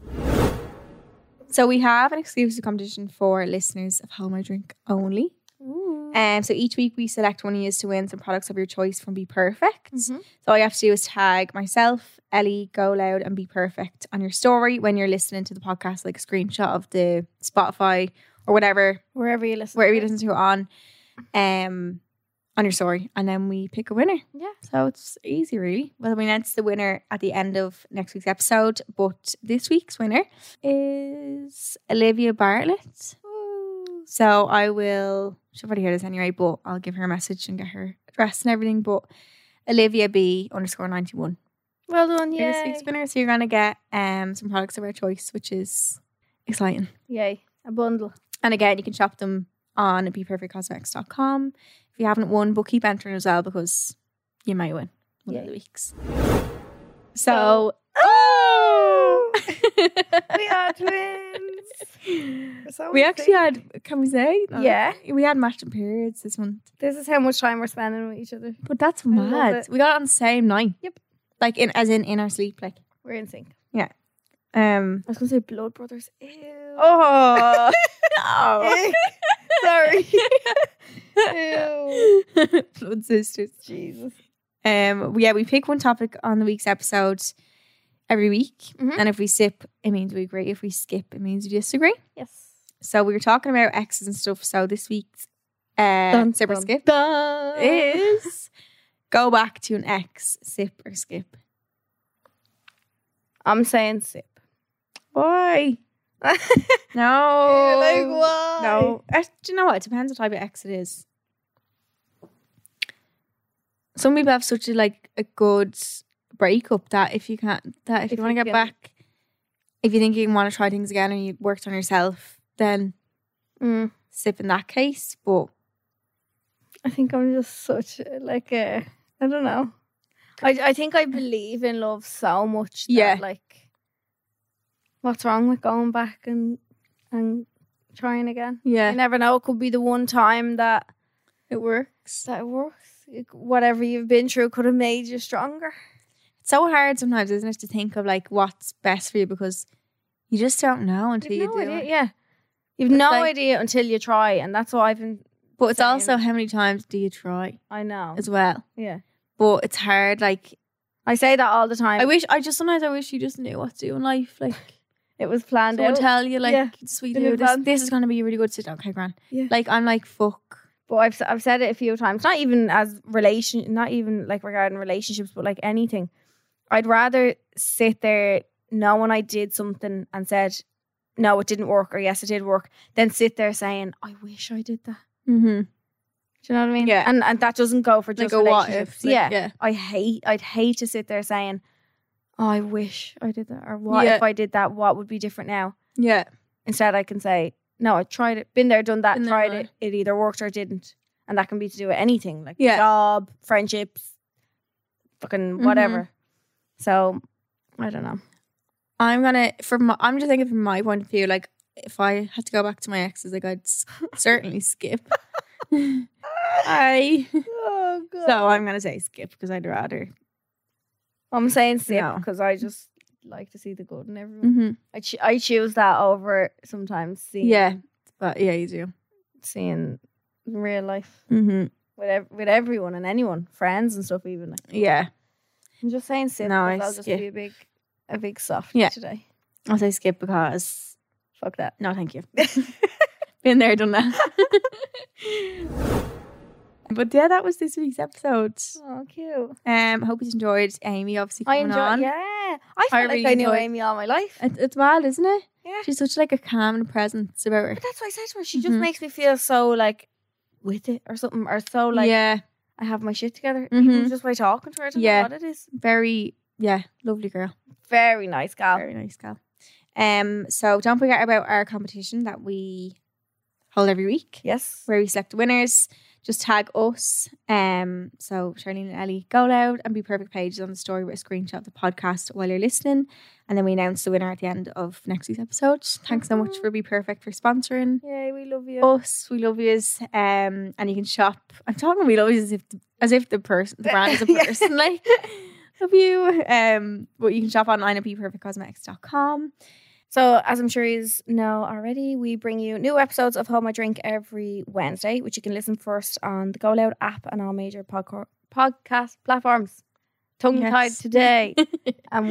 S4: So we have an exclusive competition for listeners of Home or Drink only. Um, so each week we select one of you to win some products of your choice from Be Perfect. So all you have to do is tag myself, Ellie, Go Loud, and Be Perfect on your story when you're listening to the podcast, like a screenshot of the Spotify or whatever,
S3: Wherever you listen.
S4: wherever you listen to it on, um, on your story, and then we pick a winner.
S3: Yeah.
S4: So it's easy, really. Well, we announce the winner at the end of next week's episode, but this week's winner is Olivia Bartlett. So I will, she'll probably hear this anyway, but I'll give her a message and get her address and everything. But Olivia B underscore 91.
S3: Well done.
S4: You're
S3: Yay.
S4: this week's winner. So you're going to get um, some products of our choice, which is exciting.
S3: Yay. A bundle.
S4: And again, you can shop them on beperfectcosmetics.com. If you haven't won, but keep entering as well because you might win one of the weeks. So,
S3: oh! we are twins. We're so
S4: we actually
S3: excited.
S4: had, can we say? No.
S3: Yeah.
S4: We had matching periods this month.
S3: This is how much time we're spending with each other.
S4: But that's
S3: love
S4: mad.
S3: it.
S4: We got it on the same night.
S3: Yep.
S4: Like in as in in our sleep, like
S3: We're in sync.
S4: um
S3: I was gonna say Blood Brothers. Ew.
S4: Oh
S3: Oh. Sorry. Ew.
S4: Blood sisters. Jesus. Um yeah, we pick one topic on the week's episode every week.
S3: Mhm.
S4: And if we sip, it means we agree. If we skip, it means we disagree.
S3: Yes.
S4: So we were talking about exes and stuff. So this week's uh
S3: Dun,
S4: sip or
S3: dun,
S4: skip
S3: Dun.
S4: is go back to an ex, sip or skip.
S3: I'm saying sip.
S4: Why? no.
S3: like why?
S4: No. Uh, Do you know what? It depends what type of ex it is. Some people have such a like a good breakup that if you can't that if,
S3: If
S4: you want to
S3: you
S4: get
S3: can-
S4: back, if you think you want to try things again and you worked on yourself, then
S3: Mm.
S4: sip in that case. But
S3: I think I'm just such a- like a I don't know. I I think I believe in love so much. That,
S4: Yeah.
S3: Like, what's wrong with going back and and trying again?
S4: yeah,
S3: You never know. It could be the one time that
S4: it works.
S3: that it works. Like, Whatever you've been through could have made you stronger.
S4: It's so hard sometimes, isn't it, to think of like what's best for you because you just don't know until you
S3: You've
S4: do
S3: no idea,
S4: it.
S3: Yeah. You've no
S4: like-
S3: idea until you try, and that's what I've been.
S4: But it's
S3: Same.
S4: also how many times do you try
S3: I know.
S4: as well?
S3: Yeah.
S4: But it's hard, like
S3: I say that all the time.
S4: I wish I just sometimes I wish you just knew what to do in life. Like
S3: it was planned
S4: someone
S3: out,
S4: tell you like
S3: Yeah.
S4: sweetie,
S3: In
S4: oh, this,
S3: advance.
S4: this is gonna be really good. Sit down, okay, Gran.
S3: Yeah.
S4: Like I'm like fuck.
S3: but I've s- I've said it a few times. Not even as relation, not even like regarding relationships, but like anything. I'd rather sit there knowing I did something and said, "No, it didn't work," or "Yes, it did work," than sit there saying, "I wish I did that."
S4: Mm-hmm.
S3: Do you know what I mean?
S4: Yeah.
S3: And and that doesn't go for
S4: Like
S3: just
S4: a what
S3: relationships.
S4: if? Like,
S3: yeah.
S4: yeah.
S3: I hate I'd hate to sit there saying, Oh, I wish I did that or what
S4: Yeah.
S3: if I did that, what would be different now?
S4: Yeah.
S3: Instead I can say, No, I tried it, been there, done that,
S4: Been there,
S3: tried
S4: done
S3: it, it either worked or it didn't. And that can be to do with anything, like
S4: Yeah. Mm-hmm.
S3: job, friendships, fucking whatever. So I don't know.
S4: I'm gonna from my, I'm just thinking from my point of view, like if I had to go back to my exes, like I'd s- certainly skip. I
S3: Oh god.
S4: so I'm gonna say skip because I'd rather.
S3: I'm saying sip
S4: No.
S3: because I just like to see the good in everyone.
S4: Mm-hmm.
S3: I, ch- I choose that over sometimes seeing
S4: Yeah, but yeah, you do.
S3: seeing real life
S4: Mm-hmm.
S3: with ev- with everyone and anyone, friends and stuff. Even like,
S4: Yeah,
S3: I'm just saying, sip.
S4: No,
S3: No,
S4: I
S3: I'll just
S4: skip.
S3: be a big, a big soft
S4: Yeah.
S3: today.
S4: I'll say skip because
S3: Fuck that.
S4: No, thank you. Been there, done that. but yeah, that was this week's episode.
S3: Oh, cute.
S4: Um, hope you enjoyed Amy obviously
S3: I
S4: coming
S3: enjoy.
S4: on.
S3: Yeah, I felt like
S4: really
S3: I knew
S4: enjoyed-
S3: Amy all my life.
S4: It, it's wild, isn't it?
S3: Yeah.
S4: She's such like a calm and presence about her.
S3: But that's why I said to her. She just
S4: Mhm.
S3: makes me feel so like with it or something, or so like
S4: yeah,
S3: I have my shit together.
S4: Mhm.
S3: Even just by talking to her, I don't
S4: Yeah.
S3: know what it is.
S4: very yeah, lovely girl.
S3: Very nice gal.
S4: Very nice girl. Um, so don't forget about our competition that we held every week
S3: Yes.
S4: where we select the winners. Just tag us. Um, so Charlene and Ellie, go loud and be perfect pages on the story with a screenshot of the podcast while you're listening. And then we announce the winner at the end of next week's episode. Thanks so much for Be Perfect for sponsoring
S3: Yay, we love you.
S4: us. We love yous. Um, and you can shop. I'm talking we love yous as if the, as if the person the brand is a person. like love you. Um, but you can shop online at beperfectcosmetics.com.
S3: So, as I'm sure you know already, we bring you new episodes of Home I Drink every Wednesday, which you can listen first on the Go Loud app and all major podca- podcast platforms. Tongue tied
S4: Yes.
S3: today. and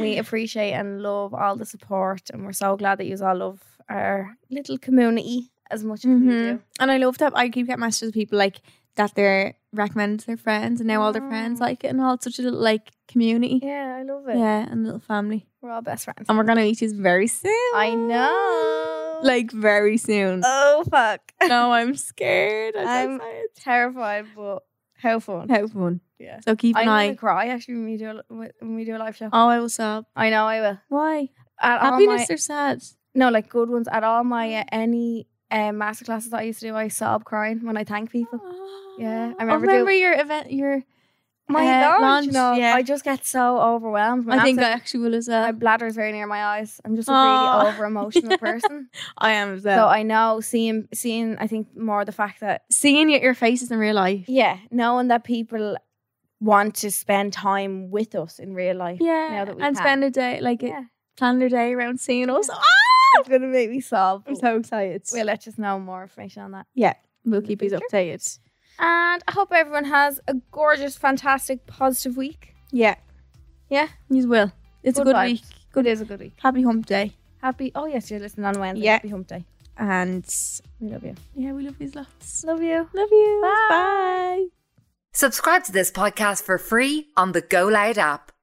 S3: we appreciate and love all the support. And we're so glad that you all love our little community as much as we do.
S4: Mm-hmm. And I love that I keep getting messages of people like that they're recommended to their friends and now all their friends like it and all it's such a little like community.
S3: Yeah, I love
S4: Yeah,
S3: it.
S4: and a little family.
S3: We're all best friends.
S4: And we're gonna meet you very soon.
S3: I know.
S4: "Oh." Like very soon.
S3: oh, fuck.
S4: no, I'm scared. I'm, so
S3: I'm-
S4: excited.
S3: Terrified, but how fun.
S4: Have fun.
S3: Yeah.
S4: So keep
S3: I'm
S4: an
S3: going
S4: eye.
S3: to cry actually when we do a, when we do a live show.
S4: Oh, I will sob.
S3: I know I will.
S4: Why?
S3: At all
S4: Happiness
S3: Oh, my-
S4: or sad?
S3: no, like good ones. At all my uh, any um, master classes that I used to do, I sob crying when I thank people. Oh.
S4: I
S3: Yeah, I remember
S4: Oh, remember,
S3: doing-
S4: your event. Your
S3: My
S4: Uh,
S3: lunch,
S4: lunch,
S3: you know,
S4: yeah.
S3: I just get so overwhelmed. My
S4: I think I
S3: abs-
S4: actually will as
S3: my
S4: well.
S3: bladder is very near my eyes. I'm just a
S4: Aw.
S3: really over emotional person.
S4: I am as
S3: So I know seeing seeing. I think more the fact that
S4: seeing your, your faces in real life.
S3: yeah, knowing that people want to spend time with us in real life.
S4: Yeah,
S3: now that we
S4: and
S3: can.
S4: spend a day like
S3: Yeah.
S4: plan their day around seeing us. Ah!
S3: It's gonna make me sob.
S4: I'm
S3: but
S4: so excited.
S3: We'll let us know more information on that.
S4: we'll keep you updated.
S3: And I hope everyone has a gorgeous, fantastic, positive week.
S4: Yeah,
S3: Yeah.
S4: you will. It's a
S3: Good
S4: good
S3: vibes.
S4: week.
S3: Good is a good week.
S4: Happy Hump Day,
S3: Happy. Oh yes, you're listening on Wednesday.
S4: Yeah.
S3: Happy Hump Day.
S4: and
S3: We love you.
S4: yeah, we love you lots.
S3: Love you.
S4: Love you.
S3: Bye.
S4: Bye.
S1: Subscribe to this podcast for free on the Go Loud app.